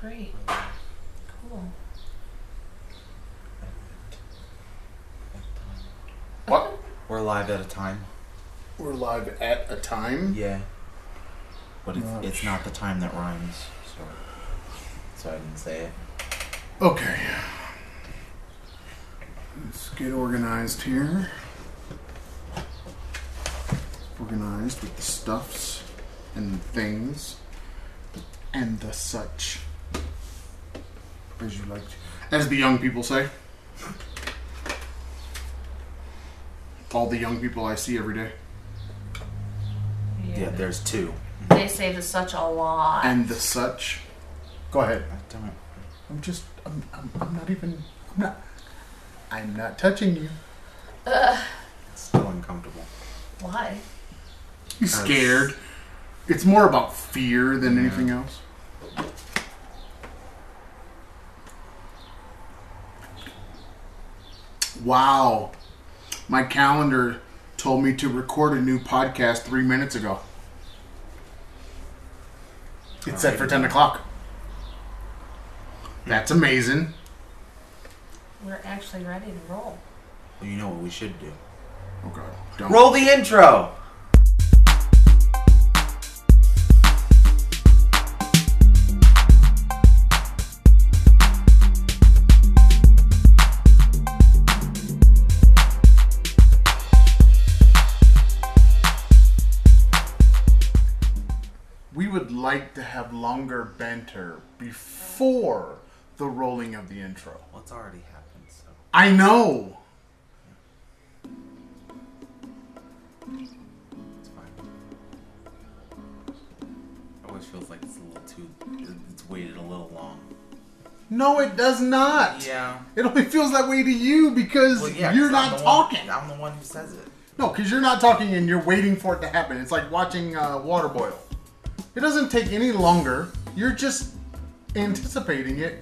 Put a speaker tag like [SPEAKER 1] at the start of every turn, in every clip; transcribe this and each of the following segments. [SPEAKER 1] Great,
[SPEAKER 2] At
[SPEAKER 1] cool.
[SPEAKER 2] time.
[SPEAKER 3] What?
[SPEAKER 2] We're live at a time.
[SPEAKER 3] We're live at a time.
[SPEAKER 2] Yeah. But it's,
[SPEAKER 3] Not
[SPEAKER 2] it's
[SPEAKER 3] sure.
[SPEAKER 2] not the time that rhymes, so so I didn't say it.
[SPEAKER 3] Okay. Let's get organized here. Organized with the stuffs and the things and the such. As you like to. As the young people say. All the young people I see every day.
[SPEAKER 2] Yeah, there's two.
[SPEAKER 1] They say the such a lot.
[SPEAKER 3] And the such. Go ahead.
[SPEAKER 2] I don't.
[SPEAKER 3] I'm just. I'm. I'm, I'm not even. I'm not. I'm not touching you.
[SPEAKER 2] It's still uncomfortable.
[SPEAKER 1] Why?
[SPEAKER 3] You
[SPEAKER 2] Kinda
[SPEAKER 3] scared? It's more about fear than
[SPEAKER 2] Yeah.
[SPEAKER 3] anything else. Wow, my calendar told me to record a new podcast three minutes ago. It's set for
[SPEAKER 2] Alrighty.
[SPEAKER 3] ten o'clock. That's amazing.
[SPEAKER 1] We're actually ready to roll.
[SPEAKER 2] Well, you know what we should do?
[SPEAKER 3] Oh god, don't.
[SPEAKER 2] Roll the intro!
[SPEAKER 3] We would like to have longer banter before the rolling of the intro.
[SPEAKER 2] Well, it's already happened, so.
[SPEAKER 3] I know.
[SPEAKER 2] It's fine. It always feels like it's a little too. It's waited a little long.
[SPEAKER 3] No, it does not.
[SPEAKER 2] Yeah.
[SPEAKER 3] It only feels that way to you because
[SPEAKER 2] Well, yeah. 'cause
[SPEAKER 3] you're
[SPEAKER 2] I'm
[SPEAKER 3] not
[SPEAKER 2] the
[SPEAKER 3] talking.
[SPEAKER 2] One, I'm the one who says it.
[SPEAKER 3] No, because you're not talking and you're waiting for it to happen. It's like watching uh, water boil. It doesn't take any longer. You're just anticipating it.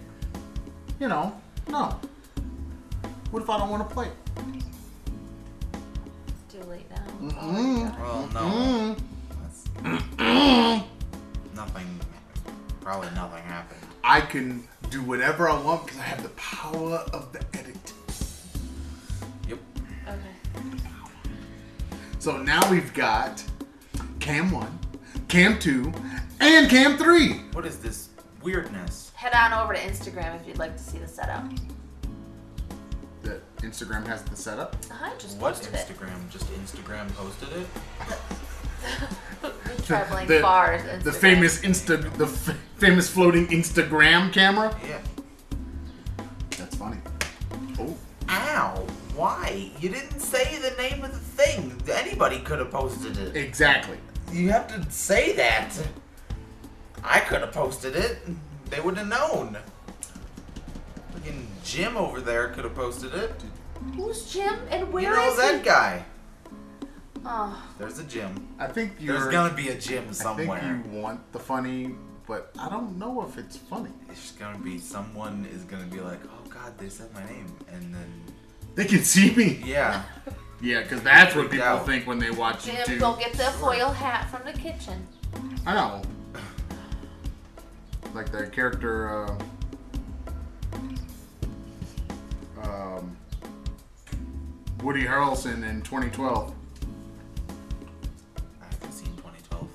[SPEAKER 3] You know, no. What if I don't want to play?
[SPEAKER 1] Too late now.
[SPEAKER 2] Mm-hmm.
[SPEAKER 3] Mm-mm.
[SPEAKER 2] Well, no.
[SPEAKER 3] Mm.
[SPEAKER 2] That's, Mm-hmm. nothing. Probably nothing happened.
[SPEAKER 3] I can do whatever I want because I have the power of the edit.
[SPEAKER 2] Yep.
[SPEAKER 1] Okay.
[SPEAKER 3] So now we've got Cam 1, Cam 2, and Cam 3.
[SPEAKER 2] What is this weirdness?
[SPEAKER 1] Head on over to Instagram if you'd like to see the setup.
[SPEAKER 3] The Instagram has the setup.
[SPEAKER 1] I just
[SPEAKER 2] What
[SPEAKER 1] posted it.
[SPEAKER 2] Instagram? Just Instagram posted it?
[SPEAKER 1] The traveling
[SPEAKER 3] the-
[SPEAKER 1] bar. is
[SPEAKER 3] The
[SPEAKER 1] Instagram.
[SPEAKER 3] famous Insta, the f- famous floating Instagram camera.
[SPEAKER 2] Yeah.
[SPEAKER 3] That's funny. Oh,
[SPEAKER 2] Ow! Why? You didn't say the name of the thing. Anybody could have posted it.
[SPEAKER 3] exactly.
[SPEAKER 2] You have to say that. I could have posted it. They would have known. Freaking Jim over there could have posted it.
[SPEAKER 1] Who's Jim and where
[SPEAKER 2] you
[SPEAKER 1] is
[SPEAKER 2] know that
[SPEAKER 1] he?
[SPEAKER 2] guy.
[SPEAKER 1] Oh,
[SPEAKER 2] There's a Jim.
[SPEAKER 3] I think you're.
[SPEAKER 2] There's gonna be a Jim
[SPEAKER 3] I
[SPEAKER 2] somewhere.
[SPEAKER 3] think you want the funny, but I don't know if it's funny.
[SPEAKER 2] It's gonna be someone is gonna be like, oh god, they said my name, and then
[SPEAKER 3] They can see me.
[SPEAKER 2] yeah,
[SPEAKER 3] Yeah, because that's what people
[SPEAKER 2] Yeah.
[SPEAKER 3] think when they watch
[SPEAKER 1] Jim,
[SPEAKER 3] YouTube.
[SPEAKER 1] go get the foil hat from the kitchen.
[SPEAKER 3] I know. Like the character, uh, um, Woody Harrelson in 2012.
[SPEAKER 2] I haven't seen 2012.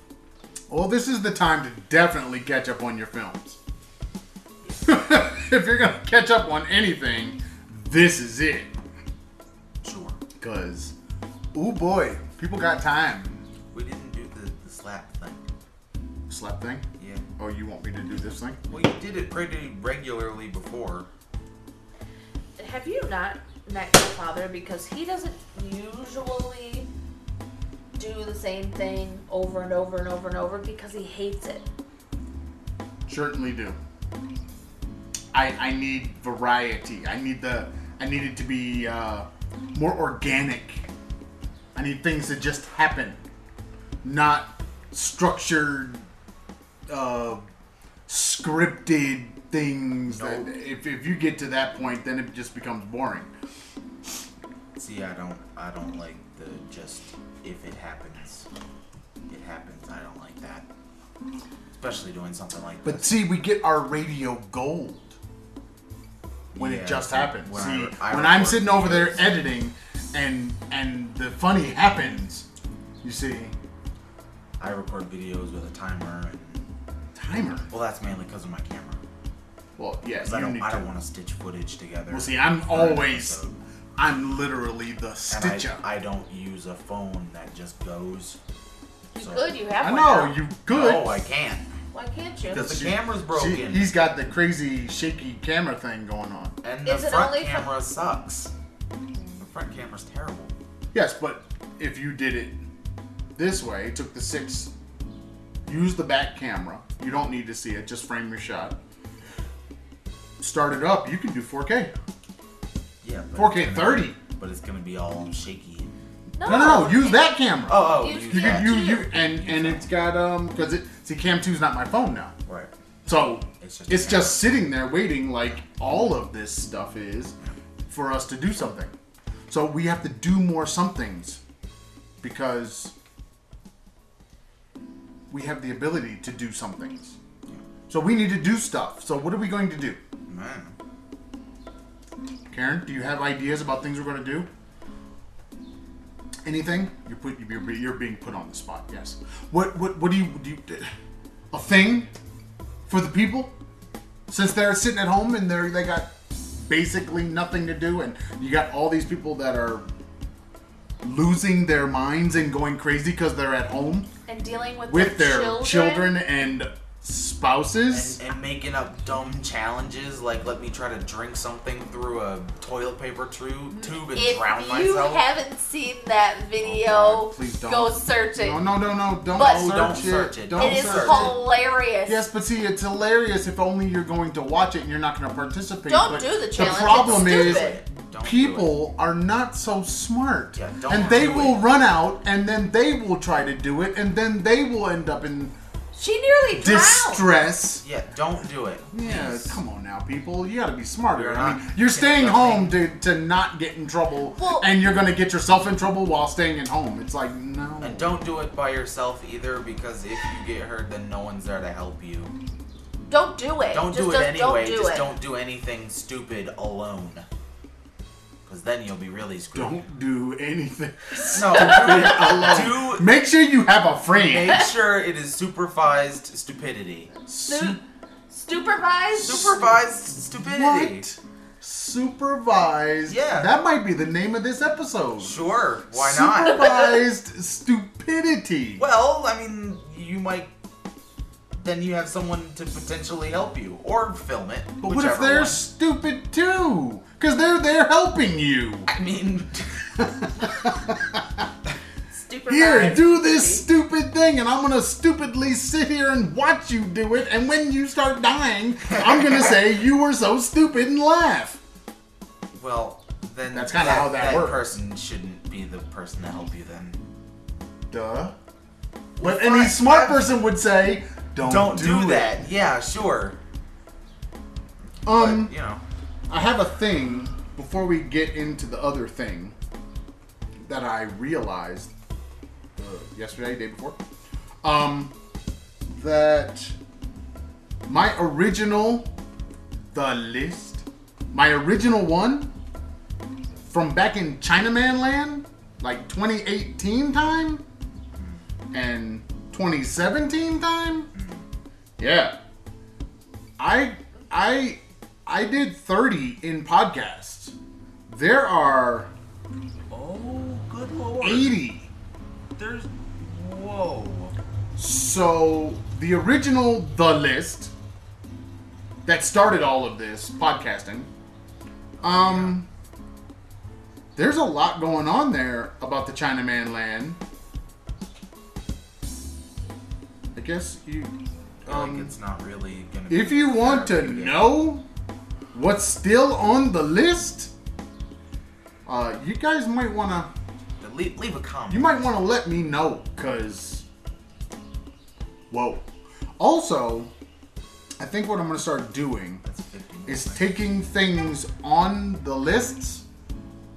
[SPEAKER 3] Well, this is the time to definitely catch up on your films. if you're gonna catch up on anything, this is it.
[SPEAKER 2] Sure,
[SPEAKER 3] Cause, oh boy, people got time.
[SPEAKER 2] we didn't do the, the slap thing.
[SPEAKER 3] Slap thing.
[SPEAKER 2] Yeah.
[SPEAKER 3] Oh, you want me to do this thing?
[SPEAKER 2] Well, you did it pretty regularly before.
[SPEAKER 1] Have you not met your father because he doesn't usually do the same thing over and over and over and over because he hates it.
[SPEAKER 3] Certainly do. I I need variety. I need the I need it to be uh, more organic. I need things that just happen, not structured, uh, scripted things.
[SPEAKER 2] Nope.
[SPEAKER 3] That if, if you get to that point, then it just becomes boring.
[SPEAKER 2] See, I don't, I don't like the just if it happens, it happens. I don't like that. especially doing something like
[SPEAKER 3] But
[SPEAKER 2] this.
[SPEAKER 3] see, we get our radio gold when
[SPEAKER 2] Yeah,
[SPEAKER 3] it just happened.
[SPEAKER 2] when I
[SPEAKER 3] see,
[SPEAKER 2] re- I
[SPEAKER 3] when I'm
[SPEAKER 2] record
[SPEAKER 3] sitting over there
[SPEAKER 2] videos.
[SPEAKER 3] editing, and and the funny happens, you see,
[SPEAKER 2] I record videos with a timer, and
[SPEAKER 3] timer.
[SPEAKER 2] well, that's mainly because of my camera.
[SPEAKER 3] Well, yes,
[SPEAKER 2] 'Cause
[SPEAKER 3] you
[SPEAKER 2] I don't,
[SPEAKER 3] need
[SPEAKER 2] I
[SPEAKER 3] to.
[SPEAKER 2] don't want to stitch footage together.
[SPEAKER 3] Well, see, I'm
[SPEAKER 2] for an
[SPEAKER 3] always,
[SPEAKER 2] episode.
[SPEAKER 3] I'm literally the
[SPEAKER 2] And
[SPEAKER 3] stitcher.
[SPEAKER 2] I, I don't use a phone that just goes.
[SPEAKER 1] You
[SPEAKER 2] So-
[SPEAKER 1] could. You
[SPEAKER 3] I
[SPEAKER 1] have one.
[SPEAKER 3] know
[SPEAKER 1] now.
[SPEAKER 3] you good.
[SPEAKER 2] No, I can't.
[SPEAKER 1] Why can't you?
[SPEAKER 2] Does- The camera's broken.
[SPEAKER 3] he's got the crazy shaky camera thing going on.
[SPEAKER 2] And the
[SPEAKER 1] Is it
[SPEAKER 2] front
[SPEAKER 1] only for-
[SPEAKER 2] camera sucks. The front camera's terrible.
[SPEAKER 3] Yes, but if you did it this way, took the six, use the back camera. You don't need to see it. Just frame your shot. Start it up. You can do 4K.
[SPEAKER 2] Yeah. but
[SPEAKER 3] 4K
[SPEAKER 2] it's gonna-
[SPEAKER 3] 30.
[SPEAKER 2] But it's gonna be all shaky. and-
[SPEAKER 1] No,
[SPEAKER 3] No, no, no. Use that camera.
[SPEAKER 2] Oh, oh,
[SPEAKER 1] Use
[SPEAKER 2] use
[SPEAKER 1] Cam
[SPEAKER 3] you
[SPEAKER 2] that.
[SPEAKER 3] can you
[SPEAKER 1] two.
[SPEAKER 3] you and and it's got um because it see Cam 2's not my phone now.
[SPEAKER 2] Right.
[SPEAKER 3] So
[SPEAKER 2] It's just
[SPEAKER 3] it's
[SPEAKER 2] a
[SPEAKER 3] just,
[SPEAKER 2] camera.
[SPEAKER 3] sitting there waiting, like all of this stuff is, for us to do something. So we have to do more somethings because we have the ability to do some things. So we need to do stuff. So what are we going to do?
[SPEAKER 2] Man.
[SPEAKER 3] Karen, do you have ideas about things we're going to do? Anything? You put you're, be- you're being put on the spot. Yes. What what what do you do? You, a thing for the people since they're sitting at home and they're they got basically nothing to do and you got all these people that are losing their minds and going crazy because they're at home
[SPEAKER 1] And dealing with,
[SPEAKER 3] with their
[SPEAKER 1] children.
[SPEAKER 3] children, and spouses.
[SPEAKER 2] And, and making up dumb challenges like let me try to drink something through a toilet paper tru- tube and
[SPEAKER 1] If
[SPEAKER 2] drown
[SPEAKER 1] you
[SPEAKER 2] myself.
[SPEAKER 1] haven't seen that video,
[SPEAKER 3] Oh, God, please don't.
[SPEAKER 1] go search it.
[SPEAKER 3] no no no no don't
[SPEAKER 1] But-
[SPEAKER 3] oh,
[SPEAKER 2] Don't
[SPEAKER 3] don't
[SPEAKER 2] search it.
[SPEAKER 3] Don't
[SPEAKER 1] it is
[SPEAKER 3] search it.
[SPEAKER 1] hilarious.
[SPEAKER 3] Yes, but see, it's hilarious if only you're going to watch it and you're not going to participate.
[SPEAKER 1] Don't
[SPEAKER 3] but
[SPEAKER 1] do the challenge,
[SPEAKER 3] The problem
[SPEAKER 1] it's
[SPEAKER 3] is,
[SPEAKER 1] stupid.
[SPEAKER 2] Don't do
[SPEAKER 3] people are not so smart,
[SPEAKER 2] Yeah, don't
[SPEAKER 3] and they
[SPEAKER 2] do
[SPEAKER 3] will
[SPEAKER 2] it.
[SPEAKER 3] run out, and then they will try to do it, and then they will end up in
[SPEAKER 1] She nearly drowned.
[SPEAKER 3] distress.
[SPEAKER 2] yeah, don't do it.
[SPEAKER 3] Yeah,
[SPEAKER 2] Please.
[SPEAKER 3] come on now, people. You got to be smarter.
[SPEAKER 2] You're
[SPEAKER 3] I
[SPEAKER 2] not
[SPEAKER 3] mean, you're staying
[SPEAKER 2] getting
[SPEAKER 3] home to, to not get in trouble,
[SPEAKER 1] Well-
[SPEAKER 3] and you're going to get yourself in trouble while staying at home. It's like no.
[SPEAKER 2] And don't do it by yourself either because if you get hurt, then no one's there to help you.
[SPEAKER 1] Don't do it.
[SPEAKER 2] Don't
[SPEAKER 1] just
[SPEAKER 2] do it
[SPEAKER 1] just
[SPEAKER 2] anyway.
[SPEAKER 1] Don't do
[SPEAKER 2] just
[SPEAKER 1] it.
[SPEAKER 2] don't do anything stupid alone. Because then you'll be really screwed.
[SPEAKER 3] Don't do anything.
[SPEAKER 2] No, do
[SPEAKER 3] Make sure you have a friend.
[SPEAKER 2] make sure it is supervised stupidity.
[SPEAKER 1] Su- Supervised.
[SPEAKER 2] Supervised stupidity.
[SPEAKER 3] What? Supervised.
[SPEAKER 2] Yeah.
[SPEAKER 3] That might be the name of this episode.
[SPEAKER 2] Sure, why not?
[SPEAKER 3] Supervised stupidity.
[SPEAKER 2] Well, I mean, you might. Then you have someone to potentially help you or film it.
[SPEAKER 3] But what if they're stupid too? Because they're there helping you.
[SPEAKER 2] I mean,
[SPEAKER 1] Supervised.
[SPEAKER 3] Here, do this stupid thing, and I'm gonna stupidly sit here and watch you do it. And when you start dying, I'm gonna say you were so stupid and laugh.
[SPEAKER 2] well, then
[SPEAKER 3] That's kinda how that works.
[SPEAKER 2] person shouldn't be the person to help you then.
[SPEAKER 3] Duh. But any
[SPEAKER 2] fine.
[SPEAKER 3] smart
[SPEAKER 2] I've-
[SPEAKER 3] person would say, "Don't,
[SPEAKER 2] Don't do,
[SPEAKER 3] it."
[SPEAKER 2] that. Yeah, sure.
[SPEAKER 3] Um.
[SPEAKER 2] but, you know,
[SPEAKER 3] I have a thing before we get into the other thing that I realized uh, yesterday, day before, um, that my original, the list, my original one from back in Chinaman land, like 2018 time and 2017 time, yeah, I I I did 30 in podcasts. There are
[SPEAKER 2] Oh, good lord.
[SPEAKER 3] 80.
[SPEAKER 2] There's. Whoa.
[SPEAKER 3] So the original The List that started all of this podcasting. Um there's a lot going on there about the Chinaman land. I guess you
[SPEAKER 2] like
[SPEAKER 3] um,
[SPEAKER 2] it's not really gonna.
[SPEAKER 3] if
[SPEAKER 2] be
[SPEAKER 3] you want to
[SPEAKER 2] therapeutic.
[SPEAKER 3] know what's still on the list, uh, you guys might want to
[SPEAKER 2] But leave, leave a comment.
[SPEAKER 3] you might want to let me know because whoa also i think what i'm going to start doing
[SPEAKER 2] That's 50 more
[SPEAKER 3] is
[SPEAKER 2] seconds.
[SPEAKER 3] taking things on the lists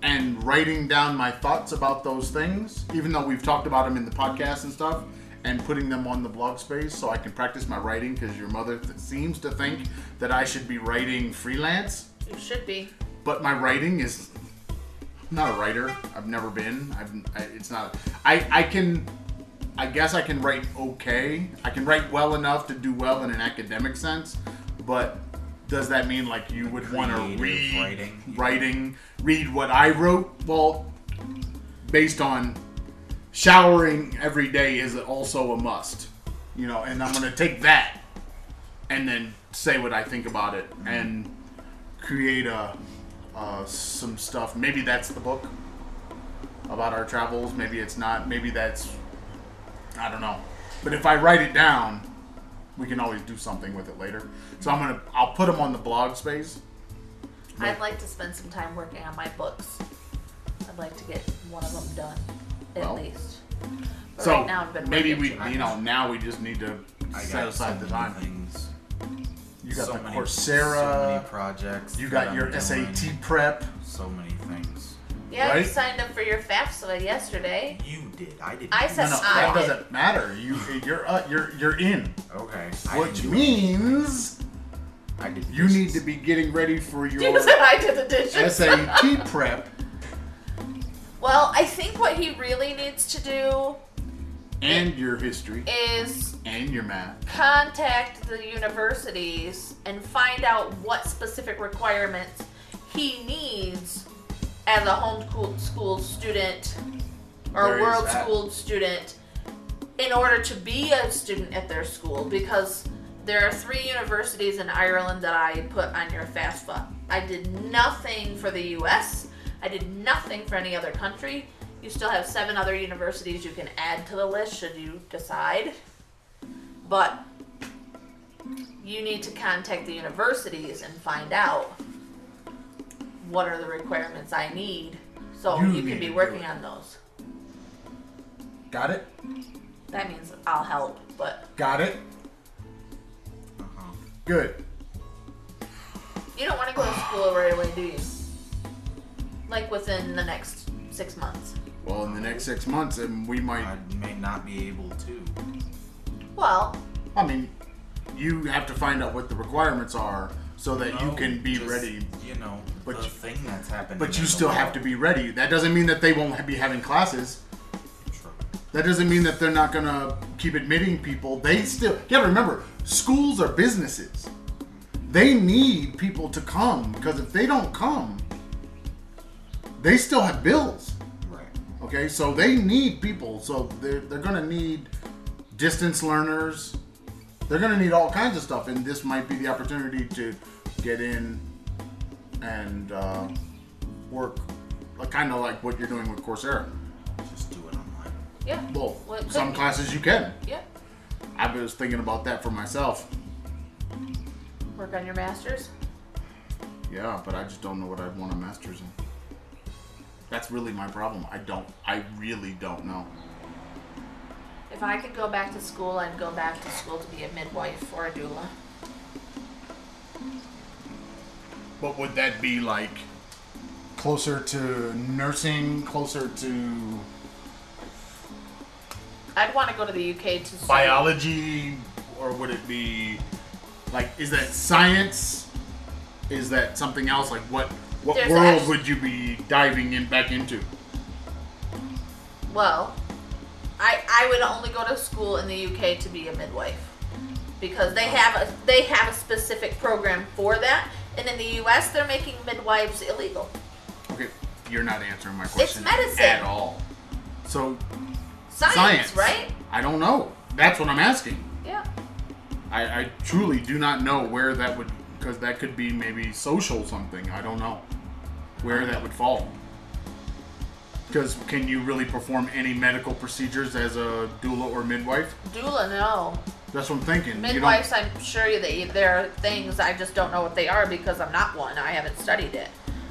[SPEAKER 3] and writing down my thoughts about those things even though we've talked about them in the podcast and stuff and putting them on the blog space so I can practice my writing because your mother th- seems to think that I should be writing freelance,
[SPEAKER 1] You should be.
[SPEAKER 3] but my writing is I'm not a writer. I've never been. I've I, it's not. I I can. I guess I can write okay. I can write well enough to do well in an academic sense, but does that mean like you would want to
[SPEAKER 4] Creative
[SPEAKER 3] read
[SPEAKER 4] writing.
[SPEAKER 3] writing, read what I wrote? Well, based on showering every day is also a must, you know. And I'm gonna take that and then say what I think about it and create a uh, some stuff. Maybe that's the book about our travels. Maybe it's not. Maybe that's I don't know. But if I write it down, we can always do something with it later. So I'm gonna I'll put them on the blog space.
[SPEAKER 1] I'd like to spend some time working on my books. I'd like to get one of them done, at
[SPEAKER 3] Well,
[SPEAKER 1] least. But
[SPEAKER 3] so
[SPEAKER 1] right now I've been
[SPEAKER 3] maybe
[SPEAKER 1] working
[SPEAKER 3] we
[SPEAKER 1] too much.
[SPEAKER 3] you know now we just need to
[SPEAKER 4] I
[SPEAKER 3] set
[SPEAKER 4] got
[SPEAKER 3] aside
[SPEAKER 4] so many
[SPEAKER 3] the time.
[SPEAKER 4] Things.
[SPEAKER 3] You got
[SPEAKER 4] so
[SPEAKER 3] the
[SPEAKER 4] many, So
[SPEAKER 3] Coursera.
[SPEAKER 4] many projects.
[SPEAKER 3] you
[SPEAKER 4] that
[SPEAKER 3] got
[SPEAKER 4] I'm
[SPEAKER 3] your
[SPEAKER 4] doing.
[SPEAKER 3] SAT prep.
[SPEAKER 4] So many things.
[SPEAKER 1] Yeah, you
[SPEAKER 3] right?
[SPEAKER 1] signed up for your FAFSA yesterday.
[SPEAKER 4] You did. I did.
[SPEAKER 1] I said
[SPEAKER 3] No, no,
[SPEAKER 1] I
[SPEAKER 3] that
[SPEAKER 1] did.
[SPEAKER 3] doesn't matter. You you're uh, you're you're in,
[SPEAKER 4] Okay. I didn't
[SPEAKER 3] which
[SPEAKER 4] do it.
[SPEAKER 3] means
[SPEAKER 4] I did.
[SPEAKER 3] you need to be getting ready for
[SPEAKER 1] You
[SPEAKER 3] your
[SPEAKER 1] said I did the dishes.
[SPEAKER 3] SAT prep
[SPEAKER 1] Well, I think what he really needs to do
[SPEAKER 3] and your history
[SPEAKER 1] is
[SPEAKER 3] and your math.
[SPEAKER 1] contact the universities and find out what specific requirements he needs as a homeschool school student or
[SPEAKER 4] There is
[SPEAKER 1] world
[SPEAKER 4] that.
[SPEAKER 1] school student in order to be a student at their school because there are three universities in Ireland that I put on your FAFSA. I did nothing for the US. I did nothing for any other country. You still have seven other universities you can add to the list should you decide. But you need to contact the universities and find out what are the requirements I need so
[SPEAKER 3] You
[SPEAKER 1] you,
[SPEAKER 3] need
[SPEAKER 1] can
[SPEAKER 3] to
[SPEAKER 1] be
[SPEAKER 3] do
[SPEAKER 1] working
[SPEAKER 3] it.
[SPEAKER 1] on those.
[SPEAKER 3] Got it?
[SPEAKER 1] That means I'll help, but
[SPEAKER 3] Got it?
[SPEAKER 4] Uh-huh.
[SPEAKER 3] Good.
[SPEAKER 1] you don't want to go to school right away, do you? Like within the next six months.
[SPEAKER 3] Well, in the next six months, and we
[SPEAKER 4] I
[SPEAKER 3] might.
[SPEAKER 4] may not be able to.
[SPEAKER 1] Well,
[SPEAKER 3] I mean, you have to find out what the requirements are so that you
[SPEAKER 4] No,
[SPEAKER 3] can be
[SPEAKER 4] just,
[SPEAKER 3] ready.
[SPEAKER 4] You know,
[SPEAKER 3] But
[SPEAKER 4] the
[SPEAKER 3] you-
[SPEAKER 4] thing that's happening.
[SPEAKER 3] But you
[SPEAKER 4] in the
[SPEAKER 3] still have
[SPEAKER 4] world.
[SPEAKER 3] to be ready. That doesn't mean that they won't be having classes.
[SPEAKER 4] Sure.
[SPEAKER 3] That doesn't mean that they're not gonna keep admitting people. They still. You gotta remember, schools are businesses. They need people to come because if they don't come, they still have bills.
[SPEAKER 4] Right.
[SPEAKER 3] Okay, so they need people. So they're, they're going to need distance learners. They're going to need all kinds of stuff. And this might be the opportunity to get in and uh, work kind of like what you're doing with Coursera.
[SPEAKER 4] Just do it online.
[SPEAKER 1] yeah.
[SPEAKER 3] Well,
[SPEAKER 1] Well, it could
[SPEAKER 3] some
[SPEAKER 1] be.
[SPEAKER 3] classes you can.
[SPEAKER 1] Yeah.
[SPEAKER 3] I was thinking about that for myself.
[SPEAKER 1] Work on your master's.
[SPEAKER 3] Yeah, but I just don't know what I'd want a master's in. That's really my problem. I don't, I really don't know.
[SPEAKER 1] If I could go back to school, I'd go back to school to be a midwife or a doula.
[SPEAKER 3] But would that be like closer to nursing, closer to
[SPEAKER 1] I'd want to go to the UK to study
[SPEAKER 3] biology, or would it be like is that science? Is that something else? Like what what
[SPEAKER 1] There's
[SPEAKER 3] world
[SPEAKER 1] actu-
[SPEAKER 3] would you be diving in back into?
[SPEAKER 1] Well, I I would only go to school in the UK to be a midwife because they have a they have a specific program for that, and in the US they're making midwives illegal.
[SPEAKER 3] Okay, you're not answering my question
[SPEAKER 1] medicine.
[SPEAKER 3] at all. So
[SPEAKER 1] Science,
[SPEAKER 3] science,
[SPEAKER 1] right?
[SPEAKER 3] I don't know. That's what I'm asking.
[SPEAKER 1] Yeah.
[SPEAKER 3] I, I truly do not know where that would because that could be maybe social something. I don't know where that would fall. Because can you really perform any medical procedures as a doula or midwife?
[SPEAKER 1] Doula, no.
[SPEAKER 3] That's what I'm thinking. You don't-
[SPEAKER 1] Midwives, I'm sure you that there are things I just don't know what they are because I'm not one. I haven't studied it.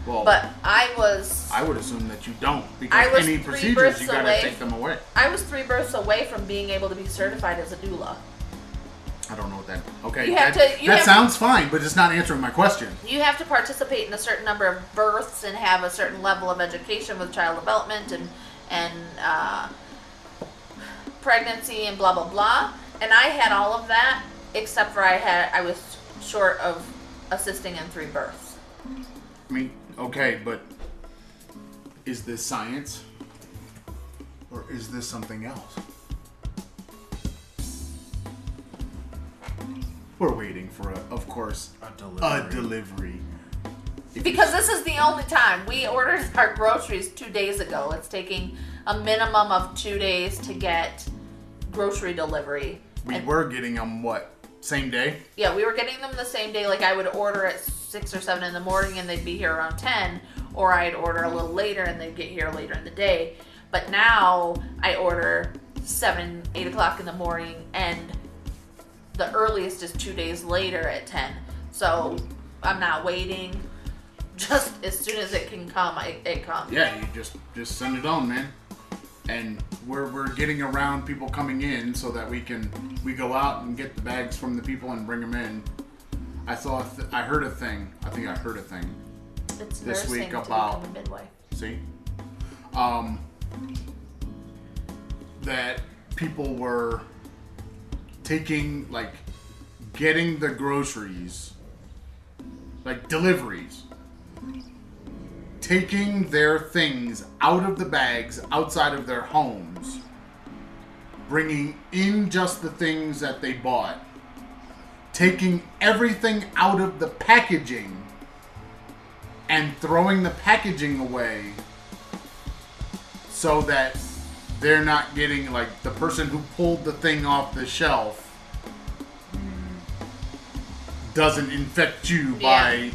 [SPEAKER 3] well,
[SPEAKER 1] But I was
[SPEAKER 3] I would assume that you don't
[SPEAKER 1] I
[SPEAKER 3] because
[SPEAKER 1] was
[SPEAKER 3] any
[SPEAKER 1] three
[SPEAKER 3] procedures
[SPEAKER 1] births
[SPEAKER 3] you gotta
[SPEAKER 1] away.
[SPEAKER 3] take them away.
[SPEAKER 1] I was three births away from being able to be certified as a doula.
[SPEAKER 3] I don't know what that. Okay,
[SPEAKER 1] You have
[SPEAKER 3] that,
[SPEAKER 1] to- you
[SPEAKER 3] that
[SPEAKER 1] have-
[SPEAKER 3] sounds fine, but it's not answering my question.
[SPEAKER 1] You have to participate in a certain number of births and have a certain level of education with child development and and uh, pregnancy and blah blah blah. And I had all of that except for I had I was short of assisting in three births.
[SPEAKER 3] I mean, okay, but is this science? Or is this something else? We're waiting for, a, of course,
[SPEAKER 4] A
[SPEAKER 3] a
[SPEAKER 4] delivery.
[SPEAKER 3] delivery. If
[SPEAKER 1] Because this is the only time we ordered our groceries two days ago. It's taking a minimum of two days to get grocery delivery.
[SPEAKER 3] we
[SPEAKER 1] And-
[SPEAKER 3] were getting them, what, same day?
[SPEAKER 1] yeah, we were getting them the same day. Like I would order at six or seven in the morning, and they'd be here around ten, or I'd order a little later, and they'd get here later in the day. But now I order seven, eight o'clock in the morning, and the earliest is two days later at ten. So I'm not waiting. Just as soon as it can come, it, it comes.
[SPEAKER 3] Yeah, you just just send it on, man. And we're we're getting around people coming in so that we can we go out and get the bags from the people and bring them in. I saw a th- I heard a thing. I think I heard a thing.
[SPEAKER 1] It's
[SPEAKER 3] This
[SPEAKER 1] nursing
[SPEAKER 3] week
[SPEAKER 1] to
[SPEAKER 3] about-
[SPEAKER 1] become a midwife.
[SPEAKER 3] See, um, that people were taking like getting the groceries, like deliveries, taking their things out of the bags outside of their homes, bringing in just the things that they bought, taking everything out of the packaging and throwing the packaging away so that they're not getting like the person who pulled the thing off the shelf doesn't infect you
[SPEAKER 1] Yeah.
[SPEAKER 3] by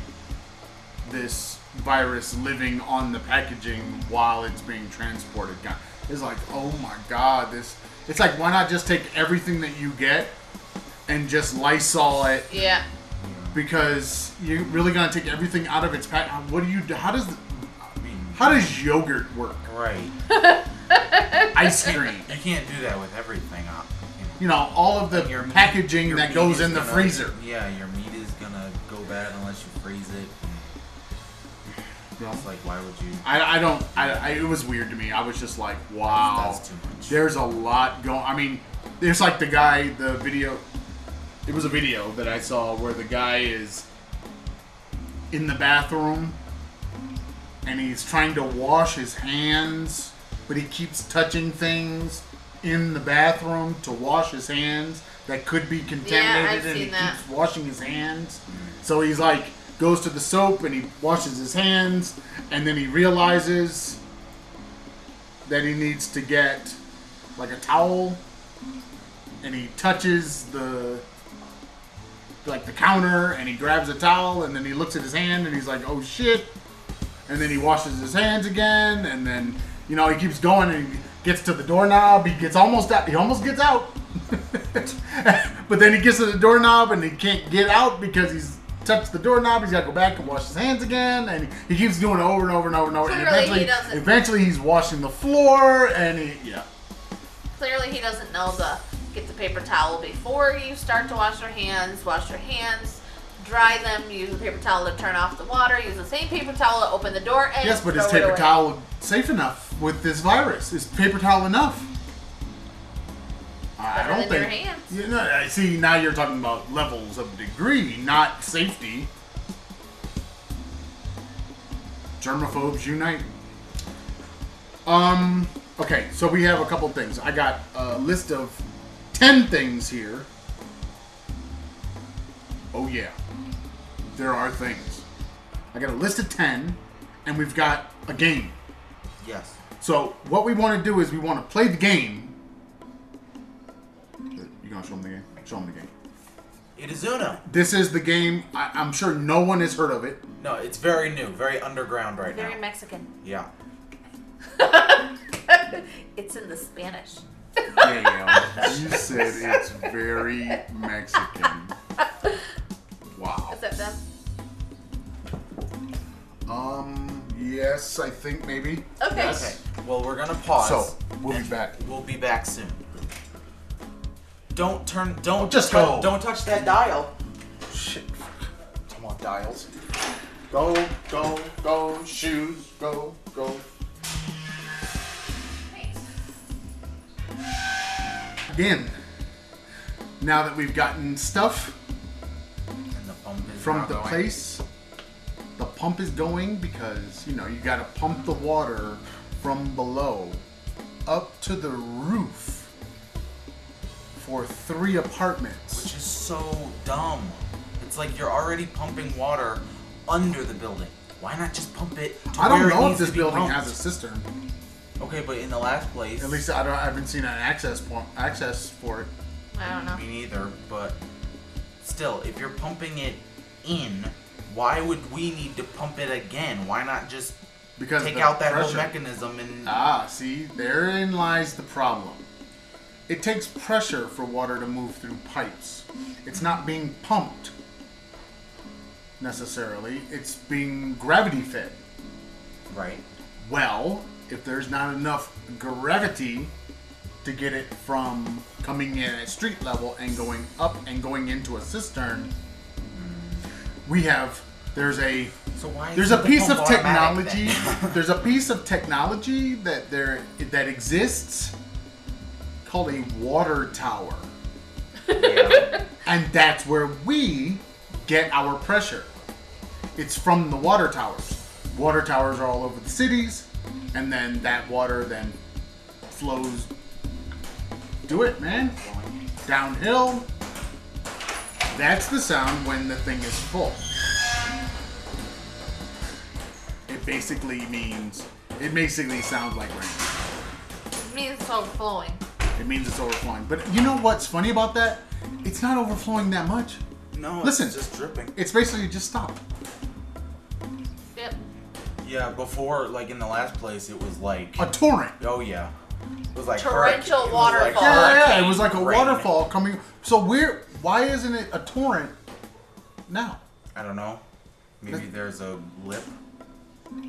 [SPEAKER 3] this virus living on the packaging while it's being transported. God, It's like, oh my god, this. It's like, why not just take everything that you get and just Lysol it
[SPEAKER 1] Yeah.
[SPEAKER 3] because you're really gonna take everything out of its pack. What do you? How does
[SPEAKER 4] I mean,
[SPEAKER 3] how does yogurt work?
[SPEAKER 4] right.
[SPEAKER 3] Ice cream.
[SPEAKER 4] You can't do that with everything. uh, you know.
[SPEAKER 3] You know, all of the
[SPEAKER 4] Your meat-
[SPEAKER 3] packaging
[SPEAKER 4] your
[SPEAKER 3] that
[SPEAKER 4] meat
[SPEAKER 3] goes
[SPEAKER 4] is
[SPEAKER 3] in the
[SPEAKER 4] gonna-
[SPEAKER 3] freezer.
[SPEAKER 4] Yeah, your meat is gonna go bad unless you freeze it. It's like, why would you?
[SPEAKER 3] I, I don't. I, I, it was weird to me. I was just like, wow.
[SPEAKER 4] That's too much.
[SPEAKER 3] There's a lot going. I mean, there's like the guy, the video. It was a video that I saw where the guy is in the bathroom and he's trying to wash his hands, but he keeps touching things in the bathroom to wash his hands that could be contaminated, and
[SPEAKER 1] seen
[SPEAKER 3] he
[SPEAKER 1] that.
[SPEAKER 3] keeps washing his hands. So he's like goes to the soap and he washes his hands, and then he realizes that he needs to get like a towel, and he touches the like the counter and he grabs a towel and then he looks at his hand and he's like, oh shit. And then he washes his hands again and then, you know, he keeps going and he gets to the doorknob. He gets almost out. He almost gets out. but then he gets to the doorknob and he can't get out because he's touched the doorknob. He's got to go back and wash his hands again. And he keeps doing it over and over and over and over. And
[SPEAKER 1] Clearly he
[SPEAKER 3] eventually,
[SPEAKER 1] doesn't.
[SPEAKER 3] eventually he's washing the floor and he, yeah.
[SPEAKER 1] Clearly, he doesn't know the get the paper towel before you start to wash your hands, wash your hands, dry them, use the paper towel to turn off the water, use the same paper towel to open the door, and
[SPEAKER 3] Yes, but
[SPEAKER 1] throw
[SPEAKER 3] is
[SPEAKER 1] it
[SPEAKER 3] paper
[SPEAKER 1] away.
[SPEAKER 3] towel safe enough with this virus? Is paper towel enough? I
[SPEAKER 1] Better
[SPEAKER 3] don't
[SPEAKER 1] than
[SPEAKER 3] think.
[SPEAKER 1] your hands.
[SPEAKER 3] You know, I see. Now you're talking about levels of degree, not safety. Germaphobes unite. Um. Okay, so we have a couple things. I got a list of ten things here. Oh yeah, there are things. I got a list of ten, and we've got a game.
[SPEAKER 4] Yes.
[SPEAKER 3] So what we want to do is we want to play the game. You gonna show them the game? Show them the game.
[SPEAKER 4] It is Uno.
[SPEAKER 3] This is the game. I, I'm sure no one has heard of it.
[SPEAKER 4] No, it's very new, very underground right
[SPEAKER 1] Very
[SPEAKER 4] now.
[SPEAKER 1] Mexican.
[SPEAKER 4] yeah.
[SPEAKER 1] It's in the Spanish.
[SPEAKER 3] Damn, you said it's very Mexican. Wow.
[SPEAKER 1] Is that them?
[SPEAKER 3] Um. Yes, I think maybe.
[SPEAKER 1] Okay.
[SPEAKER 4] Okay. Well, we're gonna pause.
[SPEAKER 3] So we'll be back.
[SPEAKER 4] We'll be back soon. Don't turn. Don't
[SPEAKER 3] just
[SPEAKER 4] tou-
[SPEAKER 3] go.
[SPEAKER 4] Don't touch that dial.
[SPEAKER 3] Shit. Come on, dials. Go, go, go, shoes, go, go. again. Now that we've gotten stuff
[SPEAKER 2] And the pump is
[SPEAKER 3] from
[SPEAKER 2] not
[SPEAKER 3] the
[SPEAKER 2] going.
[SPEAKER 3] place, the pump is going because you know you got to pump the water from below up to the roof for three apartments.
[SPEAKER 2] Which is so dumb. It's like you're already pumping water under the building. Why not just pump it? To
[SPEAKER 3] I don't
[SPEAKER 2] where it
[SPEAKER 3] know if
[SPEAKER 2] needs to
[SPEAKER 3] this
[SPEAKER 2] be
[SPEAKER 3] building
[SPEAKER 2] pumped?
[SPEAKER 3] has a cistern.
[SPEAKER 2] Okay, but in the last place,
[SPEAKER 3] At least I, don't, I haven't seen an access point, access for it.
[SPEAKER 1] I don't know.
[SPEAKER 2] me neither. But still, if you're pumping it in, why would we need to pump it again? Why not just
[SPEAKER 3] Because
[SPEAKER 2] take
[SPEAKER 3] the
[SPEAKER 2] out that whole
[SPEAKER 3] pressure-
[SPEAKER 2] mechanism and
[SPEAKER 3] Ah, see, therein lies the problem. It takes pressure for water to move through pipes. It's not being pumped necessarily, it's being gravity fed.
[SPEAKER 2] right?
[SPEAKER 3] Well, if there's not enough gravity to get it from coming in at street level and going up and going into a cistern, we have there's a
[SPEAKER 2] So why?
[SPEAKER 3] there's a
[SPEAKER 2] isn't the
[SPEAKER 3] piece
[SPEAKER 2] pump
[SPEAKER 3] of
[SPEAKER 2] automatic
[SPEAKER 3] technology.
[SPEAKER 2] then?
[SPEAKER 3] there's a piece of technology that there that exists called a water tower,
[SPEAKER 2] Yeah.
[SPEAKER 3] and that's where we get our pressure. It's from the water towers. Water towers are all over the cities, and then that water then flows. Do it, man. Downhill. That's the sound when the thing is full. It basically means it basically sounds like rain.
[SPEAKER 1] It means it's overflowing.
[SPEAKER 3] It means it's overflowing. But you know what's funny about that? It's not overflowing that much.
[SPEAKER 2] no,
[SPEAKER 3] Listen.
[SPEAKER 2] it's just dripping.
[SPEAKER 3] It's basically just stopped.
[SPEAKER 1] Yep.
[SPEAKER 2] Yeah, before like in the last place, it was like
[SPEAKER 3] A torrent.
[SPEAKER 2] oh yeah, it was like
[SPEAKER 1] Torrential
[SPEAKER 2] hurricane- it was like
[SPEAKER 1] waterfall.
[SPEAKER 3] Yeah, yeah, yeah,
[SPEAKER 2] hurricane
[SPEAKER 3] it was like a
[SPEAKER 2] rain.
[SPEAKER 3] waterfall coming. So we're why isn't it a torrent now?
[SPEAKER 2] I don't know. Maybe there's a lip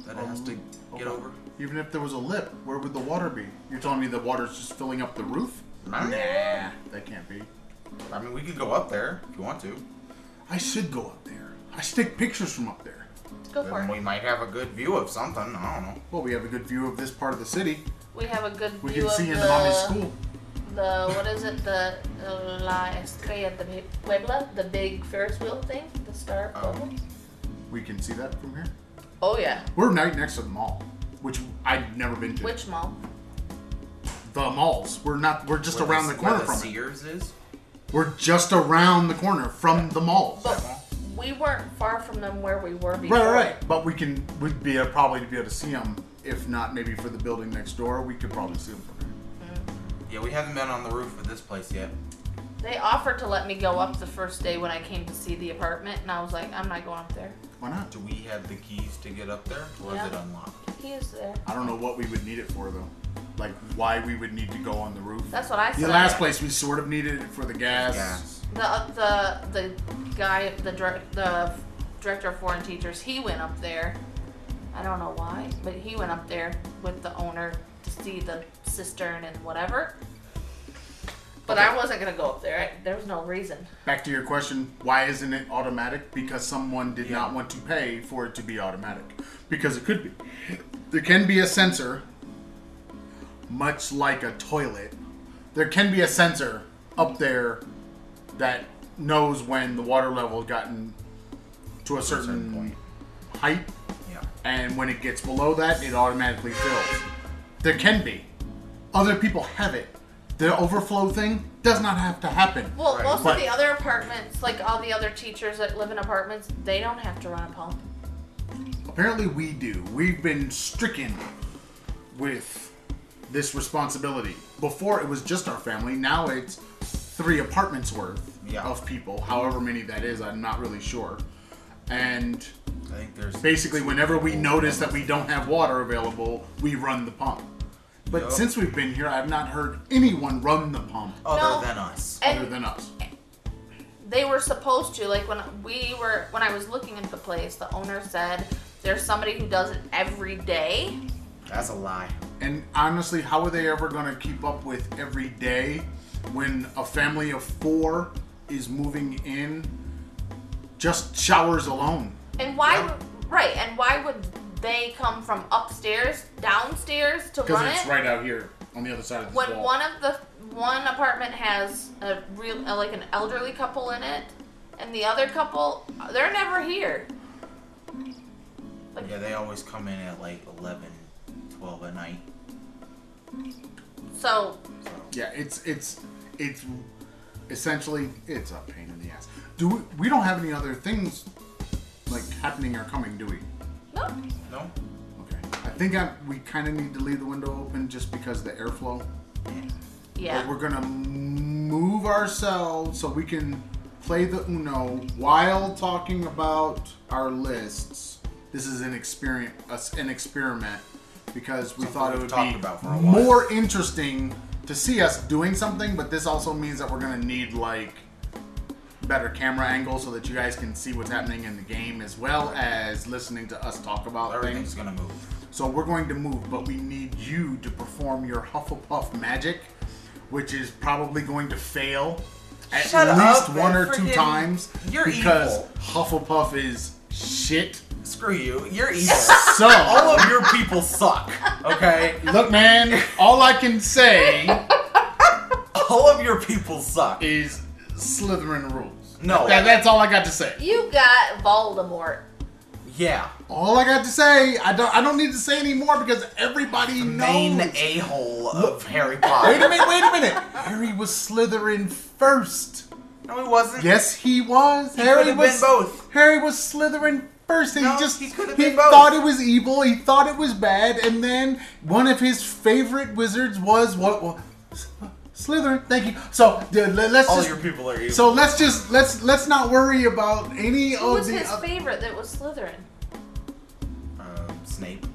[SPEAKER 2] that it has to
[SPEAKER 3] Oh,
[SPEAKER 2] get over.
[SPEAKER 3] Even if there was a lip, where would the water be? You're telling me the water's just filling up the roof?
[SPEAKER 2] Nah.
[SPEAKER 3] that can't be.
[SPEAKER 2] I mean, we could go up there if you want to.
[SPEAKER 3] I should go up there. I should take pictures from up there.
[SPEAKER 1] Go for
[SPEAKER 2] Then we
[SPEAKER 1] it.
[SPEAKER 2] might have a good view of something. I don't know.
[SPEAKER 3] Well, we have a good view of this part of the city.
[SPEAKER 1] We have a good
[SPEAKER 3] We
[SPEAKER 1] view
[SPEAKER 3] can
[SPEAKER 1] of
[SPEAKER 3] see
[SPEAKER 1] the,
[SPEAKER 3] into mommy's school.
[SPEAKER 1] the what is it? The uh, La Estrella de Puebla, the big Ferris wheel thing, the Star of
[SPEAKER 2] Oh.
[SPEAKER 1] Puebla.
[SPEAKER 3] We can see that from here.
[SPEAKER 1] Oh yeah.
[SPEAKER 3] We're right next to the mall, which I've never been to.
[SPEAKER 1] Which mall?
[SPEAKER 3] the malls. We're not. We're just
[SPEAKER 2] Where
[SPEAKER 3] around the, corner
[SPEAKER 2] where the
[SPEAKER 3] from it.
[SPEAKER 2] Sears is.
[SPEAKER 3] We're just around the corner from the malls.
[SPEAKER 1] But
[SPEAKER 2] mall?
[SPEAKER 1] we weren't far from them where we were before.
[SPEAKER 3] Right, right, right. But we can we'd be able, probably to be able to see them. If not, maybe for the building next door, we could probably see them from here.
[SPEAKER 2] Yeah, we haven't been on the roof of this place yet.
[SPEAKER 1] They offered to let me go up the first day when I came to see the apartment, and I was like, I'm not going up there.
[SPEAKER 3] Why not?
[SPEAKER 2] Do we have the keys to get up there, or
[SPEAKER 1] Yeah.
[SPEAKER 2] is it unlocked?
[SPEAKER 1] He is there.
[SPEAKER 3] I don't know what we would need it for though. Like why we would need to go on the roof.
[SPEAKER 1] That's what I said.
[SPEAKER 3] the last place we sort of needed it for the gas.
[SPEAKER 1] The
[SPEAKER 2] Gas.
[SPEAKER 1] the the guy, the dir- the director of foreign teachers, he went up there. I don't know why, but he went up there with the owner to see the cistern and whatever. But I wasn't gonna go up there. I, there was no reason.
[SPEAKER 3] Back to your question, why isn't it automatic? Because someone did
[SPEAKER 2] Yeah.
[SPEAKER 3] not want to pay for it to be automatic. Because it could be. There can be a sensor, much like a toilet. There can be a sensor up there that knows when the water level gotten to a certain,
[SPEAKER 2] certain point.
[SPEAKER 3] height,
[SPEAKER 2] Yeah.
[SPEAKER 3] and when it gets below that, it automatically fills. There can be. Other people have it. The overflow thing does not have to happen.
[SPEAKER 1] Well,
[SPEAKER 2] Right.
[SPEAKER 1] most
[SPEAKER 3] But-
[SPEAKER 1] of the other apartments, like all the other teachers that live in apartments, they don't have to run a pump.
[SPEAKER 3] Apparently, we do. We've been stricken with this responsibility. Before, it was just our family. Now it's three apartments worth
[SPEAKER 2] Yeah.
[SPEAKER 3] of people, however many that is. I'm not really sure. And
[SPEAKER 2] I think there's
[SPEAKER 3] basically, whenever
[SPEAKER 2] Oh,
[SPEAKER 3] we notice that we don't have water available, we run the pump. But
[SPEAKER 2] Yup.
[SPEAKER 3] since we've been here, I've not heard anyone run the pump
[SPEAKER 2] other
[SPEAKER 1] No.
[SPEAKER 2] than Oh, us.
[SPEAKER 3] other than us.
[SPEAKER 1] they were supposed to like when we were when i was looking at the place the owner said there's somebody who does it every day
[SPEAKER 2] That's a lie.
[SPEAKER 3] And honestly, how are they ever going to keep up with every day when a family of four is moving in? Just showers alone.
[SPEAKER 1] and why
[SPEAKER 2] Yeah.
[SPEAKER 1] would- right and why would they come from upstairs downstairs to
[SPEAKER 3] Because
[SPEAKER 1] run
[SPEAKER 3] it's
[SPEAKER 1] it
[SPEAKER 3] right out here. on the other side of this
[SPEAKER 1] When
[SPEAKER 3] wall.
[SPEAKER 1] one of the one apartment has a real uh, like an elderly couple in it, and the other couple they're never here.
[SPEAKER 2] Yeah, they always come in at like 11, 12 at night.
[SPEAKER 1] So
[SPEAKER 2] So.
[SPEAKER 3] yeah, it's it's it's essentially it's a pain in the ass. Do we, we don't have any other things like happening or coming, do we?
[SPEAKER 1] no,
[SPEAKER 2] No?
[SPEAKER 3] Okay. I think I, we kind of need to leave the window open just because of the airflow.
[SPEAKER 2] Yeah.
[SPEAKER 1] yeah,
[SPEAKER 3] But we're gonna move ourselves so we can play the Uno while talking about our lists. This is an experience, an experiment, because we
[SPEAKER 2] Something
[SPEAKER 3] thought it
[SPEAKER 2] we've
[SPEAKER 3] would
[SPEAKER 2] talked
[SPEAKER 3] be
[SPEAKER 2] about for a while.
[SPEAKER 3] more interesting to see us doing something. But this also means that we're gonna need like better camera angles so that you guys can see what's happening in the game as well as listening to us talk about things.
[SPEAKER 2] Everything's gonna move.
[SPEAKER 3] So we're going to move, but we need you to perform your Hufflepuff magic, which is probably going to fail at
[SPEAKER 2] Shut up,
[SPEAKER 3] least
[SPEAKER 2] man.
[SPEAKER 3] one or two
[SPEAKER 2] Freaking-
[SPEAKER 3] times
[SPEAKER 2] you're
[SPEAKER 3] because
[SPEAKER 2] evil.
[SPEAKER 3] Hufflepuff is shit.
[SPEAKER 2] Screw you. You're evil.
[SPEAKER 3] So
[SPEAKER 2] All of your people suck. Okay?
[SPEAKER 3] look, man, all I can say
[SPEAKER 2] All of your people suck.
[SPEAKER 3] is Slytherin rules.
[SPEAKER 2] No.
[SPEAKER 3] That- that's all I got to say.
[SPEAKER 1] you got Voldemort.
[SPEAKER 2] Yeah.
[SPEAKER 3] All I got to say, I don't, I don't need to say anymore because everybody
[SPEAKER 2] Main
[SPEAKER 3] knows.
[SPEAKER 2] a hole of Harry
[SPEAKER 3] Wait a
[SPEAKER 2] Potter.
[SPEAKER 3] minute, wait a minute. Harry was Slytherin first.
[SPEAKER 2] No, he wasn't.
[SPEAKER 3] Yes, he was.
[SPEAKER 2] He
[SPEAKER 3] Harry
[SPEAKER 2] could've
[SPEAKER 3] was
[SPEAKER 2] been both.
[SPEAKER 3] Harry was Slytherin first, and
[SPEAKER 2] No,
[SPEAKER 3] he just
[SPEAKER 2] he
[SPEAKER 3] he,
[SPEAKER 2] could've been both.
[SPEAKER 3] thought it was evil. He thought it was bad, and then one of his favorite wizards was what? what S- Slytherin. Thank you. So dude, le- let's
[SPEAKER 2] All
[SPEAKER 3] just
[SPEAKER 2] your people are evil.
[SPEAKER 3] so let's just let's let's not worry about any
[SPEAKER 1] Who
[SPEAKER 3] of
[SPEAKER 1] was
[SPEAKER 3] Oh, the
[SPEAKER 1] his
[SPEAKER 3] oth-
[SPEAKER 1] favorite that was Slytherin?
[SPEAKER 2] um, Snape.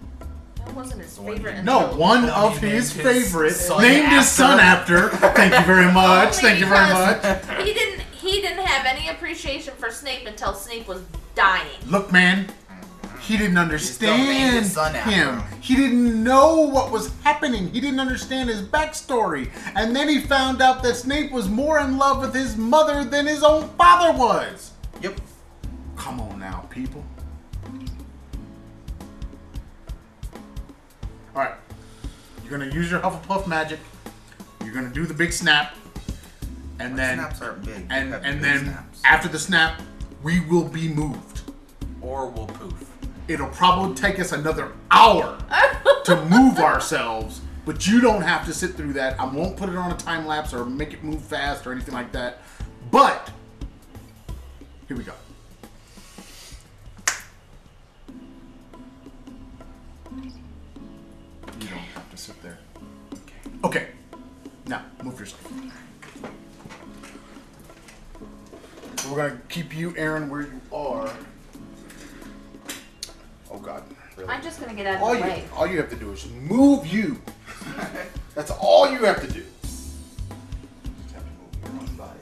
[SPEAKER 1] That wasn't his
[SPEAKER 2] The one
[SPEAKER 1] favorite.
[SPEAKER 2] he-
[SPEAKER 3] Oh, no
[SPEAKER 1] until-
[SPEAKER 3] one
[SPEAKER 2] No,
[SPEAKER 3] of
[SPEAKER 2] he named
[SPEAKER 3] his,
[SPEAKER 2] his
[SPEAKER 3] favorites
[SPEAKER 2] son
[SPEAKER 3] named his son after. Thank you very much. Thank you very
[SPEAKER 1] Only
[SPEAKER 3] much.
[SPEAKER 1] because He didn't. He didn't have any appreciation for Snape until Snape was dying.
[SPEAKER 3] Look, man,
[SPEAKER 2] Mm-hmm.
[SPEAKER 3] he didn't
[SPEAKER 2] don't name
[SPEAKER 3] understand
[SPEAKER 2] his son after
[SPEAKER 3] him.
[SPEAKER 2] him.
[SPEAKER 3] He didn't know what was happening. He didn't understand his backstory. And then he found out that Snape was more in love with his mother than his own father was.
[SPEAKER 2] Yep.
[SPEAKER 3] Come on now, people. All right. You're going to use your Hufflepuff magic. You're going to do the big snap. And then
[SPEAKER 2] snaps aren't big.
[SPEAKER 3] and
[SPEAKER 2] You have big
[SPEAKER 3] and then
[SPEAKER 2] snaps.
[SPEAKER 3] after the snap, we will be moved.
[SPEAKER 2] Or will poof.
[SPEAKER 3] It'll probably take us another hour to move ourselves, but you don't have to sit through that. I won't put it on a time lapse or make it move fast or anything like that. But here we go. You don't have to sit there. Okay. Now, move yourself. We're gonna keep you, Aaron, where you are. Oh God, really?
[SPEAKER 1] I'm just gonna get out of
[SPEAKER 3] All
[SPEAKER 1] the
[SPEAKER 3] Oh, you,
[SPEAKER 1] way.
[SPEAKER 3] all you have to do is move you. That's all you have to do. Just have to move your own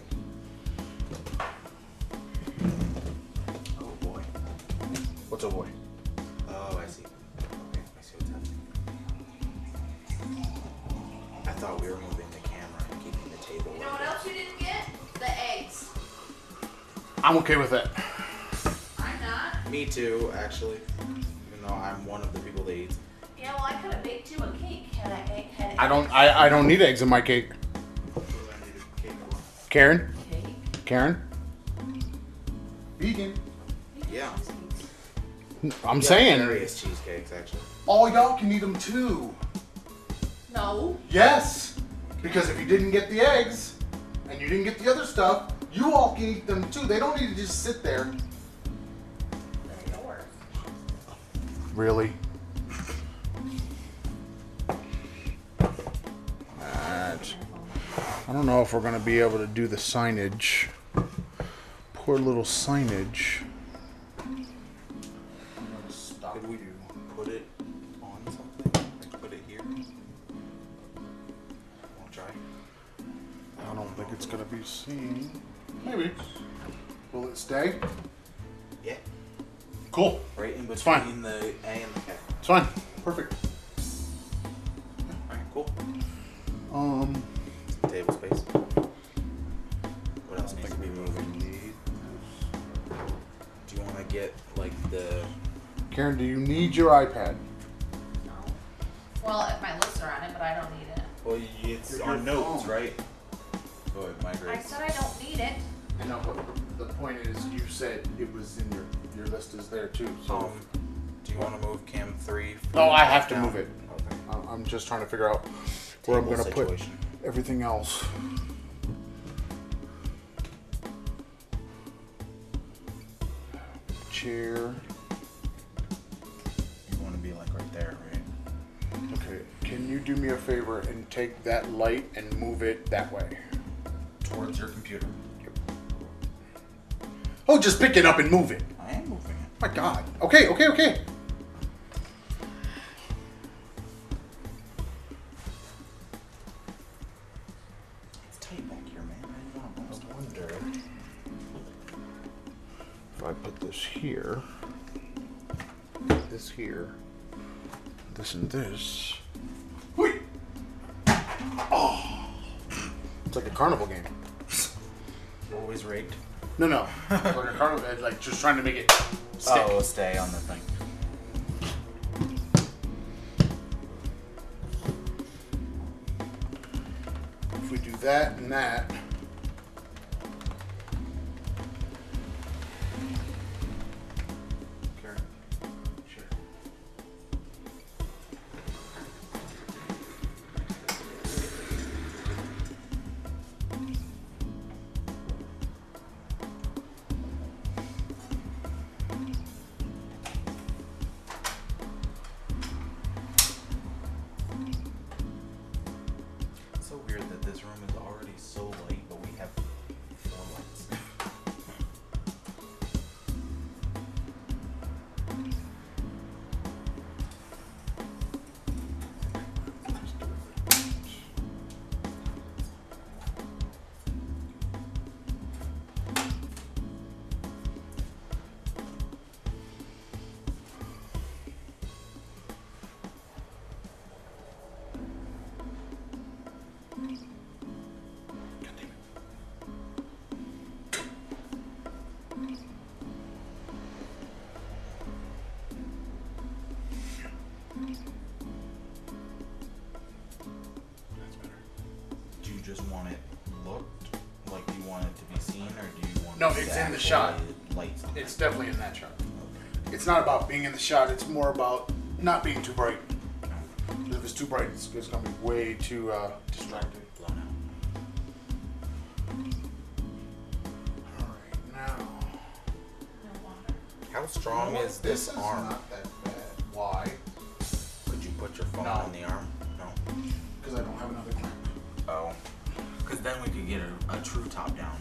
[SPEAKER 3] body.
[SPEAKER 2] Oh boy.
[SPEAKER 3] What's a boy?
[SPEAKER 2] Oh, I see. Okay, I see what's happening. I thought we were moving the camera and keeping the table.
[SPEAKER 1] You know what else you didn't get? The eggs.
[SPEAKER 3] I'm okay with that.
[SPEAKER 1] I'm not.
[SPEAKER 2] Me too, actually. Even though I'm one of the people that eats.
[SPEAKER 1] Yeah, well, I could have baked you a cake had I egg, had
[SPEAKER 3] I don't. I, I don't need eggs in my cake. Karen,
[SPEAKER 1] cake.
[SPEAKER 3] Karen. Vegan.
[SPEAKER 2] Yeah.
[SPEAKER 3] I'm
[SPEAKER 2] Various cheesecakes, actually.
[SPEAKER 3] all y'all can eat them too.
[SPEAKER 1] No.
[SPEAKER 3] Yes, because if you didn't get the eggs and you didn't get the other stuff, you all can eat them too. They don't need to just sit there.
[SPEAKER 1] They're yours.
[SPEAKER 3] Really? Alright. I don't know if we're gonna be able to do the signage. Poor little signage.
[SPEAKER 2] Could we put it on something? Like put it here? Won't try.
[SPEAKER 3] I don't think it's gonna be seen. Maybe. Will it stay?
[SPEAKER 2] Yeah.
[SPEAKER 3] Cool.
[SPEAKER 2] Right in between
[SPEAKER 3] It's fine.
[SPEAKER 2] the A and the K.
[SPEAKER 3] It's fine. Perfect.
[SPEAKER 2] Alright, cool.
[SPEAKER 3] Um.
[SPEAKER 2] Table space. What else needs to be moving? Do you want to get like the?
[SPEAKER 3] Karen, do you need your iPad?
[SPEAKER 1] No. Well, if my lips are on it, but I don't need it.
[SPEAKER 2] Well, y- it's
[SPEAKER 3] Your-
[SPEAKER 2] on
[SPEAKER 3] your
[SPEAKER 2] notes,
[SPEAKER 3] phone.
[SPEAKER 2] right? Oh, it
[SPEAKER 5] I
[SPEAKER 2] migrates.
[SPEAKER 5] said I don't need it.
[SPEAKER 3] I know, but the point is, you said it was in your your list is there too. So
[SPEAKER 4] Um, do you want to move Cam three?
[SPEAKER 3] no, I have to
[SPEAKER 4] down?
[SPEAKER 3] move it.
[SPEAKER 4] Okay.
[SPEAKER 3] I'm, I'm just trying to figure out where I'm
[SPEAKER 2] Table
[SPEAKER 3] going to put
[SPEAKER 2] situation.
[SPEAKER 3] everything else. Chair.
[SPEAKER 2] You want to be like right there, right?
[SPEAKER 3] Okay, can you do me a favor and take that light and move it that way?
[SPEAKER 4] Towards your computer.
[SPEAKER 3] Oh, just pick it up and move it.
[SPEAKER 2] I am moving it.
[SPEAKER 3] My God. Okay, okay, okay.
[SPEAKER 2] It's tight back here, man. I don't know. I was wondering.
[SPEAKER 3] If I put this here, this here, this and this. Whee! Oh. It's like a carnival game.
[SPEAKER 2] Always rigged.
[SPEAKER 3] No, no. like a carnival, it's like just trying to make it stick.
[SPEAKER 2] Oh, stay on the thing.
[SPEAKER 3] If we do that and that.
[SPEAKER 2] Sure. Sure. It's so weird that this room is already so light, but we have four lights. Do you just want it looked like you want it to be seen, or do you want?
[SPEAKER 3] No, it's in the shot.
[SPEAKER 2] actually Lights. on?
[SPEAKER 3] It's definitely in that shot. It's not about being in the shot, it's more about not being too bright. 'Cause If it's too bright, it's, it's going to be way too uh, distracting.
[SPEAKER 2] Blown out.
[SPEAKER 3] Alright, now.
[SPEAKER 5] No water.
[SPEAKER 4] How strong
[SPEAKER 3] You know what?
[SPEAKER 4] is this, arm?
[SPEAKER 3] not that bad. Why?
[SPEAKER 4] Could you put your phone
[SPEAKER 3] No.
[SPEAKER 4] on the arm? No.
[SPEAKER 3] Because I don't have another clamp.
[SPEAKER 4] Oh. Because then we could get a, a true top down.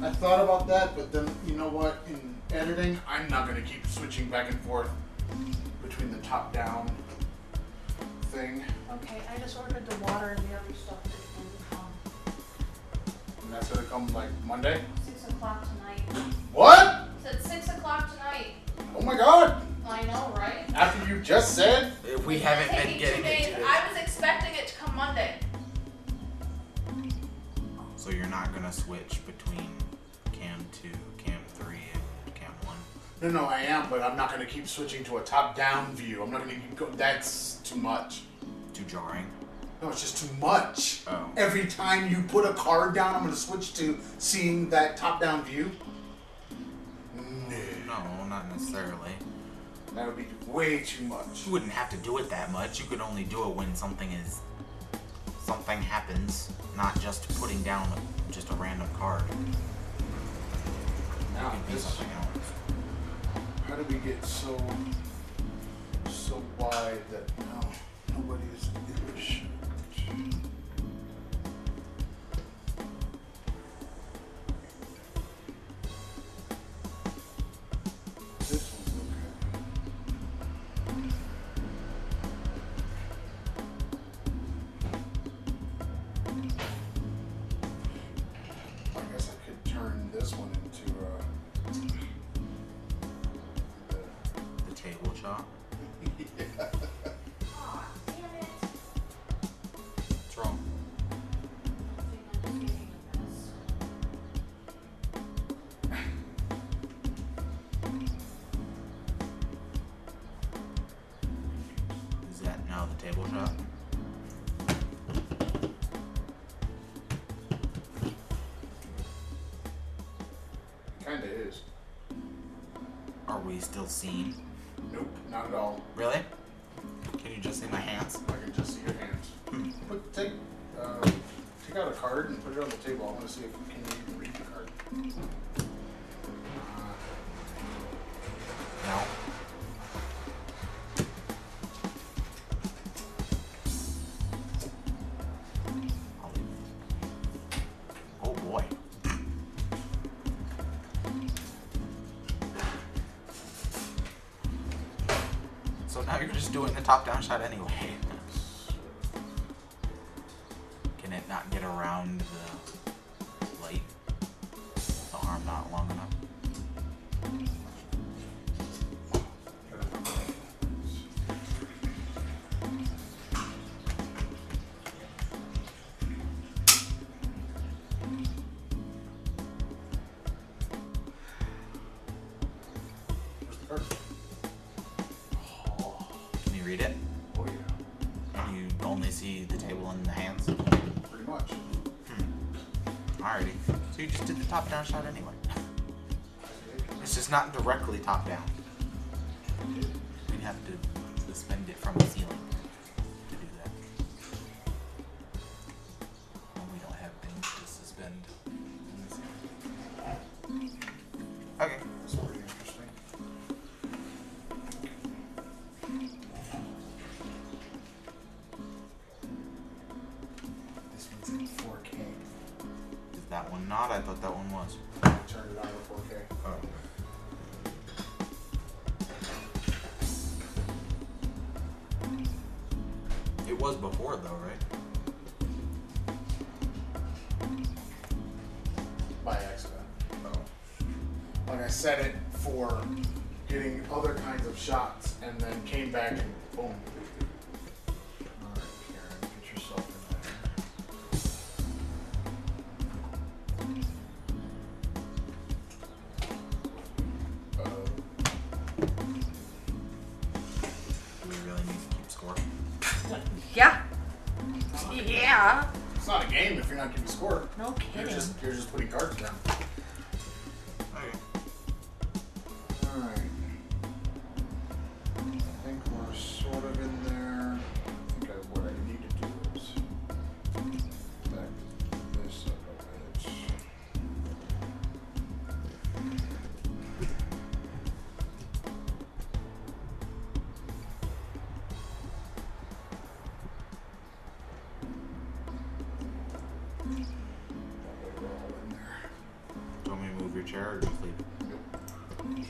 [SPEAKER 3] I thought about that, but then you know what? In editing, I'm not gonna keep switching back and forth between the top down thing,
[SPEAKER 5] Okay, I just ordered the water and the other stuff that didn't come.
[SPEAKER 3] and that's gonna come like Monday.
[SPEAKER 5] Six o'clock tonight.
[SPEAKER 3] What?
[SPEAKER 5] It's at six o'clock tonight.
[SPEAKER 3] Oh my God!
[SPEAKER 5] I know, right?
[SPEAKER 3] After you just said,
[SPEAKER 4] If we
[SPEAKER 5] It's
[SPEAKER 4] haven't been
[SPEAKER 5] taking two
[SPEAKER 4] getting
[SPEAKER 5] days.
[SPEAKER 4] it to
[SPEAKER 5] I was expecting it to come Monday.
[SPEAKER 4] So you're not gonna switch between cam two, cam three, and cam one.
[SPEAKER 3] no, no, I am, but I'm not gonna keep switching to a top down view. I'm not gonna keep go. That's too much.
[SPEAKER 4] Too jarring.
[SPEAKER 3] No, it's just too much.
[SPEAKER 4] Oh.
[SPEAKER 3] Every time you put a card down, I'm gonna switch to seeing that top down view. No.
[SPEAKER 4] No, not necessarily.
[SPEAKER 3] That would be way too much.
[SPEAKER 4] You wouldn't have to do it that much. You could only do it when something is something happens, not just putting down just a random card. It
[SPEAKER 3] Now,
[SPEAKER 4] could be
[SPEAKER 3] Ah, this,
[SPEAKER 4] something else.
[SPEAKER 3] how do we get so so wide that now nobody is in the shot? This one's okay. I guess I could turn this one into uh,
[SPEAKER 4] The table shot.
[SPEAKER 5] Aw, damn it.
[SPEAKER 4] What's wrong?
[SPEAKER 5] I think I'm just making a mess.
[SPEAKER 4] Is that now the table shot?
[SPEAKER 2] we still seen?
[SPEAKER 3] Nope, not at all.
[SPEAKER 2] Really? Can you just see my hands?
[SPEAKER 3] I can just see your hands. Put, take, uh, take out a card and put it on the table. I want to see if we can even read the card.
[SPEAKER 2] No. I'll leave. Oh boy. So now you're just doing the top down shot anyway. Can it not get around the light? The arm not long enough?
[SPEAKER 3] Where's the card?
[SPEAKER 2] Can you read it?
[SPEAKER 3] Oh, yeah.
[SPEAKER 2] And you only see the table and the hands.
[SPEAKER 3] Pretty much.
[SPEAKER 2] Alrighty. So you just did the top down shot anyway. It's just not directly top down. We'd have to suspend it from the ceiling to do that. And we don't have things to suspend. in the ceiling. Okay.
[SPEAKER 3] That's pretty interesting.
[SPEAKER 2] This one's in 4K. Is that one not? I thought that one was.
[SPEAKER 3] Turn it on to 4K.
[SPEAKER 2] Oh. It was before though, right?
[SPEAKER 3] by accident.
[SPEAKER 2] Oh.
[SPEAKER 3] Like I set it for getting other kinds of shots, and then came back and boom. All right, Karen, get yourself in there. Uh,
[SPEAKER 2] Do we really need to keep score?
[SPEAKER 1] Yeah. Yeah.
[SPEAKER 3] it's not a game if you're not keeping score.
[SPEAKER 1] No
[SPEAKER 3] You're
[SPEAKER 1] kidding.
[SPEAKER 3] just you're just putting cards down.
[SPEAKER 2] Okay.
[SPEAKER 3] All right. I think we're sort of in there. I think I, what I need to do is back this up a bit. That way we're all in there.
[SPEAKER 2] Do you want me to move your chair or just leave it?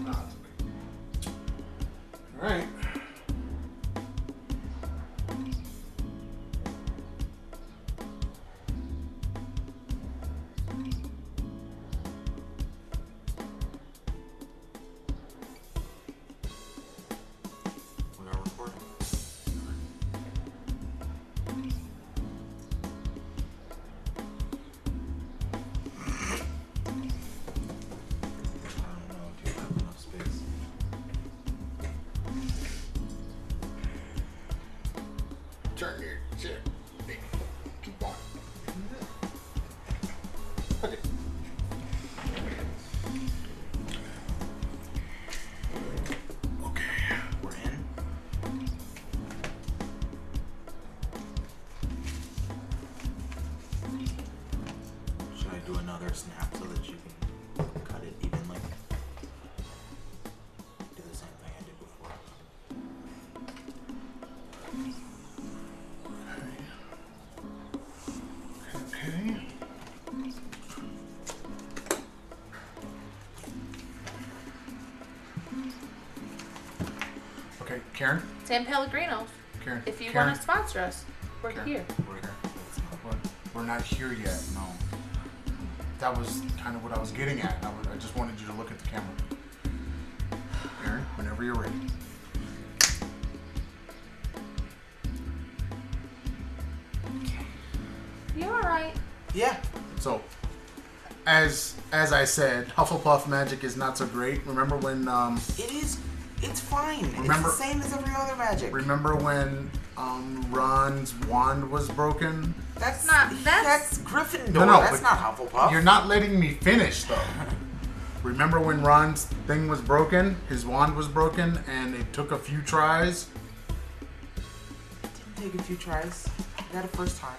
[SPEAKER 2] No?
[SPEAKER 3] Alright.
[SPEAKER 2] We are recording. I don't know if you have enough space.
[SPEAKER 3] Turn your chair. Hey, Keep going. Okay. Okay.
[SPEAKER 2] We're in. Should I do another snap so that you can cut it evenly? Do the same thing I did before.
[SPEAKER 3] Okay. Okay, Karen.
[SPEAKER 1] San Pellegrino,
[SPEAKER 3] Karen.
[SPEAKER 1] if you
[SPEAKER 3] Karen.
[SPEAKER 1] want to sponsor us, we're
[SPEAKER 3] Karen.
[SPEAKER 1] here.
[SPEAKER 2] We're here. It's not-
[SPEAKER 3] We're, we're not here yet. No. That was kind of what I was getting at. I, was- I just wanted you to look at the camera. Karen, whenever you're ready.
[SPEAKER 1] You all right?
[SPEAKER 2] Yeah.
[SPEAKER 3] So, as as I said, Hufflepuff magic is not so great. Remember when um,
[SPEAKER 2] It is. It's fine.
[SPEAKER 3] Remember-
[SPEAKER 2] it's the same as every other magic.
[SPEAKER 3] remember when um, Ron's wand was broken?
[SPEAKER 2] that's
[SPEAKER 1] not- that's-
[SPEAKER 2] That's, Gryffindor.
[SPEAKER 3] No, no,
[SPEAKER 2] that's
[SPEAKER 3] but
[SPEAKER 2] not Hufflepuff.
[SPEAKER 3] You're not letting me finish though. Remember when Ron's thing was broken? His wand was broken, and it took a few tries.
[SPEAKER 2] Take a few tries. You got it first time.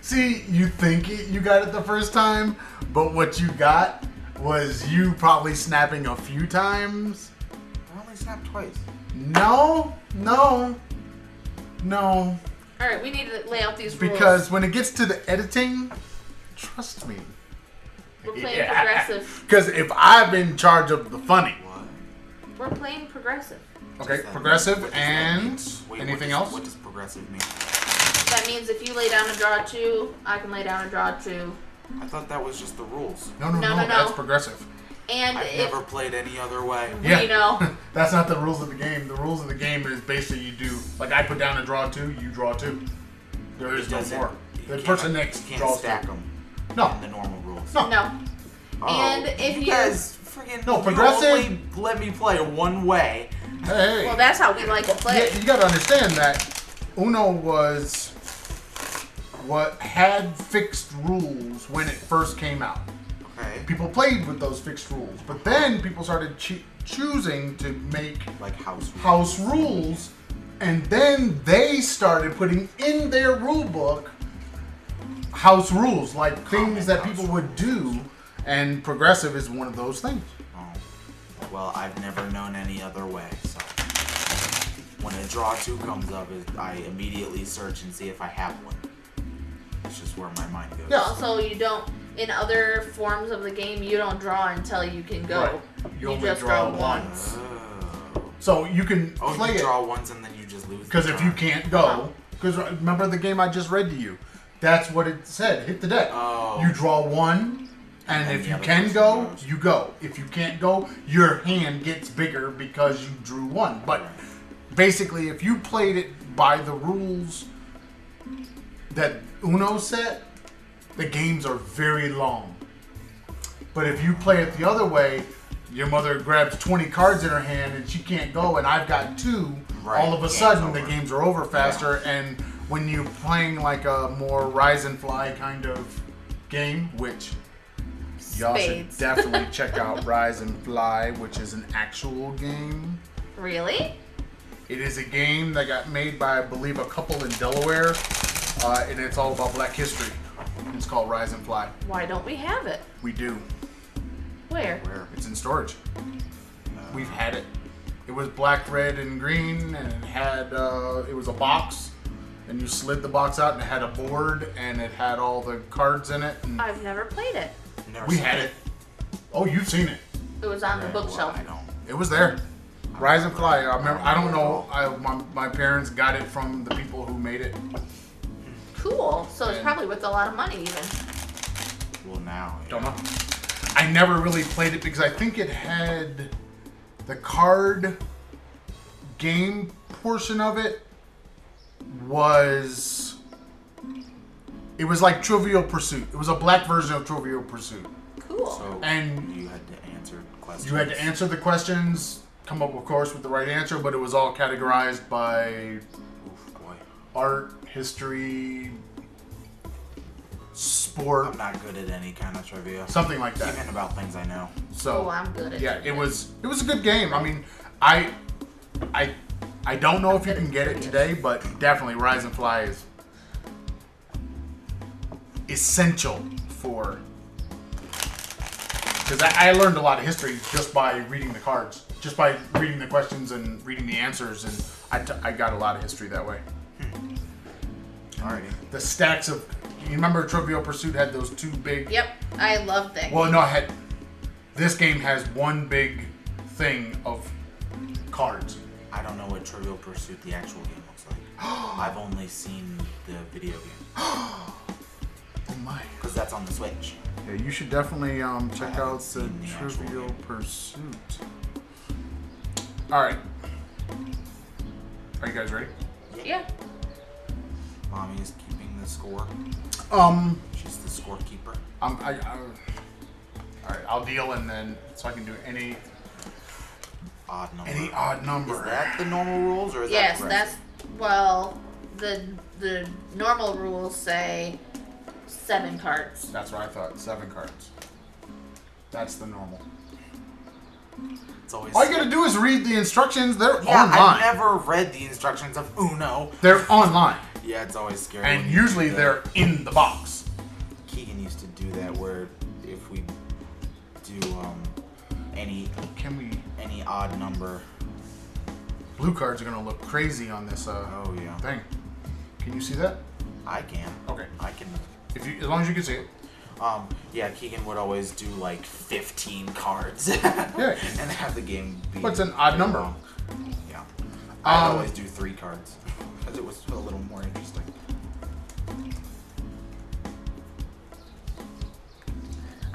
[SPEAKER 3] See, you think it, you got it the first time, but what you got was you probably snapping a few times.
[SPEAKER 2] I only snapped twice.
[SPEAKER 3] No, no, no.
[SPEAKER 1] All right, we need to lay out these rules.
[SPEAKER 3] Because when it gets to the editing, trust me.
[SPEAKER 1] we're playing
[SPEAKER 3] Yeah.
[SPEAKER 1] progressive.
[SPEAKER 3] Because if I'm in charge of the funny,
[SPEAKER 2] What?
[SPEAKER 1] We're playing progressive.
[SPEAKER 3] okay,
[SPEAKER 2] Does that-
[SPEAKER 3] progressive
[SPEAKER 2] what does that
[SPEAKER 3] and
[SPEAKER 2] mean? Wait,
[SPEAKER 3] anything
[SPEAKER 2] what does,
[SPEAKER 3] else?
[SPEAKER 2] What does progressive mean?
[SPEAKER 1] That means if you lay down and draw two, I can lay down and draw two.
[SPEAKER 2] I thought that was just the rules.
[SPEAKER 3] No, no,
[SPEAKER 1] No,
[SPEAKER 3] no,
[SPEAKER 1] no, no.
[SPEAKER 3] that's progressive.
[SPEAKER 1] And
[SPEAKER 2] I've
[SPEAKER 1] if
[SPEAKER 2] never played any other way.
[SPEAKER 3] Yeah.
[SPEAKER 1] you know,
[SPEAKER 3] That's not the rules of the game. The rules of the game is basically you do like I put down and draw two, you draw two. There is
[SPEAKER 2] It
[SPEAKER 3] no
[SPEAKER 2] doesn't-
[SPEAKER 3] more.
[SPEAKER 2] you
[SPEAKER 3] The
[SPEAKER 2] can't-
[SPEAKER 3] person
[SPEAKER 2] you
[SPEAKER 3] next
[SPEAKER 2] can't
[SPEAKER 3] draws
[SPEAKER 2] stack
[SPEAKER 3] two.
[SPEAKER 2] them
[SPEAKER 3] No,
[SPEAKER 2] in the normal rules.
[SPEAKER 3] No.
[SPEAKER 1] no.
[SPEAKER 2] Oh,
[SPEAKER 1] And if you-
[SPEAKER 2] guys friggin'
[SPEAKER 3] No,
[SPEAKER 2] you
[SPEAKER 3] progressive-
[SPEAKER 2] only let me play one way.
[SPEAKER 3] hey.
[SPEAKER 1] Well, that's how we like to play.
[SPEAKER 3] Yeah, you got to understand that Uno was what had fixed rules when it first came out.
[SPEAKER 2] Okay.
[SPEAKER 3] People played with those fixed rules, but then people started choo- choosing to make
[SPEAKER 2] Like house rules.
[SPEAKER 3] house rules, and then they started putting in their rule book house rules, like
[SPEAKER 2] Common
[SPEAKER 3] things that
[SPEAKER 2] house
[SPEAKER 3] people would do, and progressive is one of those things.
[SPEAKER 2] Oh. Well, I've never known any other way, so when a draw two comes up, it- I immediately search and see if I have one. It's just where my mind goes.
[SPEAKER 3] Yeah.
[SPEAKER 1] Also, you don't in other forms of the game you don't draw until you can go.
[SPEAKER 3] Right. You
[SPEAKER 1] You,
[SPEAKER 3] only
[SPEAKER 1] just
[SPEAKER 3] draw
[SPEAKER 1] draw once.
[SPEAKER 3] once.
[SPEAKER 2] Oh.
[SPEAKER 3] So you can
[SPEAKER 2] Oh,
[SPEAKER 3] play
[SPEAKER 2] you
[SPEAKER 3] it.
[SPEAKER 2] draw once and then you just lose. the
[SPEAKER 3] Because if
[SPEAKER 2] turn.
[SPEAKER 3] you can't go, because remember the game I just read to you, that's what it said. Hit the deck.
[SPEAKER 2] Oh.
[SPEAKER 3] You draw one, and,
[SPEAKER 2] And
[SPEAKER 3] if
[SPEAKER 2] the
[SPEAKER 3] you
[SPEAKER 2] other
[SPEAKER 3] can
[SPEAKER 2] person
[SPEAKER 3] go,
[SPEAKER 2] goes.
[SPEAKER 3] you go. If you can't go, your hand gets bigger because you drew one. But basically, if you played it by the rules that Uno set, the games are very long. But if you play it the other way, your mother grabs 20 cards in her hand and she can't go, and I've got two.
[SPEAKER 2] Right,
[SPEAKER 3] All of a
[SPEAKER 2] game's
[SPEAKER 3] sudden, the
[SPEAKER 2] over.
[SPEAKER 3] games are over faster. And when you're playing like a more rise and fly kind of game, which y'all should
[SPEAKER 1] Spades.
[SPEAKER 3] definitely check out Rise and Fly, which is an actual game.
[SPEAKER 1] Really?
[SPEAKER 3] It is a game that got made by, I believe, a couple in Delaware, uh, and it's all about Black history. It's called Rise and Fly.
[SPEAKER 1] Why don't we have it?
[SPEAKER 3] We do.
[SPEAKER 1] Where?
[SPEAKER 2] Where?
[SPEAKER 3] It's in storage. We've had it. It was black, red, and green, and it had uh, it was a box, and you slid the box out, and it had a board, and it had all the cards in it. And
[SPEAKER 1] I've never played it.
[SPEAKER 2] Never
[SPEAKER 3] we
[SPEAKER 2] seen
[SPEAKER 3] had it. Oh, you've seen it.
[SPEAKER 1] It was on the
[SPEAKER 2] Right, well,
[SPEAKER 1] bookshelf.
[SPEAKER 2] I don't.
[SPEAKER 3] It was there. Rise and Fly. I remember. I don't know. I, my, my parents got it from the people who made it.
[SPEAKER 1] Cool. So it's
[SPEAKER 3] And-
[SPEAKER 1] probably worth a lot of money even.
[SPEAKER 2] Well, now.
[SPEAKER 3] Don't know. I never really played it because I think it had the card game portion of it was it was like Trivial Pursuit. It was a black version of Trivial Pursuit.
[SPEAKER 1] Cool.
[SPEAKER 2] So
[SPEAKER 3] And-
[SPEAKER 2] you had to answer questions.
[SPEAKER 3] You had to answer the questions, come up of course with the right answer, but it was all categorized by
[SPEAKER 2] Oof, boy.
[SPEAKER 3] art, history,
[SPEAKER 2] I'm
[SPEAKER 3] sport,
[SPEAKER 2] not good at any kind of trivia.
[SPEAKER 3] something like that.
[SPEAKER 2] Even about things I know.
[SPEAKER 3] So
[SPEAKER 1] Oh, I'm good at
[SPEAKER 3] yeah,
[SPEAKER 1] trivia.
[SPEAKER 3] it was it was a good game. I mean, I I I don't know if you can get it today, but definitely Rise and Fly is essential for because I, I learned a lot of history just by reading the cards, just by reading the questions and reading the answers, and I, t- I got a lot of history that way.
[SPEAKER 2] Alrighty.
[SPEAKER 3] The stacks of you remember Trivial Pursuit had those two big
[SPEAKER 1] Yep. I love that.
[SPEAKER 3] Well, no, I had this game has one big thing of cards.
[SPEAKER 2] I don't know what Trivial Pursuit the actual game looks like. I've only seen the video game
[SPEAKER 3] Oh my!
[SPEAKER 2] because that's on the Switch.
[SPEAKER 3] Yeah, you should definitely um, check
[SPEAKER 2] haven't
[SPEAKER 3] out the
[SPEAKER 2] seen the actual
[SPEAKER 3] Trivial
[SPEAKER 2] game.
[SPEAKER 3] Pursuit. All right, are you guys ready?
[SPEAKER 1] yeah.
[SPEAKER 2] Mommy is keeping the score.
[SPEAKER 3] Um,
[SPEAKER 2] She's the scorekeeper.
[SPEAKER 3] I'm, I, I'm, all right, I'll deal and then so I can do any
[SPEAKER 2] Odd number.
[SPEAKER 3] any odd number.
[SPEAKER 2] Is that the normal rules or is
[SPEAKER 1] Yes,
[SPEAKER 2] that
[SPEAKER 1] that's well. The the normal rules say seven cards.
[SPEAKER 3] That's what I thought. Seven cards. That's the normal.
[SPEAKER 2] It's always.
[SPEAKER 3] All you gotta do is read the instructions. They're
[SPEAKER 2] yeah,
[SPEAKER 3] online.
[SPEAKER 2] I've never read the instructions of Uno.
[SPEAKER 3] They're online,
[SPEAKER 2] Yeah, it's always scary.
[SPEAKER 3] and
[SPEAKER 2] when you do
[SPEAKER 3] usually
[SPEAKER 2] that.
[SPEAKER 3] they're in the box.
[SPEAKER 2] Keegan used to do that where if we do um any
[SPEAKER 3] Can we?
[SPEAKER 2] any odd number.
[SPEAKER 3] Blue cards are gonna look crazy on this uh,
[SPEAKER 2] Oh yeah,
[SPEAKER 3] thing. Can you see that?
[SPEAKER 2] I can.
[SPEAKER 3] Okay.
[SPEAKER 2] I can.
[SPEAKER 3] If you, as long as you can see it.
[SPEAKER 2] Um, yeah, Keegan would always do like 15 cards and
[SPEAKER 3] Yeah.
[SPEAKER 2] have the game be.
[SPEAKER 3] What's an odd number?
[SPEAKER 2] long. Yeah. I
[SPEAKER 3] Um,
[SPEAKER 2] always do three cards because it was a little more interesting.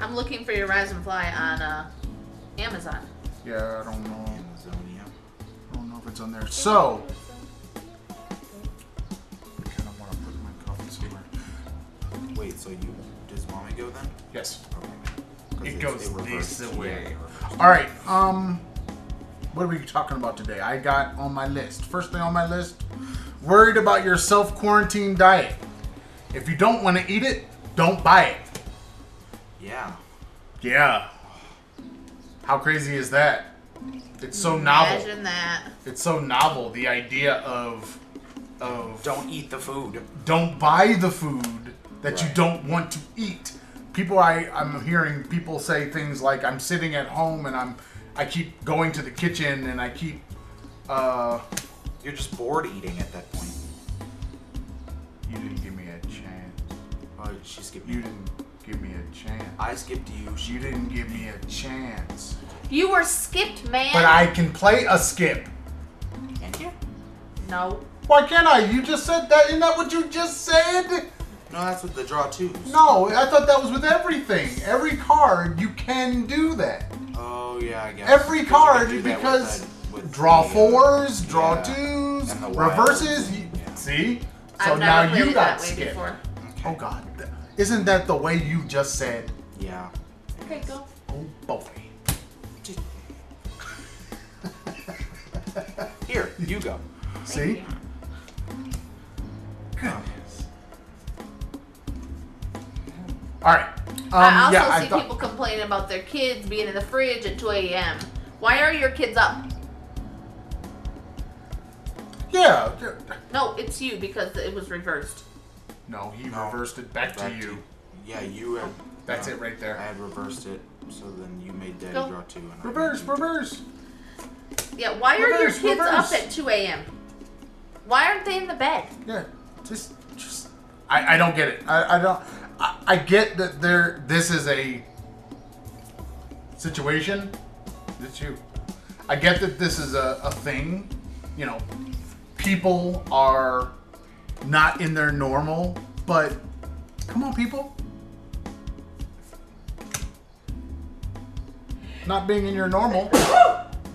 [SPEAKER 1] I'm looking for your rise and fly on uh, Amazon.
[SPEAKER 3] Yeah, I don't know.
[SPEAKER 2] Amazonia.
[SPEAKER 3] I don't know if it's on there. So, I kind of want to put my coffee somewhere.
[SPEAKER 2] Wait, so you does mommy go then?
[SPEAKER 3] Yes.
[SPEAKER 2] Okay. 'Cause
[SPEAKER 3] It
[SPEAKER 2] it's-
[SPEAKER 3] goes
[SPEAKER 2] reversed.
[SPEAKER 3] this
[SPEAKER 2] Yeah,
[SPEAKER 3] way.
[SPEAKER 2] it reversed.
[SPEAKER 3] All right. Um, what are we talking about today? I got on my list. First thing on my list: worried about your self quarantine diet. If you don't want to eat it, don't buy it.
[SPEAKER 2] Yeah.
[SPEAKER 3] Yeah. How crazy is that? It's so novel.
[SPEAKER 1] Imagine that.
[SPEAKER 3] It's so novel. The idea of of
[SPEAKER 2] Don't eat the food.
[SPEAKER 3] don't buy the food that you
[SPEAKER 2] Right.
[SPEAKER 3] don't want to eat. People, I I'm hearing people say things like, "I'm sitting at home and I'm I keep going to the kitchen and I keep uh."
[SPEAKER 2] You're just bored eating at that point.
[SPEAKER 3] You didn't give me a chance.
[SPEAKER 2] Oh, she skipped
[SPEAKER 3] You
[SPEAKER 2] me.
[SPEAKER 3] didn't give me a chance.
[SPEAKER 2] I skipped you. She
[SPEAKER 3] You didn't give me a chance.
[SPEAKER 1] You were skipped, man.
[SPEAKER 3] But I can play a skip.
[SPEAKER 2] and you.
[SPEAKER 1] no.
[SPEAKER 3] Why can't I? You just said that. Isn't that what you just said?
[SPEAKER 2] No, that's with the draw twos.
[SPEAKER 3] No, I thought that was with everything. Every card, you can do that.
[SPEAKER 2] Oh yeah, I guess.
[SPEAKER 3] Every
[SPEAKER 2] Because
[SPEAKER 3] card,
[SPEAKER 2] you can do that with
[SPEAKER 3] because
[SPEAKER 2] the- with
[SPEAKER 3] draw
[SPEAKER 2] the, uh,
[SPEAKER 3] fours, draw
[SPEAKER 2] yeah.
[SPEAKER 3] twos,
[SPEAKER 2] And the wild.
[SPEAKER 3] reverses. You,
[SPEAKER 2] Yeah.
[SPEAKER 3] See?
[SPEAKER 1] I've never played it that way before.
[SPEAKER 2] Okay.
[SPEAKER 3] Oh God, Th- isn't that the way you just said?
[SPEAKER 2] Yeah.
[SPEAKER 1] Okay, go.
[SPEAKER 3] Oh boy.
[SPEAKER 2] Just- Here, you go.
[SPEAKER 3] See? All right. Um,
[SPEAKER 1] I also
[SPEAKER 3] yeah, I
[SPEAKER 1] see
[SPEAKER 3] thought-
[SPEAKER 1] people complaining about their kids being in the fridge at 2 a.m. Why are your kids up?
[SPEAKER 3] Yeah. yeah.
[SPEAKER 1] No, it's you because it was reversed.
[SPEAKER 3] No, he
[SPEAKER 2] No.
[SPEAKER 3] reversed it back,
[SPEAKER 2] Back
[SPEAKER 3] to you.
[SPEAKER 2] Yeah, you had.
[SPEAKER 3] That's
[SPEAKER 2] no,
[SPEAKER 3] it right
[SPEAKER 2] I
[SPEAKER 3] there.
[SPEAKER 2] had reversed it, so then you made Daddy
[SPEAKER 1] Go.
[SPEAKER 2] draw two. And I
[SPEAKER 3] Reverse,
[SPEAKER 2] made you-
[SPEAKER 3] reverse.
[SPEAKER 1] Yeah, why are
[SPEAKER 3] Reverse,
[SPEAKER 1] your kids
[SPEAKER 3] reverse.
[SPEAKER 1] up at 2 a.m.? Why aren't they in the bed?
[SPEAKER 3] Yeah. Just, just. I, I don't get it. I, I don't. I, I get that there. This is a situation. It's you. I get that this is a, a thing. You know, people are not in their normal, but come on, people. Not being in your normal,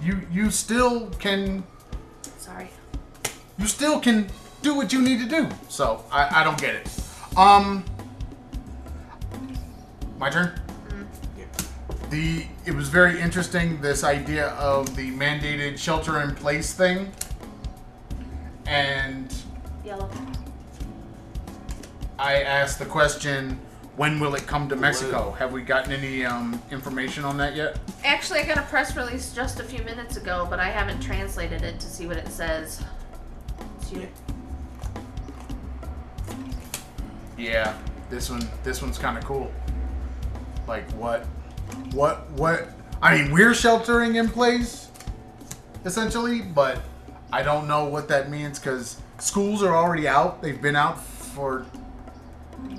[SPEAKER 3] you you still can
[SPEAKER 1] Sorry.
[SPEAKER 3] you still can do what you need to do. So I, I don't get it. Um, my turn.
[SPEAKER 2] Yeah.
[SPEAKER 3] The it was very interesting this idea of the mandated shelter in place thing, and
[SPEAKER 1] Yellow.
[SPEAKER 3] I asked the question, when will it come to Mexico? Have we gotten any um, information on that yet?
[SPEAKER 1] Actually, I got a press release just a few minutes ago, but I haven't translated it to see what it says. It's you.
[SPEAKER 2] Yeah.
[SPEAKER 3] Yeah, this one this one's kind of cool. Like what? What what I mean, we're sheltering in place essentially, but I don't know what that means cuz schools are already out. They've been out for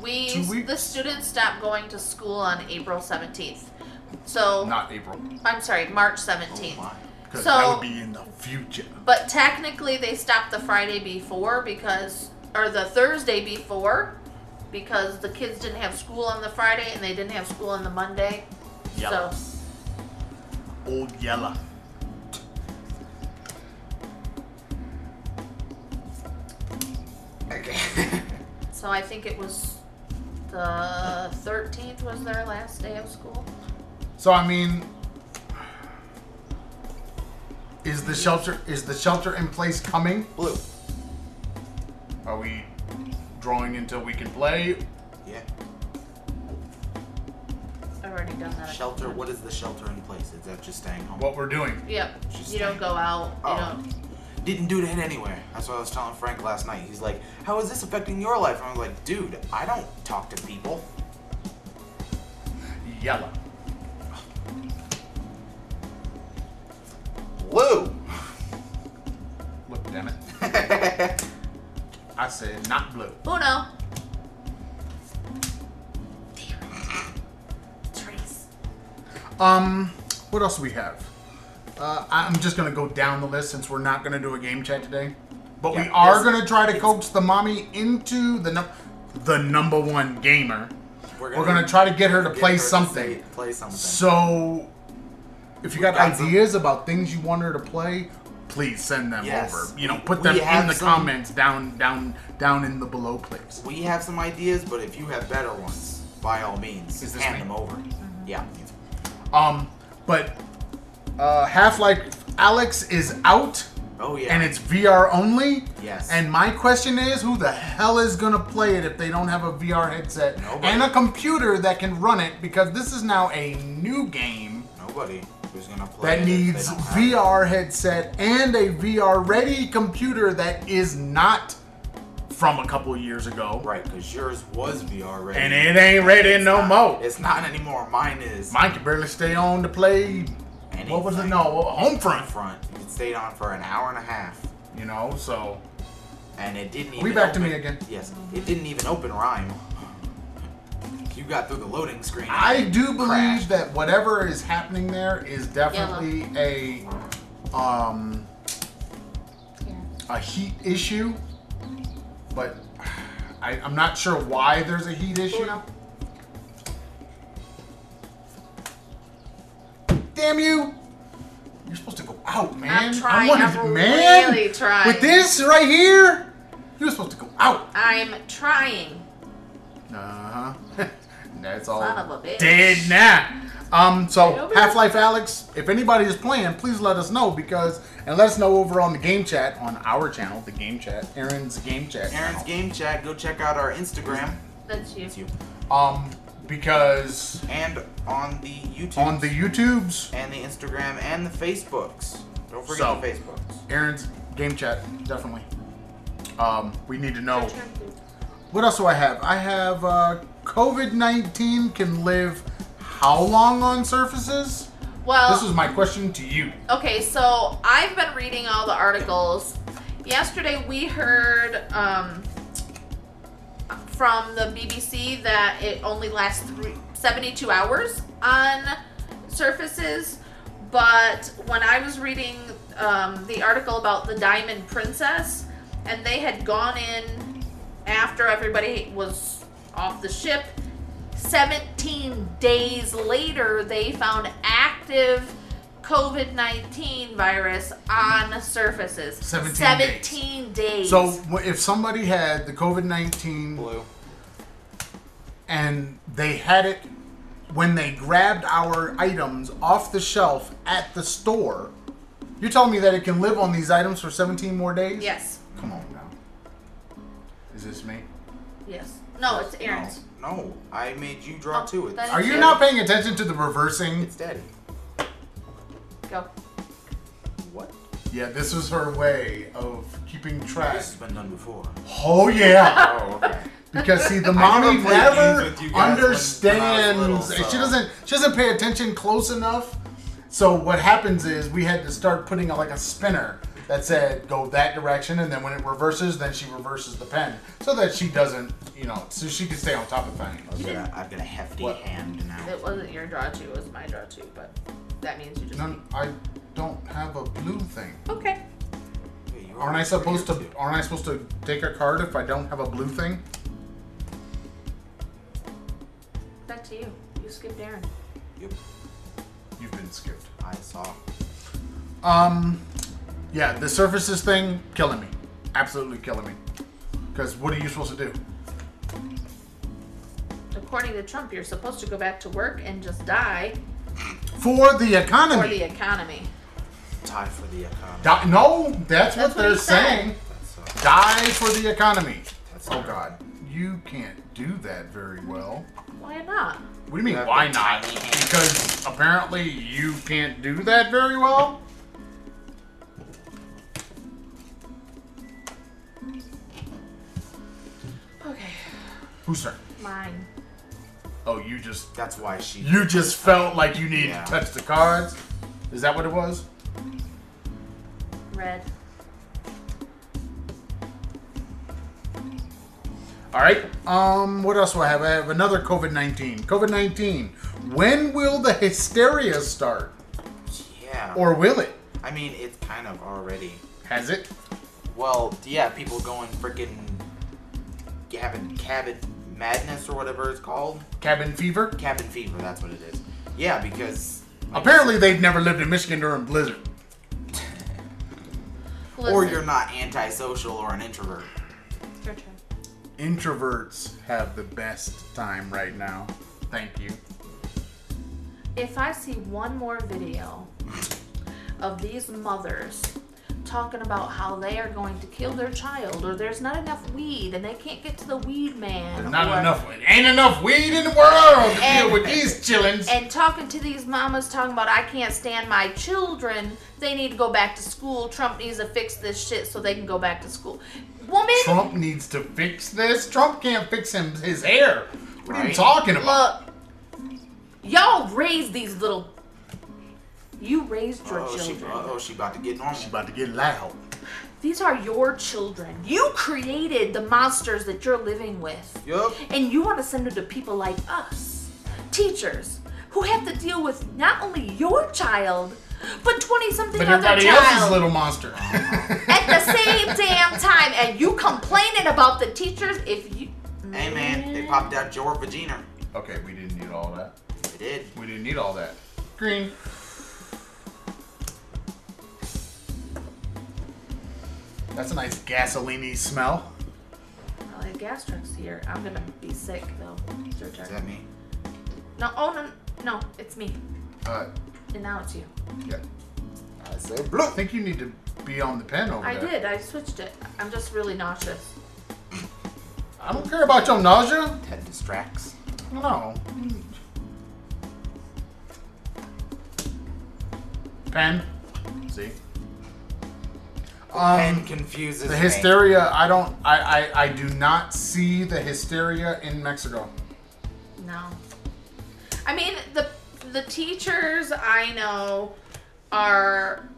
[SPEAKER 1] We
[SPEAKER 3] Two weeks?
[SPEAKER 1] the students stopped going to school on April 17th. So
[SPEAKER 3] not April
[SPEAKER 1] I'm sorry, March
[SPEAKER 2] Oh
[SPEAKER 1] 17th.
[SPEAKER 2] my.
[SPEAKER 3] cuz
[SPEAKER 1] So-
[SPEAKER 3] that would be in the future.
[SPEAKER 1] But technically, they stopped the Friday before because, or the Thursday before, because the kids didn't have school on the Friday and they didn't have school on the Monday.
[SPEAKER 3] Yellow.
[SPEAKER 1] So
[SPEAKER 3] Old Yella.
[SPEAKER 2] Okay.
[SPEAKER 1] So I think it was The 13th was their last day of school.
[SPEAKER 3] So I mean, is the shelter is the shelter in place coming?
[SPEAKER 2] Blue.
[SPEAKER 3] Are we drawing until we can play?
[SPEAKER 2] Yeah.
[SPEAKER 1] I've already done that.
[SPEAKER 2] Shelter. What is the shelter in place? Is that just staying home?
[SPEAKER 3] What we're doing?
[SPEAKER 1] Yep.
[SPEAKER 2] Just
[SPEAKER 1] you don't
[SPEAKER 2] like-
[SPEAKER 1] go out. You
[SPEAKER 2] Oh.
[SPEAKER 1] don't.
[SPEAKER 2] Didn't do that anywhere. That's what I was telling Frank last night. He's like, "How is this affecting your life?" And I was like, "Dude, I don't talk to people."
[SPEAKER 3] Yellow.
[SPEAKER 2] Blue.
[SPEAKER 3] Look, damn it! I said not blue.
[SPEAKER 1] Uno. Damn it. Trees.
[SPEAKER 3] Um, what else do we have? Uh, I'm just gonna go down the list since we're not gonna do a game chat today, but we
[SPEAKER 2] Yeah,
[SPEAKER 3] are
[SPEAKER 2] this-
[SPEAKER 3] gonna try to coax the mommy into the num- the number one gamer. We're gonna, try to get her to
[SPEAKER 2] get
[SPEAKER 3] play
[SPEAKER 2] her to
[SPEAKER 3] something.
[SPEAKER 2] say- play something.
[SPEAKER 3] So, if
[SPEAKER 2] We've
[SPEAKER 3] you got,
[SPEAKER 2] got some-
[SPEAKER 3] ideas about things you want her to play, please send them
[SPEAKER 2] Yes.
[SPEAKER 3] over. You know,
[SPEAKER 2] We-
[SPEAKER 3] put
[SPEAKER 2] we
[SPEAKER 3] them
[SPEAKER 2] have
[SPEAKER 3] in the
[SPEAKER 2] some-
[SPEAKER 3] comments down, down, down in the below place.
[SPEAKER 2] we have some ideas, but if you have better ones, by all means,
[SPEAKER 3] Is this
[SPEAKER 2] hand
[SPEAKER 3] me?
[SPEAKER 2] them over. Yeah.
[SPEAKER 3] Um, but uh, Half Life Alex is out,
[SPEAKER 2] Oh yeah.
[SPEAKER 3] and it's VR only.
[SPEAKER 2] Yes.
[SPEAKER 3] And my question is, who the hell is gonna play it if they don't have a VR headset
[SPEAKER 2] Nobody.
[SPEAKER 3] and a computer that can run it? Because this is now a new game.
[SPEAKER 2] nobody who's gonna play. it
[SPEAKER 3] that
[SPEAKER 2] if they
[SPEAKER 3] needs
[SPEAKER 2] don't have it.
[SPEAKER 3] VR headset and a VR ready computer that is not from a couple years ago.
[SPEAKER 2] Right, because yours was VR ready.
[SPEAKER 3] And it ain't ready no
[SPEAKER 2] not,
[SPEAKER 3] more.
[SPEAKER 2] It's not anymore. Mine is.
[SPEAKER 3] Mine can barely stay on to play.
[SPEAKER 2] Anything.
[SPEAKER 3] What was it? No, Homefront.
[SPEAKER 2] front. It stayed on for an hour and a half,
[SPEAKER 3] You know, so
[SPEAKER 2] and it didn't even.
[SPEAKER 3] we back to
[SPEAKER 2] open-
[SPEAKER 3] me again.
[SPEAKER 2] Yes, it didn't even open rhyme. You got through the loading screen.
[SPEAKER 3] I do believe
[SPEAKER 2] Crash.
[SPEAKER 3] that whatever is happening there is definitely a um a heat issue, but I, I'm not sure why there's a heat issue.
[SPEAKER 1] Uno.
[SPEAKER 3] Damn you! You're supposed to go out, man.
[SPEAKER 1] I'm
[SPEAKER 3] I
[SPEAKER 1] trying,
[SPEAKER 3] wanted-
[SPEAKER 1] I'm
[SPEAKER 3] man,
[SPEAKER 1] really trying.
[SPEAKER 3] With this right here, you're supposed to go out.
[SPEAKER 1] I'm trying.
[SPEAKER 3] Uh huh. That's all.
[SPEAKER 1] Son of a bitch.
[SPEAKER 3] Oh, Dead now. Um, so
[SPEAKER 1] Nobody-
[SPEAKER 3] Half Life Alex, if anybody is playing, please let us know because, and let us know over on the game chat on our channel, the game chat, Aaron's game chat.
[SPEAKER 2] Aaron's
[SPEAKER 3] channel.
[SPEAKER 2] game chat. Go check out our Instagram.
[SPEAKER 1] That's you.
[SPEAKER 2] It's you.
[SPEAKER 3] Um, because
[SPEAKER 2] And on the YouTube.
[SPEAKER 3] on the YouTubes,
[SPEAKER 2] And the Instagram and the Facebooks. Don't forget
[SPEAKER 3] So.
[SPEAKER 2] the Facebooks.
[SPEAKER 3] Aaron's game chat definitely. Um, we need to know.
[SPEAKER 1] Your turn, dude.
[SPEAKER 3] What else do I have? I have uh, COVID nineteen can live how long on surfaces?
[SPEAKER 1] Well,
[SPEAKER 3] This is my question to you.
[SPEAKER 1] Okay, so I've been reading all the articles. Yesterday we heard um, from the BBC that it only lasts three, 72 hours on surfaces. But when I was reading um, the article about the Diamond Princess, and they had gone in after everybody was off the ship 17 days later, they found active COVID 19 virus on surfaces.
[SPEAKER 3] 17
[SPEAKER 1] 17 days.
[SPEAKER 3] So wh- if somebody had the COVID nineteen
[SPEAKER 2] Blue.
[SPEAKER 3] and they had it when they grabbed our items off the shelf at the store. You're telling me that it can live on these items for 17 more days?
[SPEAKER 1] yes.
[SPEAKER 3] Come on now. Is this me?
[SPEAKER 1] Yes. No, it's Aaron's.
[SPEAKER 2] No, no, I made you draw
[SPEAKER 1] Oh,
[SPEAKER 2] two. It's,
[SPEAKER 1] that
[SPEAKER 3] Are you not paying attention to the reversing?
[SPEAKER 2] it's daddy.
[SPEAKER 1] Go.
[SPEAKER 2] What?
[SPEAKER 3] Yeah, this was her way of keeping track.
[SPEAKER 2] This has been done before.
[SPEAKER 3] Oh yeah.
[SPEAKER 2] Oh, okay.
[SPEAKER 3] Because see, the
[SPEAKER 2] never
[SPEAKER 3] mommy
[SPEAKER 2] played games
[SPEAKER 3] never
[SPEAKER 2] with you guys when- when I was
[SPEAKER 3] understands.
[SPEAKER 2] little,
[SPEAKER 3] She
[SPEAKER 2] so-
[SPEAKER 3] doesn't. She doesn't pay attention close enough. So what happens is we had to start putting like a spinner that said go that direction, and then when it reverses, then she reverses the pen so that she doesn't, you know, so she can stay on top of things.
[SPEAKER 2] I've got a, I've got a hefty
[SPEAKER 3] What?
[SPEAKER 2] hand now.
[SPEAKER 1] It wasn't your draw two, it was my draw two, but that means you just.
[SPEAKER 3] No, I don't have a blue thing.
[SPEAKER 1] Okay.
[SPEAKER 2] Wait, you
[SPEAKER 3] Aren't I
[SPEAKER 2] already
[SPEAKER 3] supposed to?
[SPEAKER 2] forget
[SPEAKER 3] Aren't I supposed to take a card if I don't have a blue thing?
[SPEAKER 1] Back to you. You skipped Aaron.
[SPEAKER 2] to? Yep,
[SPEAKER 3] You've been skipped.
[SPEAKER 2] I saw.
[SPEAKER 3] Um, yeah, the surfaces thing killing me, absolutely killing me. Because what are you supposed to do?
[SPEAKER 1] according to Trump, you're supposed to go back to work and just die
[SPEAKER 3] For the
[SPEAKER 1] for
[SPEAKER 3] economy.
[SPEAKER 1] the economy.
[SPEAKER 2] Tie for the economy.
[SPEAKER 3] Di- no,
[SPEAKER 1] That's
[SPEAKER 3] that's, what
[SPEAKER 1] what
[SPEAKER 3] they're
[SPEAKER 1] he said.
[SPEAKER 3] saying.
[SPEAKER 2] That's, uh,
[SPEAKER 3] Die for the economy.
[SPEAKER 2] that's
[SPEAKER 3] Oh
[SPEAKER 2] not-
[SPEAKER 3] God, you can't do that very well.
[SPEAKER 1] Why not?
[SPEAKER 3] What do you mean?
[SPEAKER 2] Have
[SPEAKER 3] Why
[SPEAKER 2] the
[SPEAKER 3] not?
[SPEAKER 2] tiny hand.
[SPEAKER 3] Because apparently you can't do that very well.
[SPEAKER 1] Okay,
[SPEAKER 3] Who's turn?
[SPEAKER 1] mine.
[SPEAKER 3] Oh, you just
[SPEAKER 2] That's why she.
[SPEAKER 3] you just felt like you needed
[SPEAKER 2] Yeah.
[SPEAKER 3] to touch the cards. Is that what it was?
[SPEAKER 1] Red.
[SPEAKER 3] All right. Um, what else do I have? I have another COVID nineteen. COVID nineteen. When will the hysteria start,
[SPEAKER 2] Yeah.
[SPEAKER 3] or will it?
[SPEAKER 2] I mean, it's kind of already.
[SPEAKER 3] Has it?
[SPEAKER 2] Well, yeah, people going freaking cabin cabin madness or whatever it's called.
[SPEAKER 3] Cabin fever.
[SPEAKER 2] Cabin fever. That's what it is. Yeah, because like,
[SPEAKER 3] Apparently, they've never lived in Michigan during blizzard.
[SPEAKER 1] Listen,
[SPEAKER 2] or you're not antisocial or an introvert.
[SPEAKER 1] Your turn.
[SPEAKER 3] Introverts have the best time right now. Thank you.
[SPEAKER 1] If I see one more video of these mothers talking about how they are going to kill their child or there's not enough weed and they can't get to the weed man
[SPEAKER 3] There's not
[SPEAKER 1] or-
[SPEAKER 3] enough. Ain't enough weed in the world to
[SPEAKER 1] And-
[SPEAKER 3] deal with these chillins.
[SPEAKER 1] and talking to these mamas talking about I can't stand my children. They need to go back to school. Trump needs to fix this shit so they can go back to school. Woman,
[SPEAKER 3] Trump needs to fix this. Trump can't fix him his hair. What are you
[SPEAKER 2] Right.
[SPEAKER 3] talking about?
[SPEAKER 1] look, y'all raise these little. You raised your
[SPEAKER 2] Oh, she.
[SPEAKER 1] children.
[SPEAKER 2] Oh, she about to get normal.
[SPEAKER 3] about to get loud.
[SPEAKER 1] These are your children. You created the monsters that you're living with.
[SPEAKER 2] Yup.
[SPEAKER 1] And you want to send them to people like us, teachers, who have to deal with not only your child, but 20 something
[SPEAKER 3] But
[SPEAKER 1] other
[SPEAKER 3] everybody else's
[SPEAKER 1] child.
[SPEAKER 3] little monster.
[SPEAKER 1] at the same damn time and you complaining about the teachers if you
[SPEAKER 2] Hey man, they popped out your vagina.
[SPEAKER 3] okay, we didn't need all that.
[SPEAKER 2] They did.
[SPEAKER 3] We didn't need all that. Green. That's a nice gasoline smell.
[SPEAKER 1] I like gas trucks here. I'm gonna be sick though. It's your
[SPEAKER 2] Is
[SPEAKER 1] turn.
[SPEAKER 2] that me?
[SPEAKER 1] No, oh no, no, it's me.
[SPEAKER 3] Uh,
[SPEAKER 1] And now it's you.
[SPEAKER 3] yeah.
[SPEAKER 2] I said
[SPEAKER 3] Blue. I think you need to be on the pen over
[SPEAKER 1] I
[SPEAKER 3] there.
[SPEAKER 1] did. I switched it. I'm just really nauseous.
[SPEAKER 3] I don't care about your nausea.
[SPEAKER 2] that distracts.
[SPEAKER 3] No. Pen. See.
[SPEAKER 2] Pen
[SPEAKER 3] Um,
[SPEAKER 2] confuses
[SPEAKER 3] the
[SPEAKER 2] me.
[SPEAKER 3] hysteria. I don't. I, I. I do not see the hysteria in Mexico.
[SPEAKER 1] No. I mean the the teachers I know are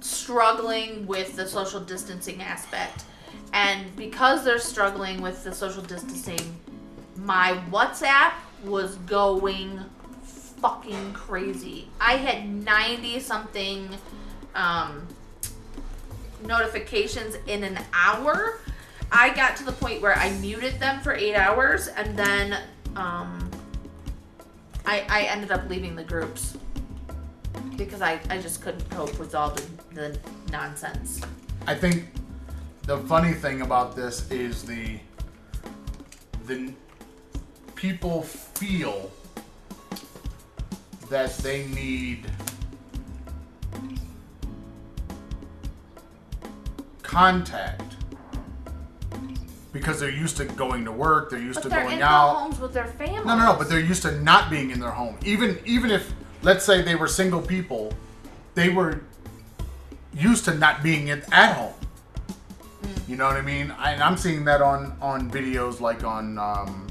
[SPEAKER 1] struggling with the social distancing aspect. And because they're struggling with the social distancing, my WhatsApp was going fucking crazy. I had 90 something um, notifications in an hour. I got to the point where I muted them for eight hours and then um, I, I ended up leaving the groups because I, I just couldn't cope with all the, the nonsense.
[SPEAKER 3] I think the funny thing about this is the the people feel that they need contact because they're used to going to work, they're used
[SPEAKER 1] But
[SPEAKER 3] to
[SPEAKER 1] they're in
[SPEAKER 3] going
[SPEAKER 1] their
[SPEAKER 3] out.
[SPEAKER 1] homes with their families.
[SPEAKER 3] No, no, no. But they're used to not being in their home. Even even if let's say they were single people, they were used to not being at, at home. You know what I mean? I, and I'm seeing that on on videos like on um,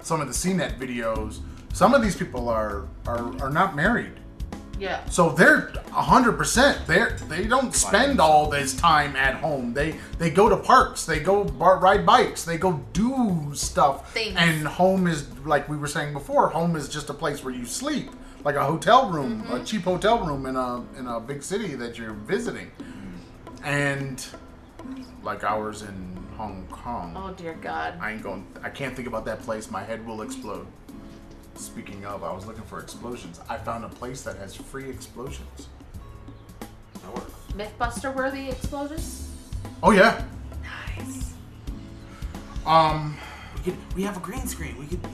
[SPEAKER 3] some of the CNET videos. Some of these people are are, are not married.
[SPEAKER 1] Yeah.
[SPEAKER 3] So they're 100%. They're they don't spend all this time at home. They they go to parks, they go bar, ride bikes, they go do stuff.
[SPEAKER 1] Things.
[SPEAKER 3] And home is like we were saying before, home is just a place where you sleep, like a hotel room, a cheap hotel room in a in a big city that you're visiting. And like ours in Hong Kong.
[SPEAKER 1] Oh dear God.
[SPEAKER 3] I ain't going. I can't think about that place. My head will explode. Speaking of, I was looking for explosions. I found a place that has free explosions.
[SPEAKER 2] That works.
[SPEAKER 1] Mythbuster worthy explosions.
[SPEAKER 3] Oh yeah.
[SPEAKER 1] Nice.
[SPEAKER 3] Um.
[SPEAKER 2] We could. We have a green screen. We could.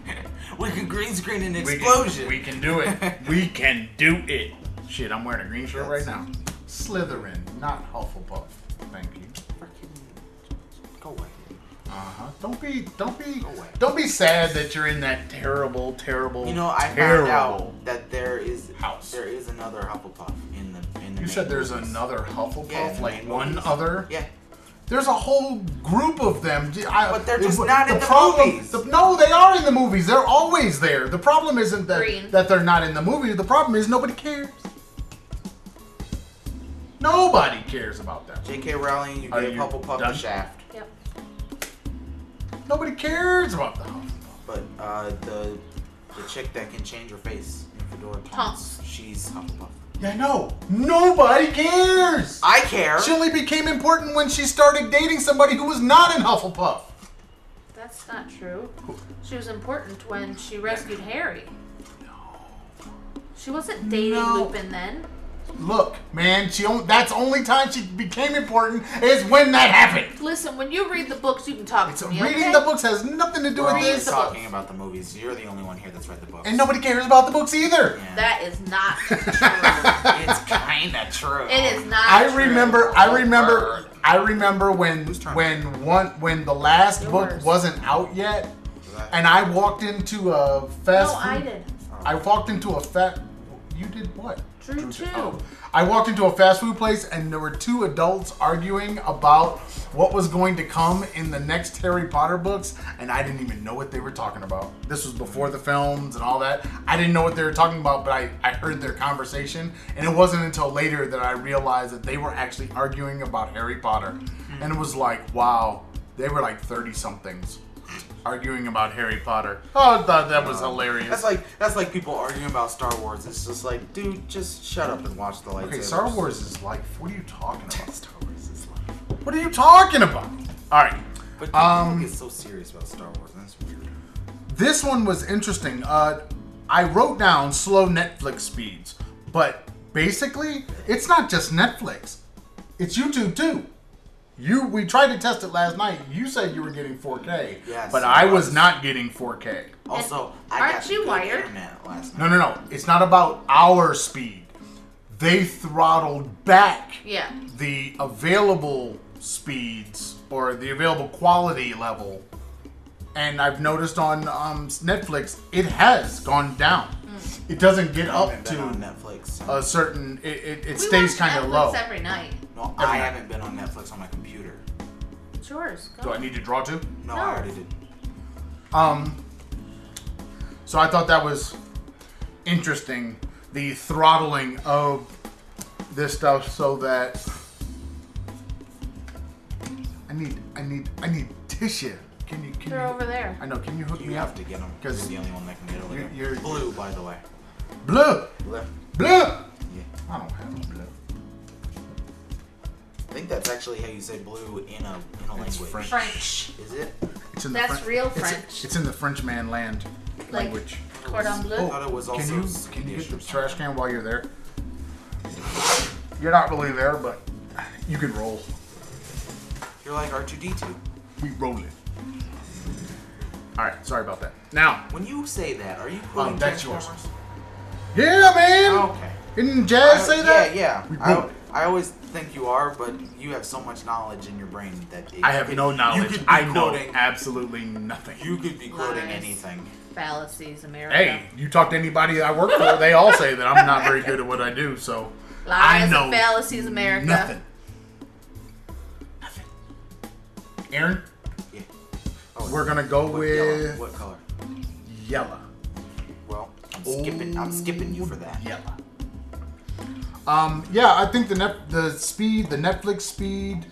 [SPEAKER 2] we could green screen an
[SPEAKER 3] We can-
[SPEAKER 2] explosion.
[SPEAKER 3] We can, do it. we can do it. Shit, I'm wearing a green shirt right now. Slytherin, not Hufflepuff. Thank you.
[SPEAKER 2] Freaking- Go away.
[SPEAKER 3] Uh huh. Don't be, don't be,
[SPEAKER 2] Go away.
[SPEAKER 3] don't be sad that you're in that terrible, terrible.
[SPEAKER 2] You know, I
[SPEAKER 3] terrible.
[SPEAKER 2] found out that there is
[SPEAKER 3] House.
[SPEAKER 2] There is another Hufflepuff in the in the.
[SPEAKER 3] You
[SPEAKER 2] main
[SPEAKER 3] said there's
[SPEAKER 2] movies.
[SPEAKER 3] another Hufflepuff,
[SPEAKER 2] Yeah, in the
[SPEAKER 3] like
[SPEAKER 2] main
[SPEAKER 3] one
[SPEAKER 2] movies.
[SPEAKER 3] other.
[SPEAKER 2] Yeah.
[SPEAKER 3] There's a whole group of them. D- I-
[SPEAKER 2] But they're
[SPEAKER 3] it-
[SPEAKER 2] just not in the
[SPEAKER 3] problem,
[SPEAKER 2] movies.
[SPEAKER 3] the- no, they are in the movies. They're always there. The problem isn't that
[SPEAKER 1] Green.
[SPEAKER 3] that they're not in the movie. The problem is nobody cares. Nobody cares about that.
[SPEAKER 2] J.K. Rowling, you
[SPEAKER 3] Are
[SPEAKER 2] gave
[SPEAKER 3] you
[SPEAKER 2] Hufflepuff
[SPEAKER 3] done?
[SPEAKER 2] the shaft,
[SPEAKER 1] Yep.
[SPEAKER 3] Nobody cares about the Hufflepuff.
[SPEAKER 2] but uh, the the chick that can change her face in Fedora Tonks,
[SPEAKER 1] Tonks.
[SPEAKER 2] she's Hufflepuff.
[SPEAKER 3] Yeah, I know. Nobody cares.
[SPEAKER 2] I care.
[SPEAKER 3] She only became important when she started dating somebody who was not in Hufflepuff.
[SPEAKER 1] That's not true. She was important when she rescued Harry. She wasn't dating
[SPEAKER 3] No.
[SPEAKER 1] Lupin then.
[SPEAKER 3] Look, man, she on- that's only time she became important is when that happened.
[SPEAKER 1] Listen, when you read the books, you can talk
[SPEAKER 3] So
[SPEAKER 1] to me.
[SPEAKER 3] reading
[SPEAKER 1] okay?
[SPEAKER 3] the books has nothing to do
[SPEAKER 2] We're
[SPEAKER 3] with
[SPEAKER 2] only
[SPEAKER 3] this.
[SPEAKER 2] talking about the movies. You're the only one here that's read the books.
[SPEAKER 3] And nobody cares about the books either.
[SPEAKER 2] Yeah.
[SPEAKER 1] That is not true.
[SPEAKER 2] it's kinda true. Oh,
[SPEAKER 1] it is not.
[SPEAKER 3] I
[SPEAKER 1] true.
[SPEAKER 3] remember I remember I remember when
[SPEAKER 2] Whose turn?
[SPEAKER 3] when one when the last book
[SPEAKER 1] Yours.
[SPEAKER 3] wasn't out yet
[SPEAKER 2] Right.
[SPEAKER 3] and I walked into a fast
[SPEAKER 1] No, I
[SPEAKER 3] food-
[SPEAKER 1] did.
[SPEAKER 3] I walked into a fat you did what?
[SPEAKER 1] Drew too.
[SPEAKER 3] Oh. I walked into a fast food place and there were two adults arguing about what was going to come in the next Harry Potter books, and I didn't even know what they were talking about. This was before the films and all that. I didn't know what they were talking about, but I, I heard their conversation, and it wasn't until later that I realized that they were actually arguing about Harry Potter. And it was like, wow, they were like 30 somethings arguing about Harry Potter. Oh, I thought that was hilarious.
[SPEAKER 2] That's like that's like people arguing about Star Wars. It's just like, dude, just shut up and watch the lightsabers.
[SPEAKER 3] Okay, Star Wars is life. What are you talking about?
[SPEAKER 2] Star Wars is life.
[SPEAKER 3] What are you talking about? All right.
[SPEAKER 2] But people
[SPEAKER 3] Um,
[SPEAKER 2] get so serious about Star Wars. and That's weird.
[SPEAKER 3] This one was interesting. Uh, I wrote down slow Netflix speeds, but basically, it's not just Netflix. It's YouTube too. You we tried to test it last night. You said you were getting 4K,
[SPEAKER 2] Yes,
[SPEAKER 3] but
[SPEAKER 2] I
[SPEAKER 3] I was
[SPEAKER 2] was.
[SPEAKER 3] not getting 4K.
[SPEAKER 2] Also, I
[SPEAKER 1] aren't
[SPEAKER 2] got
[SPEAKER 1] you
[SPEAKER 2] good
[SPEAKER 1] wired?
[SPEAKER 2] internet last night.
[SPEAKER 3] No, no, no. It's not about our speed. They throttled back
[SPEAKER 1] Yeah.
[SPEAKER 3] the available speeds or the available quality level. And I've noticed on um, Netflix, it has gone down.
[SPEAKER 1] Hmm.
[SPEAKER 3] It doesn't get
[SPEAKER 2] I
[SPEAKER 3] up
[SPEAKER 2] haven't been on
[SPEAKER 3] to
[SPEAKER 2] Netflix. so-
[SPEAKER 3] a certain. It, it, it
[SPEAKER 1] We
[SPEAKER 3] stays
[SPEAKER 1] watch
[SPEAKER 3] kind of
[SPEAKER 1] Netflix
[SPEAKER 3] low.
[SPEAKER 1] every night.
[SPEAKER 2] no,
[SPEAKER 3] Never
[SPEAKER 2] I
[SPEAKER 3] mind.
[SPEAKER 2] haven't been on Netflix on my computer.
[SPEAKER 1] It's yours. Go.
[SPEAKER 3] Do I need to draw two?
[SPEAKER 1] No.
[SPEAKER 2] No, I already did.
[SPEAKER 3] Um. So I thought that was interesting. The throttling of this stuff so that I need, I need, I need tissue. Can you? Can
[SPEAKER 1] They're
[SPEAKER 3] you,
[SPEAKER 1] over there.
[SPEAKER 3] I know. Can you hook
[SPEAKER 2] You
[SPEAKER 3] me
[SPEAKER 2] have
[SPEAKER 3] up?
[SPEAKER 2] to get them. You're
[SPEAKER 3] 'Cause
[SPEAKER 2] the only one that can get it. later.
[SPEAKER 3] you're- you're-
[SPEAKER 2] blue, by the way.
[SPEAKER 3] Blue,
[SPEAKER 2] Blue.
[SPEAKER 3] blue. I
[SPEAKER 2] Yeah.
[SPEAKER 3] don't have a blue.
[SPEAKER 2] I think that's actually how you say blue in a in a
[SPEAKER 3] It's
[SPEAKER 2] language.
[SPEAKER 3] French.
[SPEAKER 1] French.
[SPEAKER 2] Is it?
[SPEAKER 3] It's in
[SPEAKER 1] That's
[SPEAKER 3] the French,
[SPEAKER 1] real
[SPEAKER 3] it's- It's,
[SPEAKER 1] French.
[SPEAKER 3] in the French man land
[SPEAKER 1] Like-
[SPEAKER 3] language.
[SPEAKER 1] Cordon bleu.
[SPEAKER 3] Oh.
[SPEAKER 2] thought it was
[SPEAKER 3] can
[SPEAKER 2] also
[SPEAKER 3] you can you
[SPEAKER 2] Swedish
[SPEAKER 3] get the
[SPEAKER 2] or
[SPEAKER 3] trash can while you're there? You're not really there, but you can roll.
[SPEAKER 2] You're like R2D2.
[SPEAKER 3] We roll it. All right, sorry about that. Now,
[SPEAKER 2] When you say that, are you
[SPEAKER 3] um,
[SPEAKER 2] quoting
[SPEAKER 3] that's yours.
[SPEAKER 2] Transformers?
[SPEAKER 3] Yeah, man.
[SPEAKER 2] Okay.
[SPEAKER 3] Oh. Didn't
[SPEAKER 2] I-
[SPEAKER 3] Jazz say that?
[SPEAKER 2] Uh, Yeah,
[SPEAKER 3] We
[SPEAKER 2] yeah. I,
[SPEAKER 3] rolled it.
[SPEAKER 2] I always think you are, but you have so much knowledge in your brain that it,
[SPEAKER 3] I have no knowledge.
[SPEAKER 2] could be
[SPEAKER 3] I know
[SPEAKER 2] quoting-
[SPEAKER 3] absolutely nothing.
[SPEAKER 2] you could be quoting
[SPEAKER 1] Lies.
[SPEAKER 2] anything.
[SPEAKER 1] Fallacies, America.
[SPEAKER 3] Hey, you talk to anybody I work for, they all say that I'm not very good at what I do. So
[SPEAKER 1] Lies
[SPEAKER 3] I know
[SPEAKER 1] and fallacies, America.
[SPEAKER 3] nothing. Nothing. Aaron,
[SPEAKER 2] Yeah. Oh,
[SPEAKER 3] we're gonna go
[SPEAKER 2] what
[SPEAKER 3] with
[SPEAKER 2] yellow? What color?
[SPEAKER 3] yellow.
[SPEAKER 2] Well, I'm skipping. I'm skipping you for that.
[SPEAKER 3] Yellow. Um, yeah, I think the net, the speed, the Netflix speed,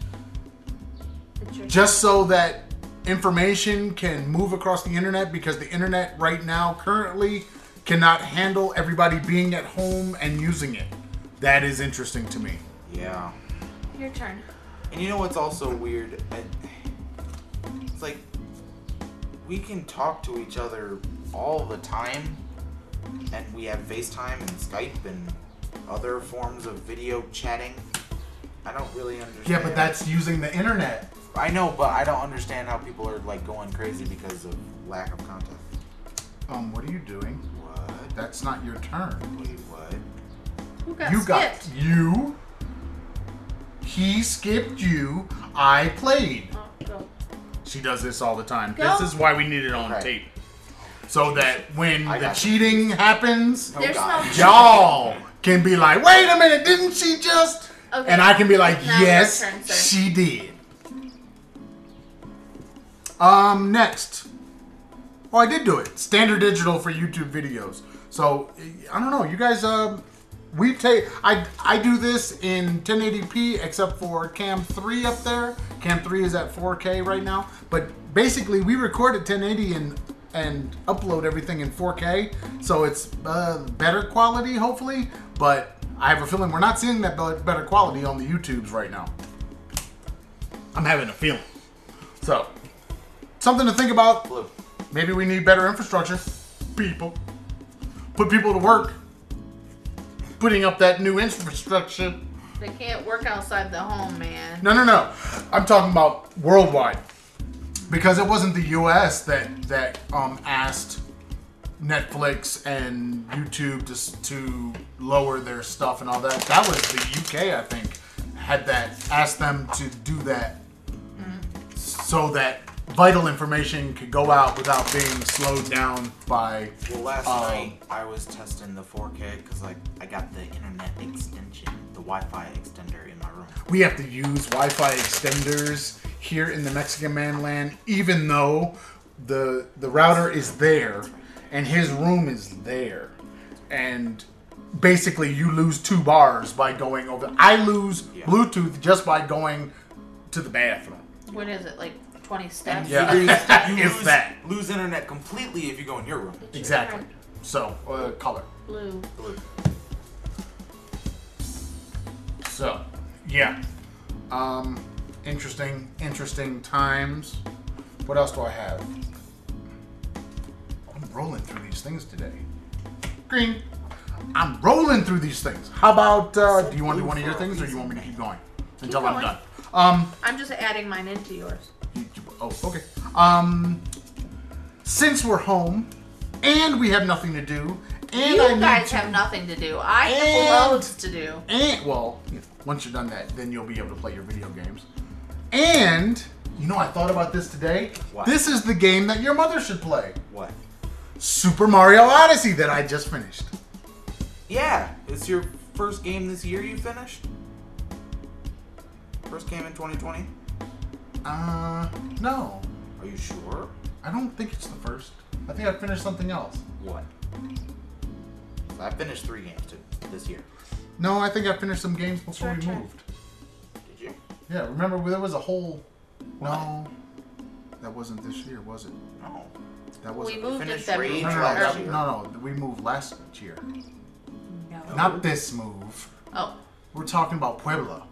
[SPEAKER 1] It's your-
[SPEAKER 3] just so that information can move across the internet because the internet right now currently cannot handle everybody being at home and using it. That is interesting to me.
[SPEAKER 2] Yeah.
[SPEAKER 1] your turn.
[SPEAKER 2] And you know what's also weird? I- It's like we can talk to each other all the time, and we have FaceTime and Skype and other forms of video chatting. I don't really understand.
[SPEAKER 3] Yeah, but that's using the internet.
[SPEAKER 2] I know, but I don't understand how people are like going crazy because of lack of content.
[SPEAKER 3] Um, what are you doing?
[SPEAKER 2] What?
[SPEAKER 3] That's not your turn.
[SPEAKER 2] Wait, what?
[SPEAKER 1] Who got
[SPEAKER 3] you
[SPEAKER 1] skipped?
[SPEAKER 3] got you. He skipped you. I played.
[SPEAKER 1] Oh, go.
[SPEAKER 3] She does this all the time.
[SPEAKER 1] Go.
[SPEAKER 3] This is why we need it on
[SPEAKER 2] Okay.
[SPEAKER 3] tape. So that when
[SPEAKER 2] I
[SPEAKER 3] the
[SPEAKER 2] got you.
[SPEAKER 3] cheating happens,
[SPEAKER 1] There's
[SPEAKER 2] Oh, God.
[SPEAKER 1] no.
[SPEAKER 3] y'all can be like, wait a minute, didn't she just?
[SPEAKER 1] Okay.
[SPEAKER 3] And I can be like,
[SPEAKER 1] Now your
[SPEAKER 3] yes,
[SPEAKER 1] turn, sir."
[SPEAKER 3] she did. Um, next. Oh, I did do it. Standard digital for YouTube videos. So I don't know. You guys, um, we take. I I do this in 1080p, except for Cam 3 up there. Cam 3 is at 4K right now. But basically, we record at 1080 and and upload everything in 4K, so it's uh, better quality, hopefully. But I have a feeling we're not seeing that be- better quality on the YouTubes right now. I'm having a feeling. So, something to think about.
[SPEAKER 2] Blue.
[SPEAKER 3] Maybe we need better infrastructure. People. Put people to work. Putting up that new infrastructure.
[SPEAKER 1] They can't work outside the home, man.
[SPEAKER 3] No, no, no. I'm talking about worldwide. Because it wasn't the US that that um, asked Netflix and YouTube just to lower their stuff and all that. That was the UK, I think, had that asked them to do that so that vital information could go out without being slowed down by
[SPEAKER 2] Well, last
[SPEAKER 3] Um,
[SPEAKER 2] night I was testing the 4K because like I got the internet extension, the Wi-Fi extender in my room.
[SPEAKER 3] we have to use Wi-Fi extenders here in the Mexican mainland, even though the the router is there and his room is there, and basically you lose two bars by going over. I lose Bluetooth just by going to the bathroom.
[SPEAKER 1] What is it, like 20 steps?
[SPEAKER 3] Yeah.
[SPEAKER 2] You lose, you
[SPEAKER 3] If
[SPEAKER 2] lose,
[SPEAKER 3] that.
[SPEAKER 2] lose internet completely if you go in your room.
[SPEAKER 3] Exactly. So uh, color.
[SPEAKER 1] Blue.
[SPEAKER 2] Blue.
[SPEAKER 3] So, yeah. Um, interesting, interesting times. What else do I have? I'm rolling through these things today. Green. I'm rolling through these things. How about? Uh, do you want to do one of your things, or you want me to keep going until I'm
[SPEAKER 1] going.
[SPEAKER 3] done? Um,
[SPEAKER 1] I'm just adding mine into yours.
[SPEAKER 3] you- you- oh, okay. Um, since we're home, and we have nothing to do, and I
[SPEAKER 1] you
[SPEAKER 3] need
[SPEAKER 1] guys
[SPEAKER 3] to-
[SPEAKER 1] have nothing to do. I have
[SPEAKER 3] And-
[SPEAKER 1] loads to do.
[SPEAKER 3] and well, you know, once you're done that, then you'll be able to play your video games. And you know, I thought about this today.
[SPEAKER 2] What?
[SPEAKER 3] This is the game that your mother should play.
[SPEAKER 2] What?
[SPEAKER 3] Super Mario Odyssey that I just finished.
[SPEAKER 2] Yeah, it's your first game this year you finished. First game in 2020.
[SPEAKER 3] Uh, no,
[SPEAKER 2] Are you sure?
[SPEAKER 3] I don't think it's the first. I think I finished something else.
[SPEAKER 2] What? I finished three games to, this year.
[SPEAKER 3] No, I think I finished some games before
[SPEAKER 1] your
[SPEAKER 3] we
[SPEAKER 1] turn.
[SPEAKER 3] moved.
[SPEAKER 2] Did you?
[SPEAKER 3] Yeah, remember there was a whole. No, that wasn't this year, was it?
[SPEAKER 2] No.
[SPEAKER 3] That
[SPEAKER 1] We
[SPEAKER 3] wasn't.
[SPEAKER 1] moved in
[SPEAKER 2] finished
[SPEAKER 1] February.
[SPEAKER 2] Rage
[SPEAKER 3] no, no, no,
[SPEAKER 2] last
[SPEAKER 3] that-
[SPEAKER 2] year.
[SPEAKER 3] no, no, we moved last year.
[SPEAKER 1] No.
[SPEAKER 3] Not this move.
[SPEAKER 1] Oh,
[SPEAKER 3] We're talking about Puebla.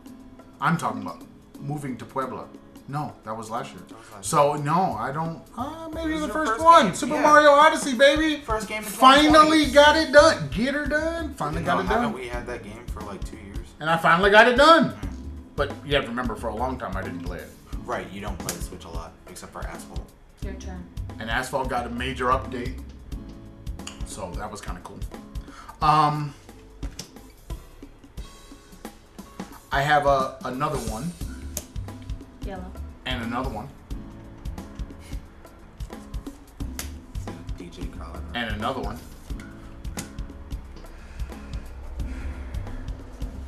[SPEAKER 3] I'm talking about moving to Puebla. No, that was last year. So no, I don't. Uh, maybe
[SPEAKER 2] It was
[SPEAKER 3] the
[SPEAKER 2] your
[SPEAKER 3] first,
[SPEAKER 2] first
[SPEAKER 3] one,
[SPEAKER 2] game,
[SPEAKER 3] Super
[SPEAKER 2] yeah.
[SPEAKER 3] Mario Odyssey, baby.
[SPEAKER 2] First game in 2020.
[SPEAKER 3] Finally got it done. Get her done. Finally
[SPEAKER 2] No,
[SPEAKER 3] got it
[SPEAKER 2] haven't
[SPEAKER 3] done.
[SPEAKER 2] we had that game for like two years?
[SPEAKER 3] And I finally got it done. But you have to remember, for a long time I didn't play it.
[SPEAKER 2] Right, you don't play the Switch a lot, except for Asphalt.
[SPEAKER 1] your turn.
[SPEAKER 3] And Asphalt got a major update, so that was kind of cool. Um, I have a another one
[SPEAKER 1] Yellow.
[SPEAKER 3] and another one.
[SPEAKER 2] It's a DJ Collar.
[SPEAKER 3] and another one.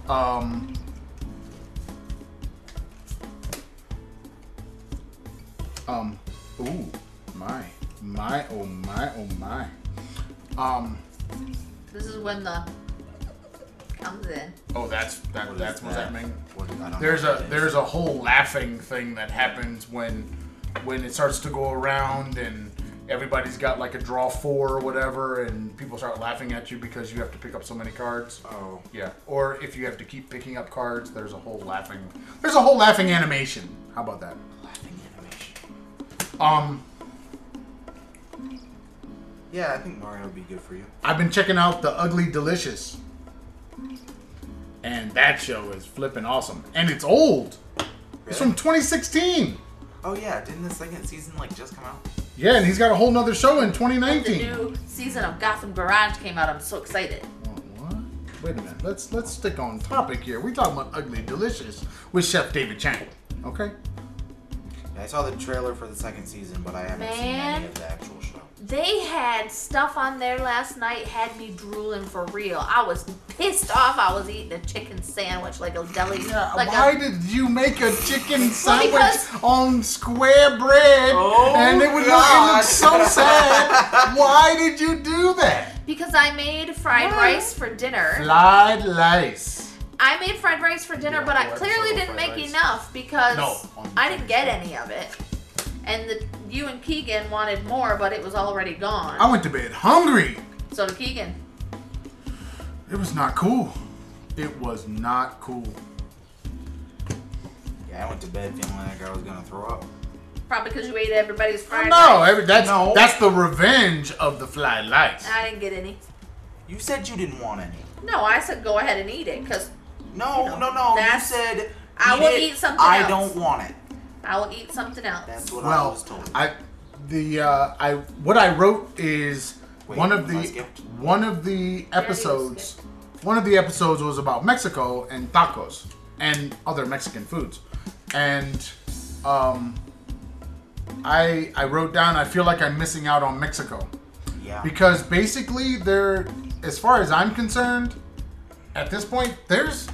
[SPEAKER 3] Um, um, ooh, my, my, oh my, oh my. Um,
[SPEAKER 1] This is when the comes in.
[SPEAKER 3] oh, that's that.
[SPEAKER 2] What is
[SPEAKER 3] that's what that means.
[SPEAKER 2] What is- I don't
[SPEAKER 3] There's
[SPEAKER 2] know what
[SPEAKER 3] a
[SPEAKER 2] it is.
[SPEAKER 3] there's a whole laughing thing that happens when when it starts to go around and everybody's got like a draw four or whatever and people start laughing at you because you have to pick up so many cards.
[SPEAKER 2] Oh.
[SPEAKER 3] Yeah. Or if you have to keep picking up cards, there's a whole laughing there's a whole laughing animation. How about that?
[SPEAKER 2] Laughing animation.
[SPEAKER 3] Um
[SPEAKER 2] Yeah, I think Mario would be good for you.
[SPEAKER 3] I've been checking out the Ugly Delicious. And that show is flipping awesome. And it's old. It's from 2016.
[SPEAKER 2] Oh yeah, didn't the second season like just come out?
[SPEAKER 3] Yeah, and he's got a whole nother show in
[SPEAKER 1] The
[SPEAKER 3] 2019.
[SPEAKER 1] new season of Gotham Garage came out. I'm so excited.
[SPEAKER 3] What? Wait a minute. Let's let's stick on topic here. We're talking about Ugly Delicious with Chef David Chang. Okay.
[SPEAKER 2] Yeah, I saw the trailer for the second season, but I haven't seen
[SPEAKER 1] Man.
[SPEAKER 2] any of the actual show.
[SPEAKER 1] They had stuff on there last night, had me drooling for real. I was pissed off. I was eating a chicken sandwich like a deli. Uh, like
[SPEAKER 3] Uh, Why
[SPEAKER 1] a,
[SPEAKER 3] did you make a chicken sandwich
[SPEAKER 1] because-
[SPEAKER 3] on square bread?
[SPEAKER 2] Oh,
[SPEAKER 3] and it would look, it
[SPEAKER 2] God.
[SPEAKER 3] looked so sad. Why did you do that?
[SPEAKER 1] because I made fried rice for dinner.
[SPEAKER 3] Fried lice.
[SPEAKER 1] I made fried rice for dinner,
[SPEAKER 2] Yeah,
[SPEAKER 1] but I
[SPEAKER 2] whole
[SPEAKER 1] clearly
[SPEAKER 2] episode of
[SPEAKER 1] didn't
[SPEAKER 2] fried
[SPEAKER 1] make
[SPEAKER 2] rice.
[SPEAKER 1] enough because
[SPEAKER 3] No.
[SPEAKER 1] I didn't get any of it. And the, you and Keegan wanted more, but it was already gone.
[SPEAKER 3] I went to bed hungry.
[SPEAKER 1] So did Keegan.
[SPEAKER 3] It was not cool. It was not cool.
[SPEAKER 2] Yeah, I went to bed feeling like I was gonna throw up.
[SPEAKER 1] Probably because you ate everybody's fried
[SPEAKER 3] Oh, No,
[SPEAKER 1] rice.
[SPEAKER 3] every, that's
[SPEAKER 2] No.
[SPEAKER 3] that's the revenge of the fly lice.
[SPEAKER 1] I didn't get any.
[SPEAKER 2] You said you didn't want any.
[SPEAKER 1] No, I said go ahead and eat it because
[SPEAKER 2] No,
[SPEAKER 1] You know,
[SPEAKER 2] no, no. You
[SPEAKER 1] that's-
[SPEAKER 2] said
[SPEAKER 1] I will
[SPEAKER 2] it,
[SPEAKER 1] eat something
[SPEAKER 2] I
[SPEAKER 1] else."
[SPEAKER 2] don't want it.
[SPEAKER 1] I will eat something else.
[SPEAKER 2] That's what I
[SPEAKER 3] Well,
[SPEAKER 2] was told.
[SPEAKER 3] I the uh, I what I wrote is
[SPEAKER 2] Wait,
[SPEAKER 3] one of
[SPEAKER 2] what
[SPEAKER 3] the
[SPEAKER 2] I skipped?
[SPEAKER 3] one of the episodes. One of the episodes was about Mexico and tacos and other Mexican foods, and um, I I wrote down I feel like I'm missing out on Mexico
[SPEAKER 2] yeah.
[SPEAKER 3] because basically they're as far as I'm concerned at this point there's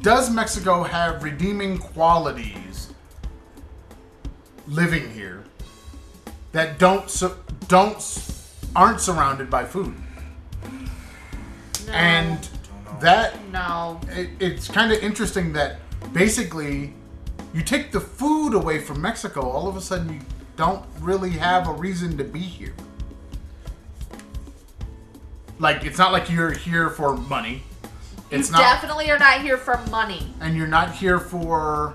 [SPEAKER 3] does Mexico have redeeming qualities living here that don't su- don't s- aren't surrounded by food
[SPEAKER 1] No.
[SPEAKER 3] and that
[SPEAKER 1] no,
[SPEAKER 3] it, it's kind of interesting that basically you take the food away from Mexico all of a sudden you don't really have a reason to be here like it's not like you're here for money it's
[SPEAKER 1] you
[SPEAKER 3] not
[SPEAKER 1] definitely are not here for money.
[SPEAKER 3] and you're not here for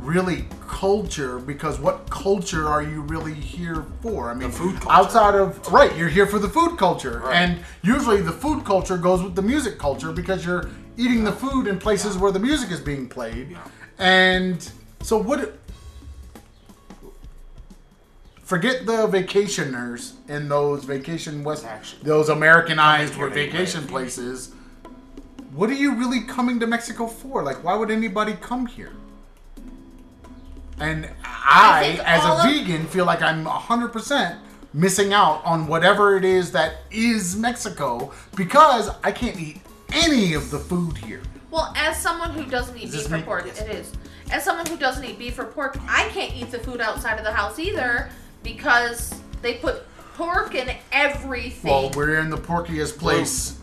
[SPEAKER 3] really culture because what culture are you really here for? I mean,
[SPEAKER 2] food culture.
[SPEAKER 3] outside of right, you're here for the food culture,
[SPEAKER 2] Right.
[SPEAKER 3] and usually the food culture goes with the music culture because you're eating the food in places where the music is being played,
[SPEAKER 2] Yeah.
[SPEAKER 3] and so what? Forget the vacationers in those vacation west,
[SPEAKER 2] Actually.
[SPEAKER 3] those Americanized
[SPEAKER 2] Here
[SPEAKER 3] were
[SPEAKER 2] they play.
[SPEAKER 3] vacation places. What are you really coming to Mexico for? Like, why would anybody come here? And
[SPEAKER 1] I
[SPEAKER 3] I,
[SPEAKER 1] think
[SPEAKER 3] as
[SPEAKER 1] all
[SPEAKER 3] a
[SPEAKER 1] of-
[SPEAKER 3] vegan, feel like I'm 100% missing out on whatever it is that is Mexico because I can't eat any of the food here.
[SPEAKER 1] Well, as someone who doesn't eat
[SPEAKER 3] this
[SPEAKER 1] beef or
[SPEAKER 3] me?
[SPEAKER 1] pork,
[SPEAKER 2] Yes.
[SPEAKER 1] it is. As someone who doesn't eat beef or pork, I can't eat the food outside of the house either because they put pork in everything.
[SPEAKER 3] Well, we're in the porkiest place.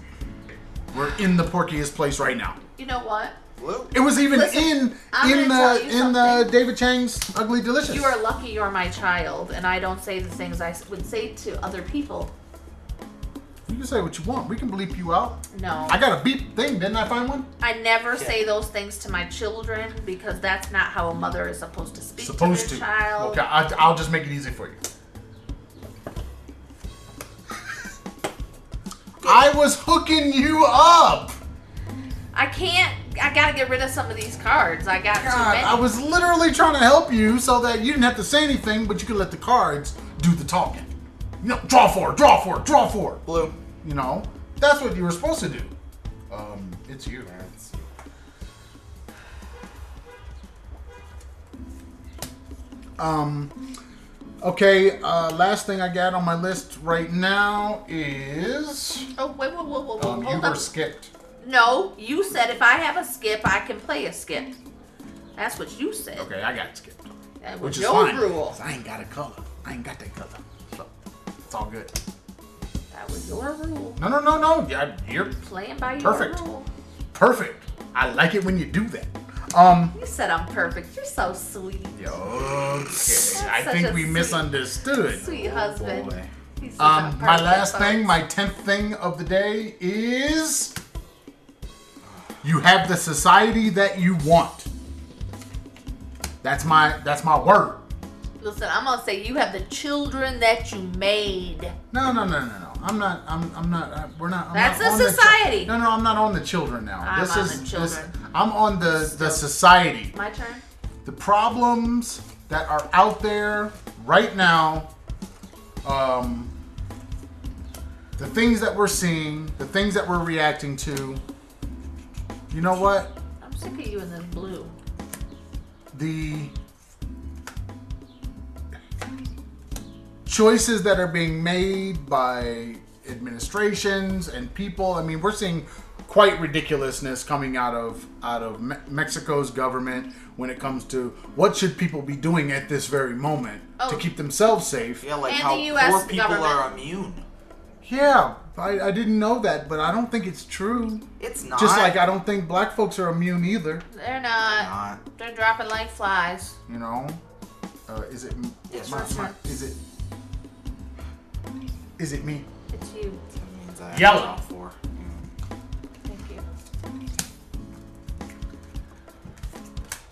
[SPEAKER 3] We're in the porkiest place right now.
[SPEAKER 1] you know what?
[SPEAKER 2] Blue.
[SPEAKER 3] It was even
[SPEAKER 1] Listen,
[SPEAKER 3] in
[SPEAKER 1] I'm gonna
[SPEAKER 3] in
[SPEAKER 1] tell
[SPEAKER 3] the
[SPEAKER 1] you
[SPEAKER 3] in the
[SPEAKER 1] something.
[SPEAKER 3] David Chang's Ugly Delicious.
[SPEAKER 1] You are lucky you're my child, and I don't say the things I s- would say to other people.
[SPEAKER 3] You can say what you want. We can bleep you out.
[SPEAKER 1] No.
[SPEAKER 3] I got a beep thing. Didn't I find one?
[SPEAKER 1] I never say those things to my children because that's not how a mother is supposed to speak
[SPEAKER 3] Supposed
[SPEAKER 1] to
[SPEAKER 3] to.
[SPEAKER 1] their child.
[SPEAKER 3] Okay, I, I'll just make it easy for you. I was hooking you up.
[SPEAKER 1] I can't. I gotta get rid of some of these cards. I got too
[SPEAKER 3] God,
[SPEAKER 1] many.
[SPEAKER 3] I was literally trying to help you so that you didn't have to say anything, but you could let the cards do the talking. You know, draw four, draw four, draw four.
[SPEAKER 2] Blue.
[SPEAKER 3] You know, that's what you were supposed to do. Um, it's you.
[SPEAKER 2] That's
[SPEAKER 3] Um, okay, uh, last thing I got on my list right now is
[SPEAKER 1] oh wait, whoa, whoa, whoa, whoa!
[SPEAKER 3] um, you
[SPEAKER 1] hold
[SPEAKER 3] were
[SPEAKER 1] up.
[SPEAKER 3] skipped.
[SPEAKER 1] no, you said if I have a skip, I can play a skip. That's what you said.
[SPEAKER 3] Okay, I got skipped.
[SPEAKER 1] That was
[SPEAKER 3] Which is
[SPEAKER 1] your
[SPEAKER 3] fine.
[SPEAKER 1] rule.
[SPEAKER 3] 'cause I ain't got a color. I ain't got that color. So it's all good.
[SPEAKER 1] That was your rule.
[SPEAKER 3] No, no, no, no. Yeah, you're
[SPEAKER 1] Playing by your
[SPEAKER 3] Perfect.
[SPEAKER 1] rule.
[SPEAKER 3] perfect. I like it when you do that. Um.
[SPEAKER 1] You said I'm perfect. You're so sweet,
[SPEAKER 3] yeah, Okay. I
[SPEAKER 1] such
[SPEAKER 3] think
[SPEAKER 1] a
[SPEAKER 3] we
[SPEAKER 1] sweet-
[SPEAKER 3] misunderstood.
[SPEAKER 1] sweet husband.
[SPEAKER 2] boy.
[SPEAKER 1] He says I'm
[SPEAKER 3] Oh, Um, my
[SPEAKER 1] perfect,
[SPEAKER 3] last
[SPEAKER 1] folks.
[SPEAKER 3] thing, my tenth thing of the day is you have the society that you want. That's my that's my word.
[SPEAKER 1] Listen, I'm gonna say you have the children that you made.
[SPEAKER 3] No, no, no, no, no. I'm not. I'm. I'm not. Uh, we're not. I'm
[SPEAKER 1] That's
[SPEAKER 3] not
[SPEAKER 1] a
[SPEAKER 3] on the chi-
[SPEAKER 1] society.
[SPEAKER 3] no, no. I'm not on the children now.
[SPEAKER 1] I'm
[SPEAKER 3] this
[SPEAKER 1] on
[SPEAKER 3] is
[SPEAKER 1] the
[SPEAKER 3] this-
[SPEAKER 1] children.
[SPEAKER 3] I'm on the the society.
[SPEAKER 1] My turn.
[SPEAKER 3] the problems that are out there right now, um, the things that we're seeing, the things that we're reacting to. You know what?
[SPEAKER 1] I'm sick of you in this blue.
[SPEAKER 3] the choices that are being made by administrations and people. I mean, we're seeing quite ridiculousness coming out of out of Me- Mexico's government when it comes to what should people be doing at this very moment to
[SPEAKER 1] Oh.
[SPEAKER 3] keep themselves safe.
[SPEAKER 2] Yeah, like
[SPEAKER 1] And
[SPEAKER 2] how
[SPEAKER 1] the US
[SPEAKER 2] poor people are
[SPEAKER 1] government.
[SPEAKER 2] immune.
[SPEAKER 3] Yeah, I, I didn't know that, but I don't think it's true.
[SPEAKER 2] It's not.
[SPEAKER 3] Just like I don't think black folks are immune either.
[SPEAKER 1] They're not.
[SPEAKER 2] not.
[SPEAKER 1] They're dropping like flies.
[SPEAKER 3] You know, uh, is it?
[SPEAKER 2] Yes,
[SPEAKER 3] my-
[SPEAKER 2] sir.
[SPEAKER 3] my- is it? Is it me?
[SPEAKER 1] It's you.
[SPEAKER 2] That means I
[SPEAKER 3] Yellow.
[SPEAKER 2] have four. Yeah.
[SPEAKER 1] Thank you.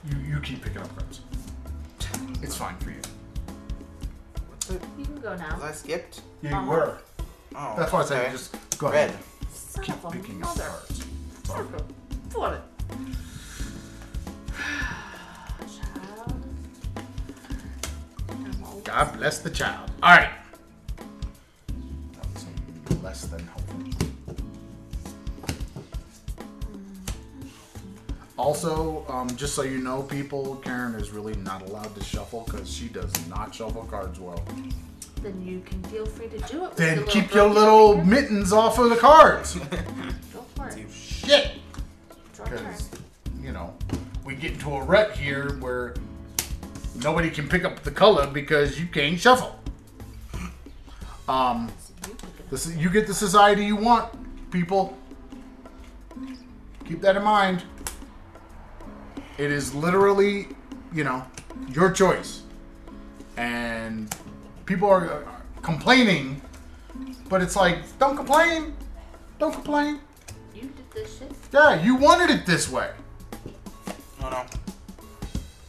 [SPEAKER 3] You you keep picking up crumbs. It's fine for you.
[SPEAKER 2] What's it?
[SPEAKER 1] You can go
[SPEAKER 2] Was
[SPEAKER 1] now.
[SPEAKER 2] I skipped?
[SPEAKER 3] Yeah,
[SPEAKER 1] Uh-huh.
[SPEAKER 3] you were.
[SPEAKER 2] Oh.
[SPEAKER 3] That's why I said
[SPEAKER 2] okay.
[SPEAKER 3] just go
[SPEAKER 2] red.
[SPEAKER 3] ahead.
[SPEAKER 1] Son
[SPEAKER 3] Keep
[SPEAKER 1] of a
[SPEAKER 3] picking up
[SPEAKER 1] mother.
[SPEAKER 3] cards.
[SPEAKER 1] Son of a- What? a- Child. I'm old.
[SPEAKER 3] God bless the child. All right. That was less than helpful. Also, um, just so you know, people, Karen is really not allowed to shuffle because she does not shuffle cards well.
[SPEAKER 1] Then you can feel free to do it. With
[SPEAKER 3] Then
[SPEAKER 1] your
[SPEAKER 3] keep your
[SPEAKER 1] broken
[SPEAKER 3] little
[SPEAKER 1] finger.
[SPEAKER 3] mittens off of the cards.
[SPEAKER 1] Go for it.
[SPEAKER 3] Shit.
[SPEAKER 1] It's your turn.
[SPEAKER 3] because you know we get into a rut here where nobody can pick up the color because you can't shuffle. Um,
[SPEAKER 1] So you pick it up.
[SPEAKER 3] this is, you get the society you want, people. Keep that in mind. It is literally, you know, your choice, and people are are complaining, but it's like, don't complain, don't complain.
[SPEAKER 1] You did this shit.
[SPEAKER 3] Yeah, you wanted it this way.
[SPEAKER 2] No, no.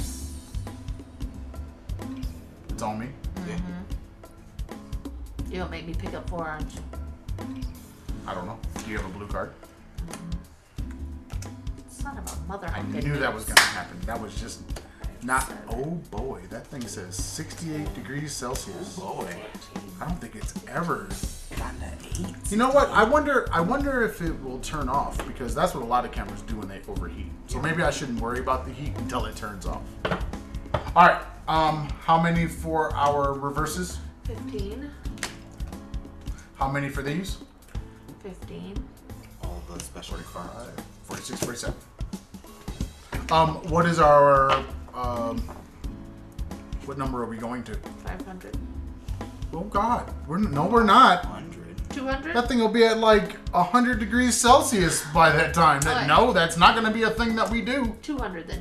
[SPEAKER 3] It's on me.
[SPEAKER 2] Yeah.
[SPEAKER 1] Mm-hmm. You don't make me pick up four orange.
[SPEAKER 3] I don't know. Do you have a blue card?
[SPEAKER 1] Son of a mother.
[SPEAKER 3] I
[SPEAKER 1] I'm
[SPEAKER 3] knew
[SPEAKER 1] good.
[SPEAKER 3] that was gonna happen. That was just not. Oh boy, that thing says 68 degrees Celsius.
[SPEAKER 2] Boy.
[SPEAKER 3] I don't think it's ever.
[SPEAKER 2] Got an eight.
[SPEAKER 3] You know what? I wonder. I wonder if it will turn off because that's what a lot of cameras do when they overheat. So maybe I shouldn't worry about the heat until it turns off. All right. Um, how many for our reverses?
[SPEAKER 1] 15,
[SPEAKER 3] How many for these?
[SPEAKER 1] 15.
[SPEAKER 2] All the special cards.
[SPEAKER 3] 46, 47. Um, what is our um, what number are we going to?
[SPEAKER 1] 500.
[SPEAKER 3] Oh God, we're no, we're not.
[SPEAKER 2] 100.
[SPEAKER 1] 200?
[SPEAKER 3] That thing will be at like hundred degrees Celsius by that time. That-
[SPEAKER 1] Okay.
[SPEAKER 3] No, that's not going to be a thing that we do.
[SPEAKER 1] 200 then.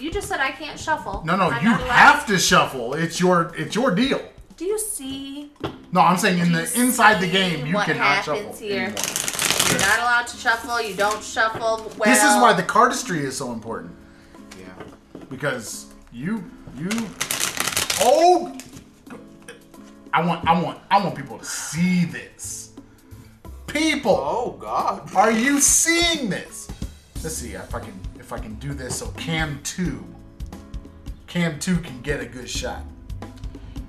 [SPEAKER 1] You just said I can't shuffle.
[SPEAKER 3] No, no,
[SPEAKER 1] I'm
[SPEAKER 3] you
[SPEAKER 1] not allowed-
[SPEAKER 3] have to shuffle. It's your it's your deal.
[SPEAKER 1] Do you see?
[SPEAKER 3] No, I'm saying in
[SPEAKER 1] Do
[SPEAKER 3] the
[SPEAKER 1] you
[SPEAKER 3] inside the
[SPEAKER 1] see
[SPEAKER 3] game you
[SPEAKER 1] what
[SPEAKER 3] cannot shuffle
[SPEAKER 1] happens here?
[SPEAKER 3] anymore.
[SPEAKER 1] You're not allowed to shuffle. You don't shuffle. Well,
[SPEAKER 3] This is why the cardistry is so important
[SPEAKER 2] Yeah.
[SPEAKER 3] because you you oh I want I want I want people to see this. People.
[SPEAKER 2] Oh, God.
[SPEAKER 3] Are you seeing this? Let's see if I can if I can do this so Cam 2 Cam 2 can get a good shot.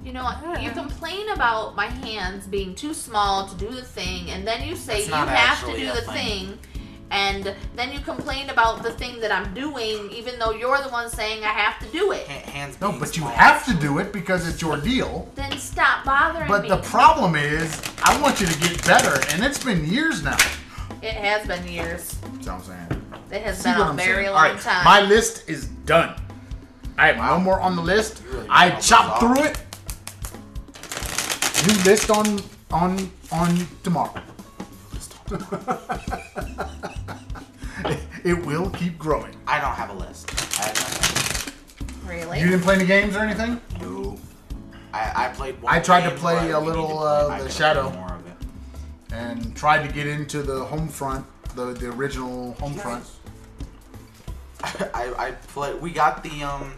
[SPEAKER 1] You know what? You complain about my hands being too small to do the thing, and then you say
[SPEAKER 2] That's
[SPEAKER 1] you
[SPEAKER 2] not
[SPEAKER 1] have to
[SPEAKER 2] actually
[SPEAKER 1] do
[SPEAKER 2] a
[SPEAKER 1] the
[SPEAKER 2] thing.
[SPEAKER 1] thing. And then you complain about the thing that I'm doing, even though you're the one saying I have to do it.
[SPEAKER 2] Ha- hands
[SPEAKER 3] No,
[SPEAKER 2] being
[SPEAKER 3] but you
[SPEAKER 2] small.
[SPEAKER 3] have to do it because it's your deal.
[SPEAKER 1] Then stop bothering
[SPEAKER 3] But
[SPEAKER 1] me.
[SPEAKER 3] the problem is I want you to get better and it's been years now.
[SPEAKER 1] it has been years.
[SPEAKER 3] That's what I'm saying.
[SPEAKER 1] It has
[SPEAKER 3] See
[SPEAKER 1] been
[SPEAKER 3] what
[SPEAKER 1] a
[SPEAKER 3] I'm
[SPEAKER 1] very
[SPEAKER 3] saying?
[SPEAKER 1] long
[SPEAKER 3] Alright,
[SPEAKER 1] time.
[SPEAKER 3] My list is done. I have no more on the list.
[SPEAKER 2] really
[SPEAKER 3] I
[SPEAKER 2] knocked
[SPEAKER 3] chopped
[SPEAKER 2] this off.
[SPEAKER 3] through it. New list on on on tomorrow. it will keep growing.
[SPEAKER 2] I don't have a list. I have
[SPEAKER 1] really?
[SPEAKER 3] You didn't play any games or anything?
[SPEAKER 2] no list. No. I, I played one.
[SPEAKER 3] I tried to
[SPEAKER 2] game,
[SPEAKER 3] play
[SPEAKER 2] but we
[SPEAKER 3] a
[SPEAKER 2] need
[SPEAKER 3] little,
[SPEAKER 2] to
[SPEAKER 3] uh,
[SPEAKER 2] I
[SPEAKER 3] The
[SPEAKER 2] could've
[SPEAKER 3] Shadow.
[SPEAKER 2] played More of it.
[SPEAKER 3] And tried to get into the home front, the, the original home front.
[SPEAKER 2] I, I play. We got the um.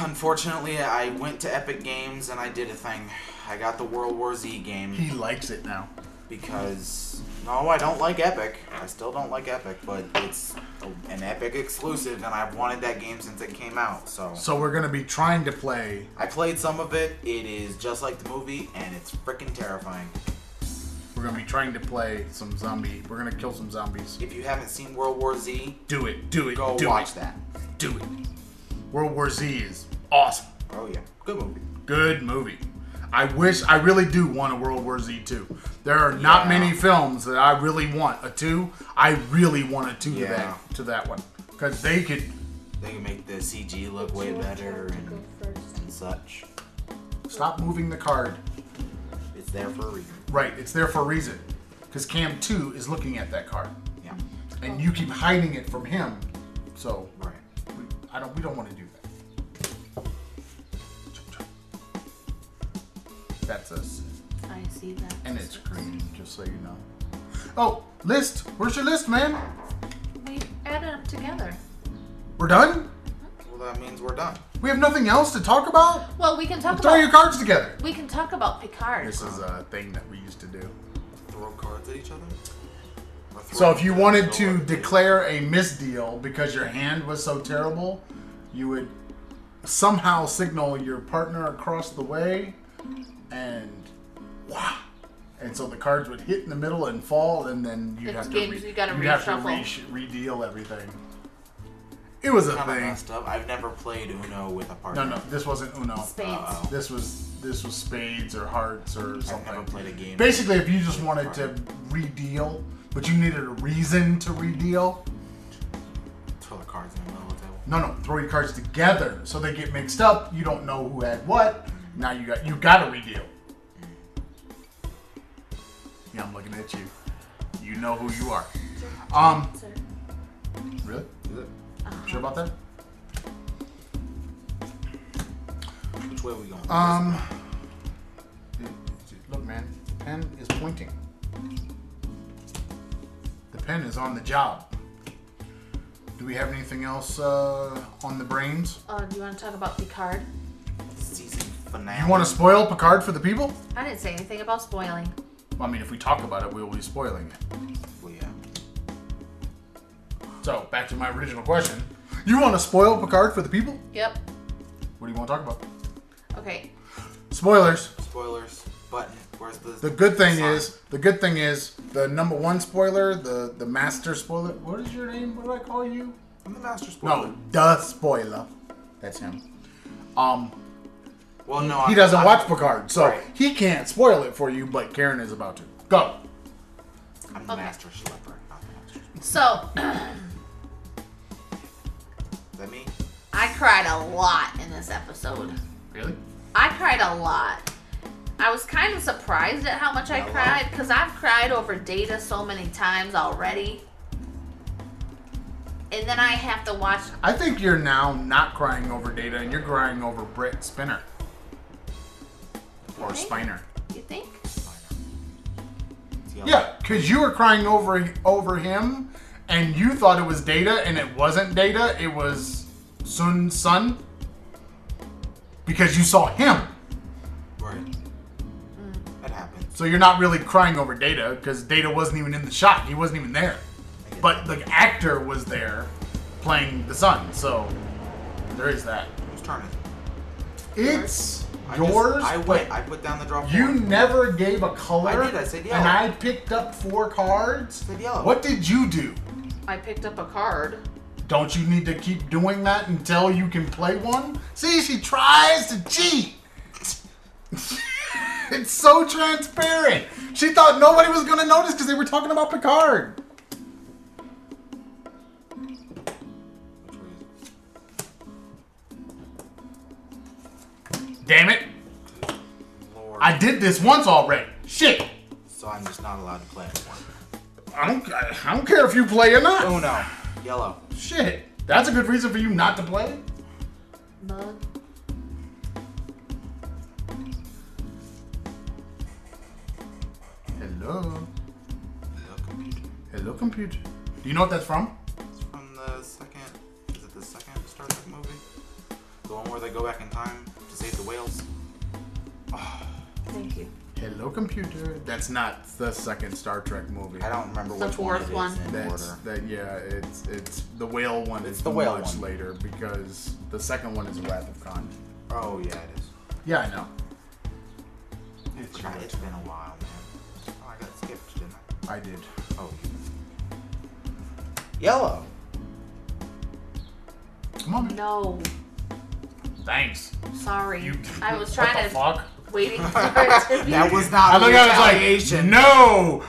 [SPEAKER 2] Unfortunately, I went to Epic Games and I did a thing. I got the World War Z game
[SPEAKER 3] He likes it now.
[SPEAKER 2] because No, I don't like Epic. I still don't like Epic, but it's a- an Epic exclusive, and I've wanted that game since it came out. So
[SPEAKER 3] So we're gonna be trying to play.
[SPEAKER 2] I played some of it. It is just like the movie, and it's freaking terrifying.
[SPEAKER 3] We're gonna be trying to play some zombie. We're gonna kill some zombies.
[SPEAKER 2] If you haven't seen World War Z,
[SPEAKER 3] Do it. Do it.
[SPEAKER 2] go
[SPEAKER 3] do
[SPEAKER 2] watch
[SPEAKER 3] it,
[SPEAKER 2] that.
[SPEAKER 3] Do it. World War Z is awesome.
[SPEAKER 2] Oh yeah, good movie.
[SPEAKER 3] Good movie. I wish I really do want a World War Z 2. There are not
[SPEAKER 2] Yeah.
[SPEAKER 3] many films that I really want. A 2, I really want a 2
[SPEAKER 2] Yeah.
[SPEAKER 3] to that to that one cuz they could
[SPEAKER 2] They can make the CG look way better and, and such.
[SPEAKER 3] stop moving the card.
[SPEAKER 2] It's there for a reason.
[SPEAKER 3] Right, it's there for a reason cuz Cam 2 is looking at that card
[SPEAKER 2] Yeah,
[SPEAKER 3] and you keep hiding it from him. So
[SPEAKER 2] right.
[SPEAKER 3] we, I don't we don't want to do that. That's us.
[SPEAKER 1] I see that.
[SPEAKER 3] And it's green, just so you know. Oh, list. Where's your list, man?
[SPEAKER 1] We added them together.
[SPEAKER 3] We're done?
[SPEAKER 2] Well, that means we're done.
[SPEAKER 3] We have nothing else to talk about?
[SPEAKER 1] Well, we can talk
[SPEAKER 3] Throw
[SPEAKER 1] about
[SPEAKER 3] your cards together.
[SPEAKER 1] we can talk about Picard.
[SPEAKER 3] This is a thing that we used to do.
[SPEAKER 2] Throw cards at each other. Or
[SPEAKER 3] So
[SPEAKER 2] throw
[SPEAKER 3] if you
[SPEAKER 2] them
[SPEAKER 3] wanted
[SPEAKER 2] at the
[SPEAKER 3] to
[SPEAKER 2] door.
[SPEAKER 3] declare a misdeal because your hand was so terrible, you would somehow signal your partner across the way and wah. And so the cards would hit in the middle and fall, and then you'd
[SPEAKER 1] It's
[SPEAKER 3] have to,
[SPEAKER 1] games you gotta
[SPEAKER 3] you'd have to re-
[SPEAKER 1] reshuffle.
[SPEAKER 3] redeal everything. It was a
[SPEAKER 2] kind of
[SPEAKER 3] thing.
[SPEAKER 2] messed up. I've never played Uno with a partner.
[SPEAKER 3] No, no, this wasn't Uno.
[SPEAKER 1] Spades.
[SPEAKER 2] Uh-oh.
[SPEAKER 3] This was this was spades or hearts or
[SPEAKER 2] I've never
[SPEAKER 3] something.
[SPEAKER 2] played a game.
[SPEAKER 3] Basically, if you just wanted to redeal, but you needed a reason to redeal,
[SPEAKER 2] Throw the cards in the middle of the table.
[SPEAKER 3] no, no, throw your cards together so they get mixed up. You don't know who had what. Now you got you got to redeal. Yeah, I'm looking at you. You know who you are. Um, really? Sure about that?
[SPEAKER 2] Which way are we going?
[SPEAKER 3] Um, look, man, the pen is pointing. The pen is on the job. Do we have anything else uh, on the brains?
[SPEAKER 1] Uh, do you want to talk about Picard?
[SPEAKER 2] season finale.
[SPEAKER 3] You want to spoil Picard for the people?
[SPEAKER 1] I didn't say anything about spoiling.
[SPEAKER 3] Well, I mean, if we talk about it, we will be spoiling it.
[SPEAKER 2] Well, Oh, yeah.
[SPEAKER 3] So, back to my original question. You want to spoil Picard for the people?
[SPEAKER 1] Yep.
[SPEAKER 3] What do you want to talk about?
[SPEAKER 1] Okay.
[SPEAKER 3] Spoilers.
[SPEAKER 2] Spoilers. Button. Where's the?
[SPEAKER 3] The good thing
[SPEAKER 2] sign?
[SPEAKER 3] is, the good thing is, the number one spoiler, the the master spoiler. What is your name? What do I call you?
[SPEAKER 2] I'm the master spoiler.
[SPEAKER 3] No, the spoiler. That's him. Um,
[SPEAKER 2] Well, no.
[SPEAKER 3] he
[SPEAKER 2] I'm-
[SPEAKER 3] doesn't
[SPEAKER 2] I'm-
[SPEAKER 3] watch Picard, so
[SPEAKER 2] Right.
[SPEAKER 3] he can't spoil it for you. But Karen is about to go.
[SPEAKER 2] I'm the
[SPEAKER 1] Okay.
[SPEAKER 2] master schlepper. Not the master.
[SPEAKER 1] So
[SPEAKER 2] Is that me?
[SPEAKER 1] I cried a lot in this episode.
[SPEAKER 3] Really?
[SPEAKER 1] I cried a lot. I was kind of surprised at how much I
[SPEAKER 2] Yeah, a lot.
[SPEAKER 1] cried because I've cried over data so many times already. And then I have to watch.
[SPEAKER 3] I think you're now not crying over Data, and you're crying over Britt Spinner or
[SPEAKER 1] Okay.
[SPEAKER 3] Spiner.
[SPEAKER 1] You think?
[SPEAKER 2] It's yellow.
[SPEAKER 3] Yeah, because you were crying over over him, and you thought it was Data, and it wasn't Data. It was Sun Sun because you saw him.
[SPEAKER 2] Right. That happens.
[SPEAKER 3] So you're not really crying over Data because Data wasn't even in the shot. He wasn't even
[SPEAKER 2] I
[SPEAKER 3] there.
[SPEAKER 2] get
[SPEAKER 3] But the actor was there playing the son. So there is that.
[SPEAKER 2] that. whose turn is it?
[SPEAKER 3] It's
[SPEAKER 2] I just-
[SPEAKER 3] yours.
[SPEAKER 2] I
[SPEAKER 3] but
[SPEAKER 2] went. I put down the draw.
[SPEAKER 3] you
[SPEAKER 2] board.
[SPEAKER 3] never gave a color.
[SPEAKER 2] I did, I said yellow.
[SPEAKER 3] And I picked up four cards.
[SPEAKER 2] said yellow.
[SPEAKER 3] What did you do?
[SPEAKER 1] I picked up a card.
[SPEAKER 3] Don't you need to keep doing that until you can play one? See, she tries to cheat. it's so transparent. She thought nobody was going to notice because they were talking about Picard.
[SPEAKER 2] Which way is it?
[SPEAKER 3] Damn it.
[SPEAKER 2] Lord.
[SPEAKER 3] I did this once already. Shit.
[SPEAKER 2] So I'm just not allowed to play anymore.
[SPEAKER 3] I don't, I don't care if you play or not.
[SPEAKER 2] Oh no. Yellow.
[SPEAKER 3] Shit. That's a good reason for you not to play.
[SPEAKER 1] Mug.
[SPEAKER 3] Hello.
[SPEAKER 2] Yellow computer.
[SPEAKER 3] Hello, computer. Do you know what that's from?
[SPEAKER 2] It's from the second. Is it the second Star Trek movie? The one where they go back in time to save the whales.
[SPEAKER 1] Thank you.
[SPEAKER 3] Hello, computer. That's not the second Star Trek movie.
[SPEAKER 2] I don't remember
[SPEAKER 1] The
[SPEAKER 2] which one it
[SPEAKER 1] fourth
[SPEAKER 2] is
[SPEAKER 1] one.
[SPEAKER 2] in
[SPEAKER 3] That's
[SPEAKER 2] order.
[SPEAKER 3] that. Yeah, it's it's the whale one.
[SPEAKER 2] It's
[SPEAKER 3] is
[SPEAKER 2] the whale
[SPEAKER 3] much
[SPEAKER 2] one.
[SPEAKER 3] later because the second one is Wrath of Khan.
[SPEAKER 2] Oh yeah, it is.
[SPEAKER 3] Yeah, I know.
[SPEAKER 2] It's, God, it's been a while, man. Oh, I got skipped, didn't I?
[SPEAKER 3] I did.
[SPEAKER 2] Oh. Yellow.
[SPEAKER 3] Come on. man.
[SPEAKER 1] No,
[SPEAKER 6] Thanks.
[SPEAKER 1] sorry.
[SPEAKER 6] You.
[SPEAKER 1] I
[SPEAKER 6] what
[SPEAKER 1] was trying
[SPEAKER 6] the
[SPEAKER 1] to
[SPEAKER 6] fuck?
[SPEAKER 1] waiting for it to be.
[SPEAKER 2] That was not
[SPEAKER 3] I think I was like,
[SPEAKER 2] retaliation.
[SPEAKER 3] no,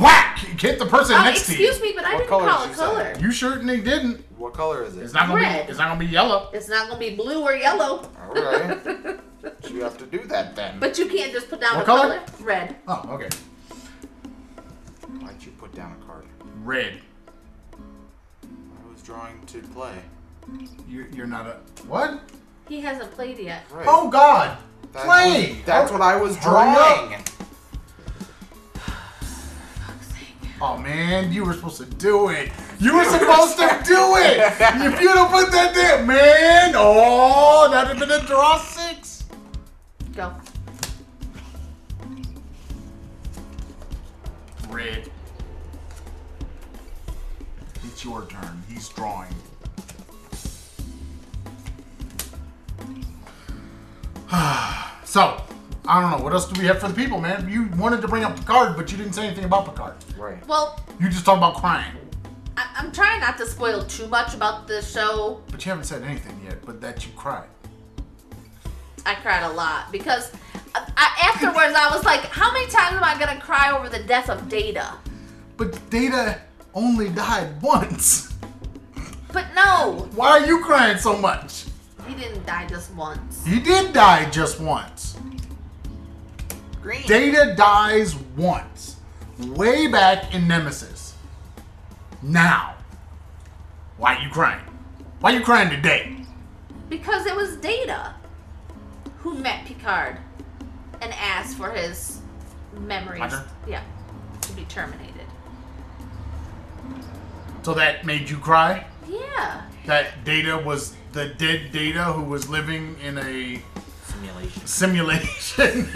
[SPEAKER 3] whack! You hit the person
[SPEAKER 1] Uh,
[SPEAKER 3] next to you.
[SPEAKER 1] excuse me, but I
[SPEAKER 2] What
[SPEAKER 1] didn't
[SPEAKER 2] color
[SPEAKER 1] call
[SPEAKER 2] did
[SPEAKER 1] it
[SPEAKER 2] you say?
[SPEAKER 1] color.
[SPEAKER 3] You certainly didn't.
[SPEAKER 2] What color is it?
[SPEAKER 3] It's not gonna
[SPEAKER 1] Red.
[SPEAKER 3] be. It's not gonna be yellow.
[SPEAKER 1] It's not gonna be blue or yellow,
[SPEAKER 2] All right. you have to do that then.
[SPEAKER 1] but you can't just put down
[SPEAKER 3] What
[SPEAKER 1] a
[SPEAKER 3] color?
[SPEAKER 1] Red.
[SPEAKER 3] Oh, okay.
[SPEAKER 2] Why'd you put down a card?
[SPEAKER 3] Red.
[SPEAKER 2] I was drawing to play.
[SPEAKER 3] You're, you're not a what?
[SPEAKER 1] He hasn't played yet.
[SPEAKER 2] Right.
[SPEAKER 3] Oh God!
[SPEAKER 2] That
[SPEAKER 3] Play.
[SPEAKER 2] was- that's what I was
[SPEAKER 3] Hurry up.
[SPEAKER 2] drawing.
[SPEAKER 3] Oh man, you were supposed to do it. You were supposed to do it. If you'd have put that there, man. Oh, that'd have been a draw six.
[SPEAKER 1] Go.
[SPEAKER 3] Red. It's your turn. He's drawing. so, I don't know. What else do we have for the people, man? You wanted to bring up Picard, but you didn't say anything about Picard.
[SPEAKER 2] Right.
[SPEAKER 1] Well,
[SPEAKER 3] You just talked about crying.
[SPEAKER 1] I- I'm trying not to spoil too much about the show.
[SPEAKER 3] But you haven't said anything yet, but that you cried.
[SPEAKER 1] I cried a lot because I- I, afterwards I was like, how many times am I gonna cry over the death of Data?
[SPEAKER 3] But Data only died once.
[SPEAKER 1] But no,
[SPEAKER 3] Why are you crying so much?
[SPEAKER 1] he didn't die just once.
[SPEAKER 3] He did die just once.
[SPEAKER 2] Green.
[SPEAKER 3] Data dies once. Way back in Nemesis. Now. Why you crying? Why you crying today?
[SPEAKER 1] Because it was Data who met Picard and asked for his memories.
[SPEAKER 3] Roger.
[SPEAKER 1] Yeah, to be terminated.
[SPEAKER 3] So that made you cry?
[SPEAKER 1] Yeah,
[SPEAKER 3] That Data was the dead Data who was living in a
[SPEAKER 2] Simulation.
[SPEAKER 3] simulation,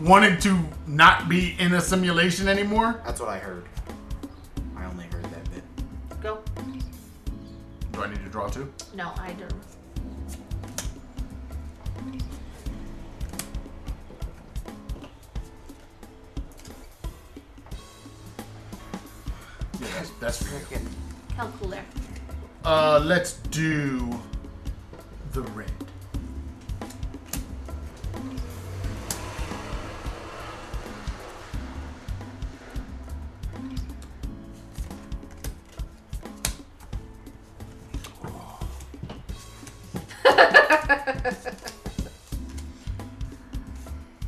[SPEAKER 3] wanted to not be in a simulation anymore?
[SPEAKER 2] That's what I heard. I only heard that bit.
[SPEAKER 1] go.
[SPEAKER 3] Do I need to draw two?
[SPEAKER 1] No, I do.
[SPEAKER 3] Yeah, that's, that's for you.
[SPEAKER 2] Freaking
[SPEAKER 1] Calculator.
[SPEAKER 3] Uh, let's do the red.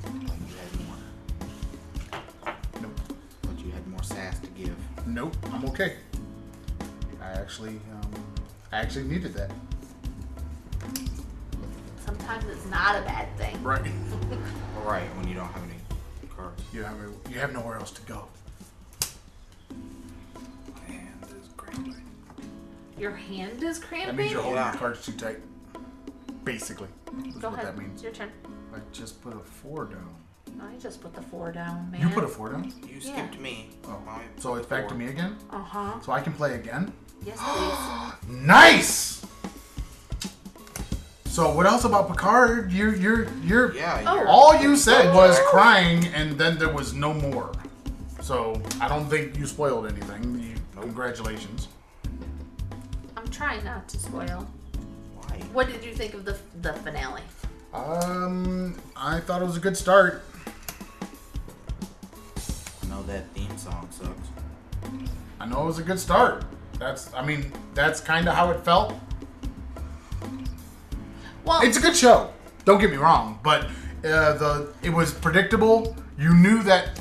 [SPEAKER 2] Thought you had more.
[SPEAKER 3] Nope.
[SPEAKER 2] Thought you had more sass to give.
[SPEAKER 3] Nope. I'm okay. I actually, um, I actually needed that.
[SPEAKER 1] Sometimes it's not a bad thing.
[SPEAKER 3] Right.
[SPEAKER 2] All right, when you don't have any cards.
[SPEAKER 3] You have you have nowhere else to go.
[SPEAKER 2] Man, this is great.
[SPEAKER 1] Your hand is cramping.
[SPEAKER 3] That means you're holding
[SPEAKER 2] Yeah.
[SPEAKER 3] your cards too tight. Basically, is
[SPEAKER 1] Go
[SPEAKER 3] what
[SPEAKER 1] ahead.
[SPEAKER 3] that means.
[SPEAKER 1] Your turn.
[SPEAKER 3] I just put a four down.
[SPEAKER 1] I just put the four down, man.
[SPEAKER 3] You put a four down.
[SPEAKER 2] You
[SPEAKER 1] Yeah.
[SPEAKER 2] skipped me.
[SPEAKER 3] Oh,
[SPEAKER 2] I
[SPEAKER 3] so it's back to
[SPEAKER 2] four.
[SPEAKER 3] me again.
[SPEAKER 1] Uh huh.
[SPEAKER 3] So I can play again.
[SPEAKER 1] Yes, please.
[SPEAKER 3] Nice. So what else about Picard? You're you're you're
[SPEAKER 2] Yeah.
[SPEAKER 1] Oh.
[SPEAKER 2] you're-
[SPEAKER 3] All you said was crying, and then there was no more. So I don't think you spoiled anything. You, Congratulations.
[SPEAKER 1] I'm trying not to spoil.
[SPEAKER 2] Why?
[SPEAKER 1] What did you think of the the finale?
[SPEAKER 3] Um, I thought it was a good start.
[SPEAKER 2] I know that theme song sucks.
[SPEAKER 3] I know it was a good start. That's, I mean, that's kind of how it felt.
[SPEAKER 1] Well,
[SPEAKER 3] It's a good show. Don't get me wrong, but uh, the it was predictable. You knew that.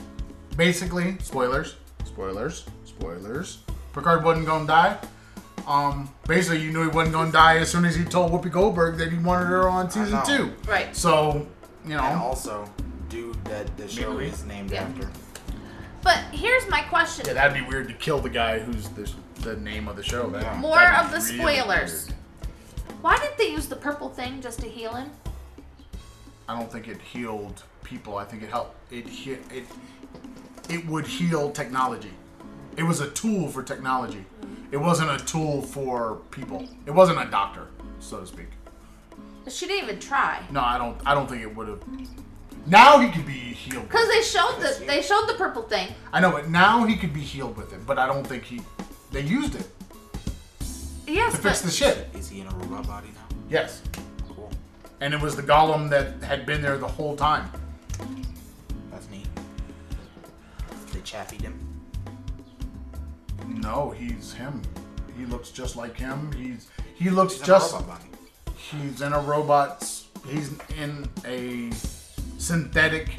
[SPEAKER 3] Basically, spoilers, spoilers, spoilers. Picard wasn't gonna die. Um, basically, you knew he wasn't gonna die as soon as he told Whoopi Goldberg that he wanted her on season
[SPEAKER 2] know.
[SPEAKER 3] two.
[SPEAKER 1] Right.
[SPEAKER 3] So, you know,
[SPEAKER 2] And also, dude that the show
[SPEAKER 3] Mimicry.
[SPEAKER 2] is named
[SPEAKER 1] Yeah.
[SPEAKER 2] after.
[SPEAKER 1] but here's my question.
[SPEAKER 3] yeah, that'd be weird to kill the guy who's the, the name of the show. That,
[SPEAKER 2] Yeah.
[SPEAKER 1] More
[SPEAKER 3] that'd be
[SPEAKER 1] of the
[SPEAKER 3] really
[SPEAKER 1] spoilers.
[SPEAKER 3] weird.
[SPEAKER 1] Why did they use the purple thing just to heal him?
[SPEAKER 3] I don't think it healed people. I think it helped. It he- it it would heal technology. It was a tool for technology. It wasn't a tool for people. It wasn't a doctor, so to speak.
[SPEAKER 1] She didn't even try.
[SPEAKER 3] No, I don't. I don't think it would have. Now he could be healed. with
[SPEAKER 1] Cause
[SPEAKER 3] it.
[SPEAKER 1] they showed the they showed the purple thing.
[SPEAKER 3] I know, but now he could be healed with it. But I don't think he. They used it
[SPEAKER 1] Yes,
[SPEAKER 3] to
[SPEAKER 1] but
[SPEAKER 3] fix the shit.
[SPEAKER 2] Is he in a robot body now?
[SPEAKER 3] Yes,
[SPEAKER 2] Cool.
[SPEAKER 3] and it was the golem that had been there the whole time.
[SPEAKER 2] That's neat. They chaffied him.
[SPEAKER 3] No, he's him. He looks just like him. He's he looks
[SPEAKER 2] He's in a
[SPEAKER 3] just.
[SPEAKER 2] robot body.
[SPEAKER 3] He's in a robot's. He's in a synthetic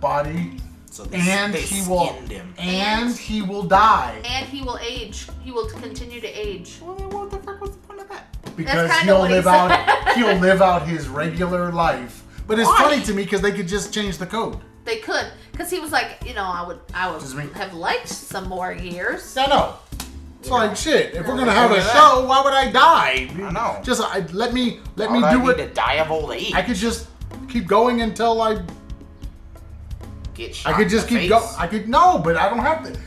[SPEAKER 3] body,
[SPEAKER 2] So they,
[SPEAKER 3] and
[SPEAKER 2] they
[SPEAKER 3] he
[SPEAKER 2] skinned
[SPEAKER 3] will.
[SPEAKER 2] him.
[SPEAKER 3] And he will die
[SPEAKER 1] and he will age. He will continue to age.
[SPEAKER 2] Well, then what the fuck was the point of that?
[SPEAKER 3] because
[SPEAKER 1] kinda
[SPEAKER 3] he'll
[SPEAKER 1] what he
[SPEAKER 3] live
[SPEAKER 1] said.
[SPEAKER 3] out. he'll live out his regular life. But it's
[SPEAKER 1] Why?
[SPEAKER 3] funny to me because they could just change the code.
[SPEAKER 1] They could, cause he was like, you know, I would I would
[SPEAKER 3] Does it mean-
[SPEAKER 1] have liked some more years.
[SPEAKER 3] I know. It's like shit. If we're gonna have a
[SPEAKER 2] Yeah.
[SPEAKER 3] show, why would I die?
[SPEAKER 2] I know.
[SPEAKER 3] Just I, let me let
[SPEAKER 2] All
[SPEAKER 3] me
[SPEAKER 2] I
[SPEAKER 3] do
[SPEAKER 2] need
[SPEAKER 3] what
[SPEAKER 2] to die of old age.
[SPEAKER 3] I could just keep going until I
[SPEAKER 2] Get
[SPEAKER 3] I
[SPEAKER 2] shot
[SPEAKER 3] could
[SPEAKER 2] in
[SPEAKER 3] just
[SPEAKER 2] the
[SPEAKER 3] keep
[SPEAKER 2] face.
[SPEAKER 3] going. I could no, but I don't have to.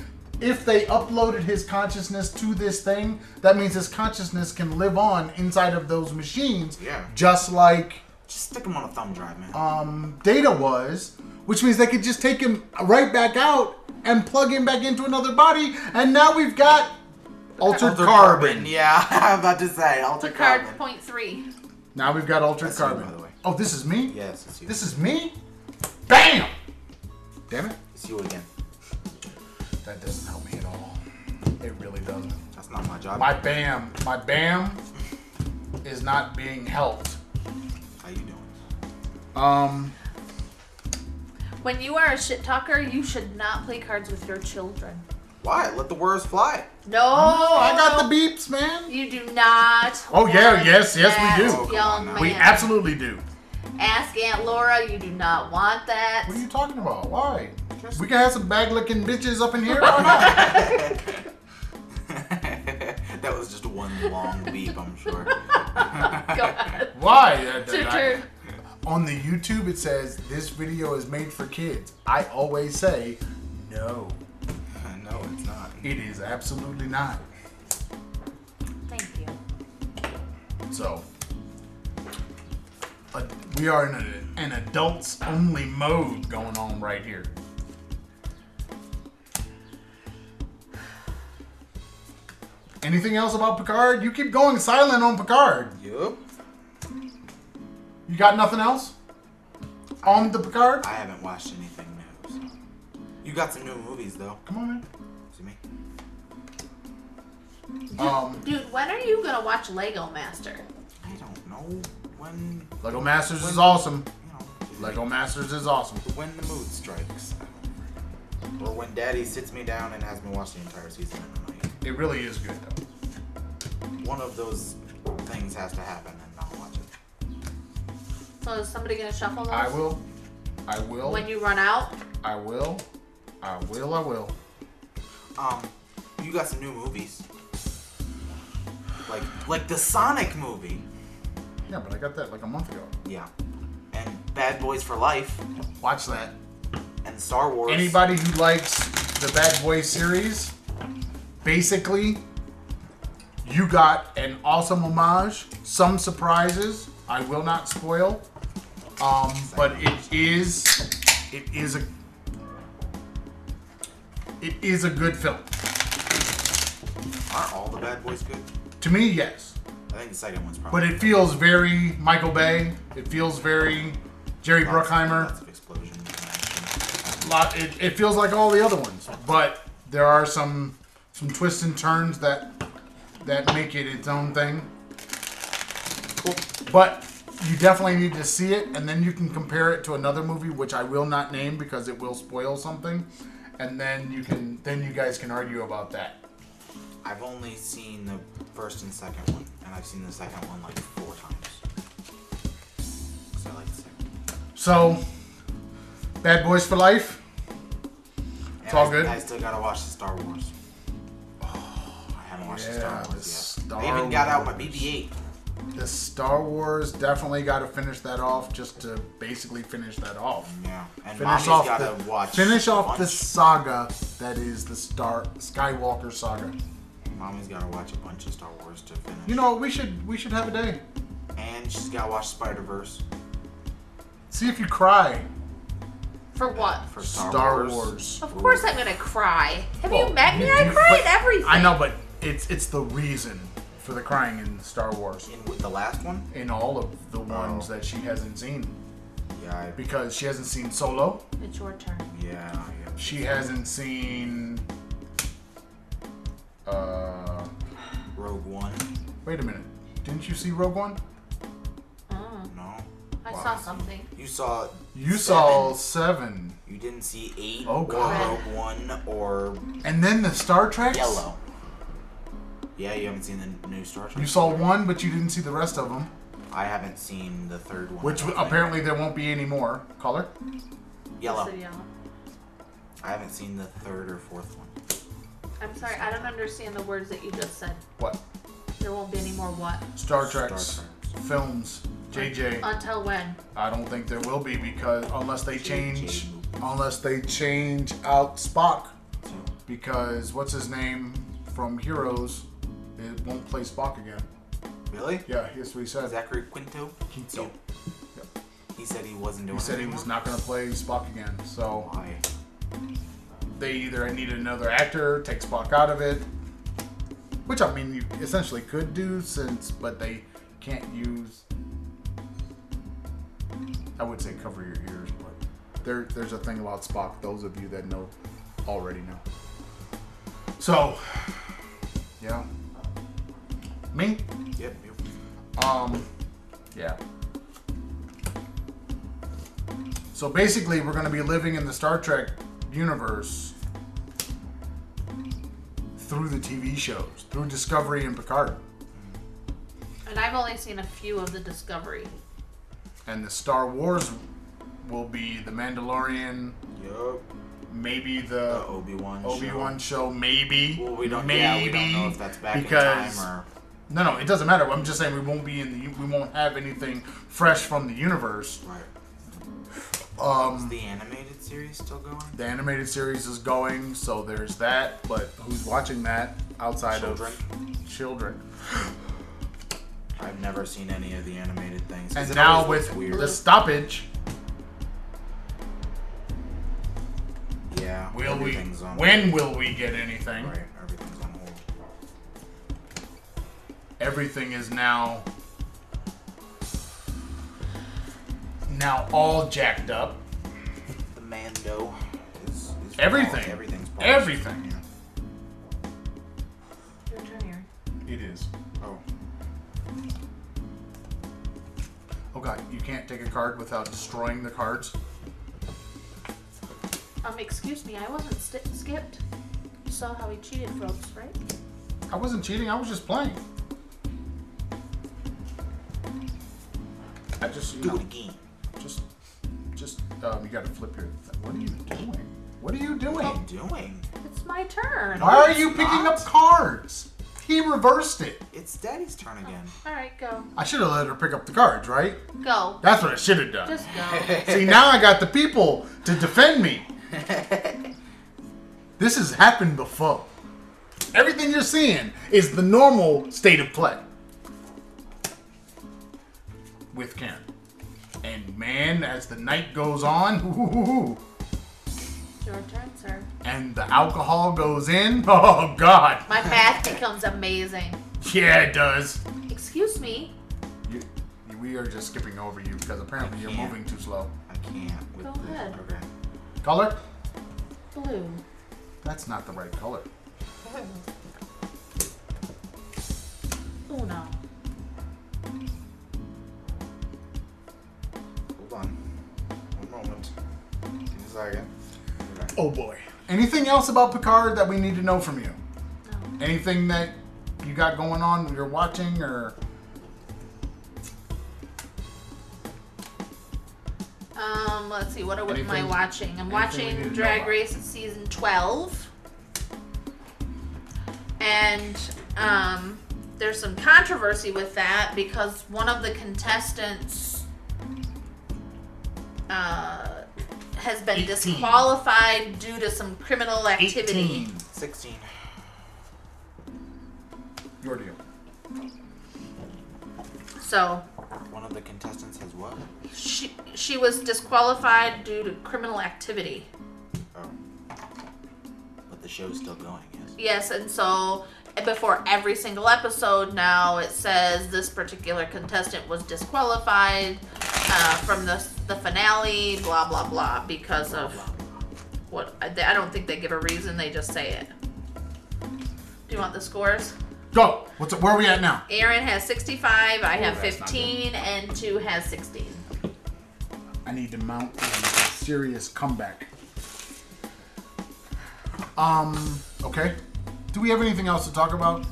[SPEAKER 3] If they uploaded his consciousness to this thing, that means his consciousness can live on inside of those machines.
[SPEAKER 2] Yeah.
[SPEAKER 3] Just like
[SPEAKER 2] Just stick him on a thumb drive, man.
[SPEAKER 3] um, Data was, which means they could just take him right back out and plug him back into another body, and now we've got altered
[SPEAKER 2] Altered
[SPEAKER 3] carbon.
[SPEAKER 2] Yeah, I'm about to say
[SPEAKER 1] The
[SPEAKER 2] altered
[SPEAKER 1] card
[SPEAKER 2] carbon.
[SPEAKER 1] point three.
[SPEAKER 3] Now we've got altered
[SPEAKER 2] That's you,
[SPEAKER 3] carbon.
[SPEAKER 2] by the way.
[SPEAKER 3] Oh, this is me.
[SPEAKER 2] Yes, it's you.
[SPEAKER 3] This is me. Bam. Damn it.
[SPEAKER 2] it's you again.
[SPEAKER 3] That doesn't help me at all. It really doesn't.
[SPEAKER 2] That's not my job.
[SPEAKER 3] My bam, my bam is not being helped.
[SPEAKER 2] How you doing?
[SPEAKER 3] Um,
[SPEAKER 1] When you are a shit talker, you should not play cards with your children.
[SPEAKER 2] Why? Let the words fly.
[SPEAKER 1] No,
[SPEAKER 3] I got
[SPEAKER 1] no.
[SPEAKER 3] the beeps, man.
[SPEAKER 1] You do not.
[SPEAKER 3] Oh, yeah,
[SPEAKER 1] want
[SPEAKER 3] yes, yes, we
[SPEAKER 1] that
[SPEAKER 2] do.
[SPEAKER 1] Young man.
[SPEAKER 3] We absolutely do.
[SPEAKER 1] Ask Aunt Laura. You do not want that.
[SPEAKER 3] What are you talking about? Why? We can have some bag looking bitches up in here. Why not?
[SPEAKER 2] that was just one long beep, I'm sure. Uh,
[SPEAKER 1] Go ahead.
[SPEAKER 3] Why? Uh,
[SPEAKER 1] It's your turn.
[SPEAKER 3] On the YouTube, it says this video is made for kids. I always say no.
[SPEAKER 2] no, it's not.
[SPEAKER 3] It is absolutely not.
[SPEAKER 1] Thank you.
[SPEAKER 3] So, uh, we are in a, an adults only mode going on right here. Anything else about Picard? You keep going silent on Picard.
[SPEAKER 2] Yup.
[SPEAKER 3] You got nothing else on the Picard?
[SPEAKER 2] I haven't watched anything new. So. You got some new movies though.
[SPEAKER 3] Come on, man.
[SPEAKER 2] See me?
[SPEAKER 3] Um,
[SPEAKER 1] Dude, when are you gonna watch Lego Master?
[SPEAKER 2] I don't know when.
[SPEAKER 3] Lego Masters is awesome.
[SPEAKER 2] You know,
[SPEAKER 3] Lego Masters is awesome.
[SPEAKER 2] when the mood strikes. I don't know. Or when Daddy sits me down and has me watch the entire season in a night.
[SPEAKER 3] It really is good though.
[SPEAKER 2] One of those things has to happen, and I'll watch it.
[SPEAKER 1] So is somebody gonna shuffle those?
[SPEAKER 3] I will. I will.
[SPEAKER 1] When you run out,
[SPEAKER 3] I will. I will. I will.
[SPEAKER 2] Um, you got some new movies. Like, like the Sonic movie.
[SPEAKER 3] Yeah, but I got that like a month ago.
[SPEAKER 2] Yeah. And Bad Boys for Life
[SPEAKER 3] Watch that.
[SPEAKER 2] and Star Wars.
[SPEAKER 3] Anybody who likes the Bad Boy series, basically, you got an awesome homage, some surprises. I will not spoil, um, but it is, it is a, it is a good film.
[SPEAKER 2] Aren't all the Bad Boys good?
[SPEAKER 3] To me, yes,
[SPEAKER 2] I think the second one's probably.
[SPEAKER 3] but it feels very Michael Bay. It feels very Jerry
[SPEAKER 2] Lots-
[SPEAKER 3] Bruckheimer.
[SPEAKER 2] Lots of explosions. and action.
[SPEAKER 3] lot. It, it feels like all the other ones, but there are some some twists and turns that that make it its own thing. But you definitely need to see it, and then you can compare it to another movie, which I will not name because it will spoil something, and then you can then you guys can argue about that.
[SPEAKER 2] I've only seen the first and second one, and I've seen the second one like four times. Because I like the second one.
[SPEAKER 3] So, Bad Boys for Life.
[SPEAKER 2] It's
[SPEAKER 3] all
[SPEAKER 2] I,
[SPEAKER 3] good.
[SPEAKER 2] I still gotta watch the Star Wars. Oh, I haven't watched the
[SPEAKER 3] Yeah,
[SPEAKER 2] Star
[SPEAKER 3] the
[SPEAKER 2] Wars yet.
[SPEAKER 3] Star
[SPEAKER 2] I even got out my
[SPEAKER 3] Wars.
[SPEAKER 2] BB-8.
[SPEAKER 3] The Star Wars definitely got to finish that off just to basically finish that off.
[SPEAKER 2] Yeah, and
[SPEAKER 3] Finish
[SPEAKER 2] mommy's
[SPEAKER 3] off
[SPEAKER 2] gotta
[SPEAKER 3] the
[SPEAKER 2] watch.
[SPEAKER 3] finish off the
[SPEAKER 2] bunch-
[SPEAKER 3] saga that is the Star Skywalker saga.
[SPEAKER 2] Mommy's gotta watch a bunch of Star Wars to finish.
[SPEAKER 3] You know we should we should have a day.
[SPEAKER 2] and she's gotta watch Spider Verse
[SPEAKER 3] See if you cry.
[SPEAKER 1] For what?
[SPEAKER 2] for Star, Wars.
[SPEAKER 1] Of course I'm gonna cry. Have
[SPEAKER 3] Well,
[SPEAKER 1] you met me?
[SPEAKER 3] you
[SPEAKER 1] I
[SPEAKER 3] do,
[SPEAKER 1] cry
[SPEAKER 3] but-
[SPEAKER 1] at everything.
[SPEAKER 3] I know, but it's it's the reason for the crying in Star Wars.
[SPEAKER 2] In with the last one?
[SPEAKER 3] In all of
[SPEAKER 2] Oh.
[SPEAKER 3] the ones that she hasn't seen,
[SPEAKER 2] Yeah, I,
[SPEAKER 3] because she hasn't seen Solo.
[SPEAKER 1] It's your turn.
[SPEAKER 2] yeah, yeah.
[SPEAKER 3] She hasn't seen. Uh,
[SPEAKER 2] Rogue One.
[SPEAKER 3] wait a minute. Didn't you see Rogue One?
[SPEAKER 1] Mm,
[SPEAKER 2] No,
[SPEAKER 1] I
[SPEAKER 2] Wow.
[SPEAKER 1] saw something.
[SPEAKER 2] you saw.
[SPEAKER 3] You saw seven,
[SPEAKER 2] You didn't see eight
[SPEAKER 3] Oh,
[SPEAKER 2] or
[SPEAKER 3] God.
[SPEAKER 2] Rogue One or
[SPEAKER 3] and then the Star Trek.
[SPEAKER 2] Yellow. Yeah, you haven't seen the new Star Trek.
[SPEAKER 3] You saw one, but you didn't see the rest of them.
[SPEAKER 2] I haven't seen the third one.
[SPEAKER 3] Which
[SPEAKER 2] I don't think.
[SPEAKER 3] apparently there won't be any more. Color.
[SPEAKER 2] Yellow.
[SPEAKER 1] I said yellow.
[SPEAKER 2] I haven't seen the third or fourth one.
[SPEAKER 1] I'm sorry, I don't understand the words that you just said.
[SPEAKER 3] What?
[SPEAKER 1] There won't be any more what?
[SPEAKER 3] Star Trek's
[SPEAKER 2] Star
[SPEAKER 3] films. JJ.
[SPEAKER 1] Until when?
[SPEAKER 3] I don't think there will be because unless they change,
[SPEAKER 2] JJ.
[SPEAKER 3] unless they change out Spock,
[SPEAKER 2] So,
[SPEAKER 3] because what's his name from Heroes, it won't play Spock again.
[SPEAKER 2] really?
[SPEAKER 3] Yeah, here's what he said.
[SPEAKER 2] Zachary Quinto?
[SPEAKER 3] Quinto.
[SPEAKER 2] Yeah. He said he wasn't doing
[SPEAKER 3] He said he was not going to play Spock again. So
[SPEAKER 2] Why?
[SPEAKER 3] they either need another actor, take Spock out of it, which I mean you essentially could do since, but they can't use. I would say cover your ears, but there, there's a thing about Spock. Those of you that know already know. So, yeah, me,
[SPEAKER 2] Yep. yep.
[SPEAKER 3] um, yeah. So basically, we're going to be living in the Star Trek universe through the TV shows, through Discovery and Picard,
[SPEAKER 1] And I've only seen a few of the Discovery.
[SPEAKER 3] and the Star Wars will be the Mandalorian,
[SPEAKER 2] Yep.
[SPEAKER 3] maybe
[SPEAKER 2] The
[SPEAKER 3] the
[SPEAKER 2] Obi Wan.
[SPEAKER 3] Obi Wan show, maybe.
[SPEAKER 2] Uh, Well, we don't.
[SPEAKER 3] maybe,
[SPEAKER 2] Yeah, we don't know if that's back
[SPEAKER 3] because
[SPEAKER 2] in time
[SPEAKER 3] no, no, it doesn't matter. I'm just saying we won't be in the we won't have anything fresh from the universe.
[SPEAKER 2] or. Right.
[SPEAKER 3] Um,
[SPEAKER 2] Is the animated series still going?
[SPEAKER 3] The animated series is going, so there's that. But who's watching that outside of children?
[SPEAKER 2] I've never seen any of the animated things. 'cause
[SPEAKER 3] And
[SPEAKER 2] it
[SPEAKER 3] now
[SPEAKER 2] always
[SPEAKER 3] with
[SPEAKER 2] looks weird.
[SPEAKER 3] the stoppage,
[SPEAKER 2] yeah,
[SPEAKER 3] will we?
[SPEAKER 2] everything's on
[SPEAKER 3] When will we get anything?
[SPEAKER 2] Right, everything's on hold.
[SPEAKER 3] Everything is now now all jacked up.
[SPEAKER 2] The Mando is, is
[SPEAKER 3] Everything.
[SPEAKER 2] everything's paused.
[SPEAKER 3] Everything.
[SPEAKER 2] Yeah.
[SPEAKER 1] Your turn here.
[SPEAKER 3] It is.
[SPEAKER 2] Oh,
[SPEAKER 3] Oh god, you can't take a card without destroying the cards.
[SPEAKER 1] Um, excuse me, I wasn't sti skipped. You saw how he cheated, folks, right?
[SPEAKER 3] I wasn't cheating. I was just playing. I just you
[SPEAKER 2] do
[SPEAKER 3] know,
[SPEAKER 2] it again.
[SPEAKER 3] Just, just, um, you gotta flip your. Th- what are you doing? What are you doing?
[SPEAKER 2] What are you doing?
[SPEAKER 1] It's my turn.
[SPEAKER 3] Why are you
[SPEAKER 2] Oh, it's
[SPEAKER 3] picking
[SPEAKER 2] not.
[SPEAKER 3] up cards? He reversed it.
[SPEAKER 2] It's Daddy's turn again.
[SPEAKER 1] All right, go.
[SPEAKER 3] I should have let her pick up the cards, right?
[SPEAKER 1] Go.
[SPEAKER 3] That's what I should have done.
[SPEAKER 1] Just go.
[SPEAKER 3] See, now I got the people to defend me. this has happened before. Everything you're seeing is the normal state of play with Karen. And man, as the night goes on,
[SPEAKER 1] It's your turn, sir.
[SPEAKER 3] and the alcohol goes in. Oh God!
[SPEAKER 1] My path becomes amazing.
[SPEAKER 3] Yeah, it does.
[SPEAKER 1] Excuse me.
[SPEAKER 3] You, you- we are just skipping over you because apparently you're
[SPEAKER 2] Yeah.
[SPEAKER 3] moving too slow.
[SPEAKER 2] I can't. With
[SPEAKER 1] Go
[SPEAKER 2] the,
[SPEAKER 1] ahead.
[SPEAKER 2] Okay.
[SPEAKER 3] Color?
[SPEAKER 1] Blue.
[SPEAKER 3] That's not the right color.
[SPEAKER 1] Uno.
[SPEAKER 2] Hold on. One moment. Give me a second. Okay.
[SPEAKER 3] Oh boy. Anything else about Picard that we need to know from you?
[SPEAKER 1] No.
[SPEAKER 3] Anything that you got going on? You're watching or
[SPEAKER 1] Um, let's see. What am I
[SPEAKER 3] Anything-
[SPEAKER 1] watching? I'm
[SPEAKER 3] anything we
[SPEAKER 1] watching
[SPEAKER 3] need to know
[SPEAKER 1] Drag
[SPEAKER 3] about?
[SPEAKER 1] Race season twelve, and um, there's some controversy with that because one of the contestants uh, has been
[SPEAKER 6] Eighteen.
[SPEAKER 1] disqualified due to some criminal activity.
[SPEAKER 6] 18.
[SPEAKER 2] 16.
[SPEAKER 3] Your deal.
[SPEAKER 1] So
[SPEAKER 2] One of the contestants has what?
[SPEAKER 1] she she was disqualified due to criminal activity.
[SPEAKER 2] Oh. But the show's still going, yes.
[SPEAKER 1] Yes, and so before every single episode now it says this particular contestant was disqualified uh, from the the finale, blah blah blah, because of what I, I don't think they give a reason; they just say it. Do you want the scores?
[SPEAKER 3] Go. What's where are we at now?
[SPEAKER 1] Aaron has 65, I have
[SPEAKER 6] that's not
[SPEAKER 1] 15, and two has 16.
[SPEAKER 3] I need to mount a serious comeback. Um. Okay. Do we have anything else to talk about,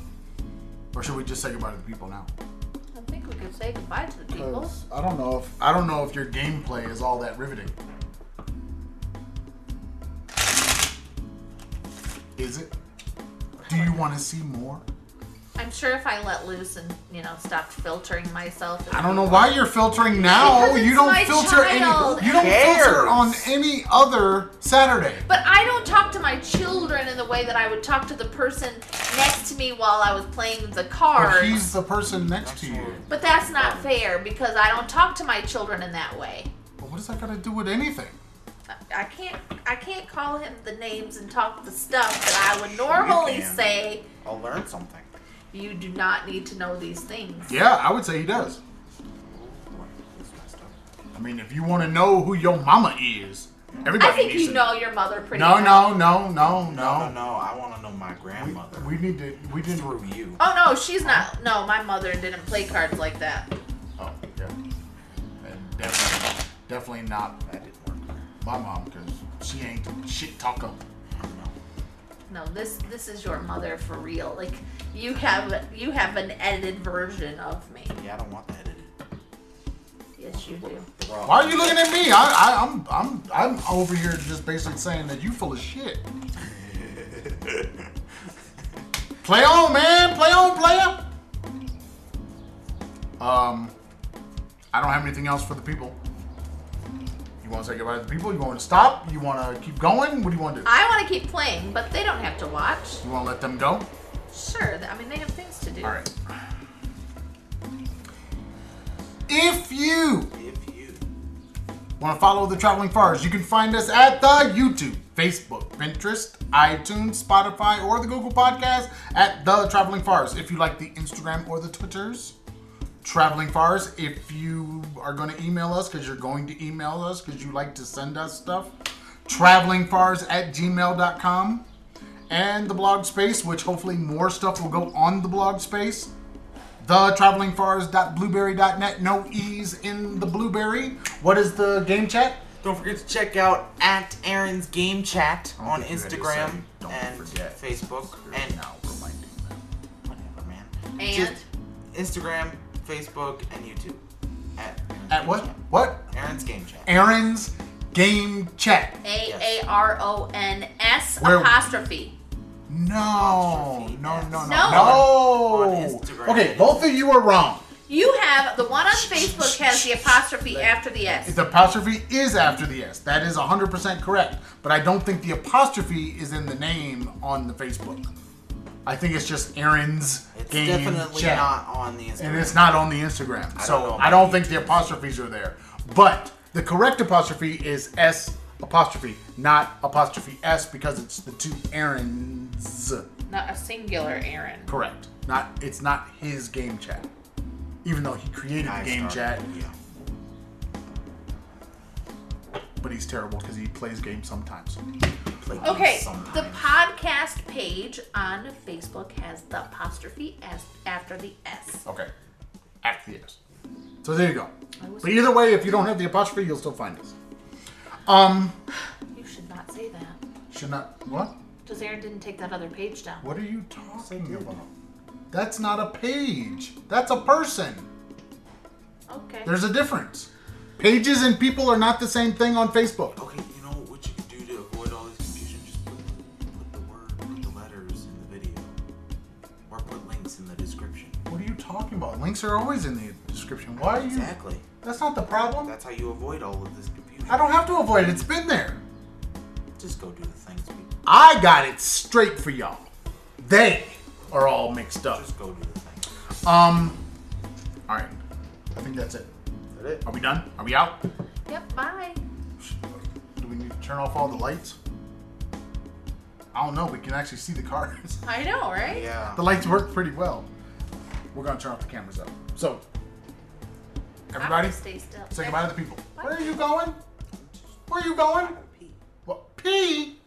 [SPEAKER 3] or should we just say goodbye to the people now?
[SPEAKER 1] I think we could say goodbye to the people.
[SPEAKER 3] 'Cause I don't know if I don't know if your gameplay is all that riveting. Is it? Do you want to see more?
[SPEAKER 1] I'm sure if I let loose and you know stopped filtering myself,
[SPEAKER 3] I don't know why you're filtering now.
[SPEAKER 1] Because
[SPEAKER 3] You
[SPEAKER 1] it's
[SPEAKER 3] don't
[SPEAKER 1] my
[SPEAKER 3] filter
[SPEAKER 1] child.
[SPEAKER 3] any. You don't
[SPEAKER 2] Cares.
[SPEAKER 3] filter on any other Saturday.
[SPEAKER 1] But I don't talk to my children in the way that I would talk to the person next to me while I was playing the
[SPEAKER 3] But
[SPEAKER 1] cards.
[SPEAKER 3] he's the person next to you.
[SPEAKER 1] But that's not fair because I don't talk to my children in that way.
[SPEAKER 3] But what does that got to do with anything?
[SPEAKER 1] I- I can't I can't call him the names and talk the stuff that I would normally
[SPEAKER 2] can.
[SPEAKER 1] say.
[SPEAKER 2] I'll learn something.
[SPEAKER 1] You do not need to know these things.
[SPEAKER 3] Yeah, I would say he does.
[SPEAKER 2] It's messed up.
[SPEAKER 3] I mean, if you want to know who your mama is, everybody
[SPEAKER 1] I think
[SPEAKER 3] needs
[SPEAKER 1] you
[SPEAKER 3] to
[SPEAKER 1] know your mother pretty
[SPEAKER 3] No,
[SPEAKER 1] well.
[SPEAKER 3] no, no, no,
[SPEAKER 2] No, no,
[SPEAKER 3] no.
[SPEAKER 2] no. I want to know my grandmother.
[SPEAKER 3] We need to. We didn't.
[SPEAKER 2] Through you.
[SPEAKER 1] Oh no, she's not. No, my mother didn't play cards like that.
[SPEAKER 3] Oh, yeah. And definitely, definitely not
[SPEAKER 2] That didn't work.
[SPEAKER 3] my mom because she ain't shit talker.
[SPEAKER 1] No, this this is your mother for real. Like you have you have an edited version of me.
[SPEAKER 2] Yeah, I don't want that edited.
[SPEAKER 1] Yes, you do.
[SPEAKER 2] The raw.
[SPEAKER 3] Why are you looking at me? I, I, I'm, I'm, I'm over here just basically saying that you full of shit. Play on, man. Play on, player. Um, I don't have anything else for the people. You want to say goodbye to the people? You want to stop? You want to keep going? What do you want to do?
[SPEAKER 1] I want to keep playing, but they don't have to watch.
[SPEAKER 3] You want to let them go?
[SPEAKER 1] Sure, th- I mean they have things to do.
[SPEAKER 3] All right. If you
[SPEAKER 2] If you.
[SPEAKER 3] want to follow the Traveling Fars, you can find us at the YouTube, Facebook, Pinterest, iTunes, Spotify, or the Google Podcast at the Traveling Fars. If you like the Instagram or the Twitters, Traveling Fars. If you are going to email us because you're going to email us because you like to send us stuff, travelingfars at gmail.com. And the blog space, which hopefully more stuff will go on the blog space thetravelingfars.blueberry.net. No E's in the blueberry. What is the game chat?
[SPEAKER 2] Don't forget to check out at Aaron's Game Chat on
[SPEAKER 3] think you had to
[SPEAKER 2] Instagram
[SPEAKER 3] say, "Don't
[SPEAKER 2] and
[SPEAKER 3] forget."
[SPEAKER 2] Facebook and whatever, man.
[SPEAKER 1] And
[SPEAKER 2] Just Instagram, Facebook, and YouTube. At Aaron's
[SPEAKER 3] At
[SPEAKER 2] Game
[SPEAKER 3] what?
[SPEAKER 2] Chat.
[SPEAKER 3] What?
[SPEAKER 2] Aaron's Game Chat.
[SPEAKER 3] Aaron's game chat.
[SPEAKER 1] A A R O N S
[SPEAKER 3] Where-
[SPEAKER 1] apostrophe.
[SPEAKER 3] No, no, no, no,
[SPEAKER 1] No.
[SPEAKER 2] On
[SPEAKER 3] no.
[SPEAKER 2] Instagram.
[SPEAKER 3] Okay, both of you are wrong.
[SPEAKER 1] You have the one on Facebook has the apostrophe after the S.
[SPEAKER 3] The apostrophe is after the S. That is 100% correct. But I don't think the apostrophe is in the name on the Facebook. I think it's just Aaron's
[SPEAKER 2] It's
[SPEAKER 3] game
[SPEAKER 2] definitely
[SPEAKER 3] chat.
[SPEAKER 2] not on the Instagram.
[SPEAKER 3] and it's not on the Instagram. so
[SPEAKER 2] know
[SPEAKER 3] I
[SPEAKER 2] about
[SPEAKER 3] don't think the apostrophes are there. But the correct apostrophe is S apostrophe, not apostrophe S because it's the two Aaron's.
[SPEAKER 1] Not a singular Aaron.
[SPEAKER 3] Correct. Not it's not his game chat. Even though he created
[SPEAKER 2] I
[SPEAKER 3] the game
[SPEAKER 2] started,
[SPEAKER 3] chat,
[SPEAKER 2] yeah.
[SPEAKER 3] but he's terrible because he plays games sometimes.
[SPEAKER 2] Play games
[SPEAKER 1] Okay, the
[SPEAKER 2] sometimes.
[SPEAKER 1] podcast page on Facebook has the apostrophe S after the S.
[SPEAKER 3] Okay. After the S. So there you go.
[SPEAKER 1] I was-
[SPEAKER 3] But either way, if you don't have the apostrophe, you'll still find Um, us.
[SPEAKER 1] You should not say that.
[SPEAKER 3] Should not what?
[SPEAKER 1] Because Aaron didn't take that other page down.
[SPEAKER 3] What are you talking about? That's not a page. That's a person.
[SPEAKER 1] Okay.
[SPEAKER 3] There's a difference. Pages and people are not the same thing on Facebook.
[SPEAKER 2] Okay, you know what you can do to avoid all this confusion? Just put, put the word, put the letters in the video. Or put put links in the description.
[SPEAKER 3] What are you talking about? Links are always in the description. Why are you?
[SPEAKER 2] Exactly.
[SPEAKER 3] That's not the problem.
[SPEAKER 2] That's how you avoid all of this confusion.
[SPEAKER 3] I don't have to avoid it. It's been there.
[SPEAKER 2] Just go do the things. people.
[SPEAKER 3] I got it straight for y'all. They are all mixed up.
[SPEAKER 2] Just go do the things.
[SPEAKER 3] Um. All right. I think that's it.
[SPEAKER 2] Is that it?
[SPEAKER 3] Are we done? Are we out?
[SPEAKER 1] Yep, bye.
[SPEAKER 3] Do we need to turn off all the lights? I don't know. We can actually see the cars.
[SPEAKER 1] I know, right?
[SPEAKER 2] Yeah.
[SPEAKER 3] the lights work pretty well. We're gonna turn off the cameras though. So,
[SPEAKER 1] I'm
[SPEAKER 3] everybody,
[SPEAKER 1] gonna stay still.
[SPEAKER 3] say goodbye to the people. Where are you going? Where are you going? What? Pee?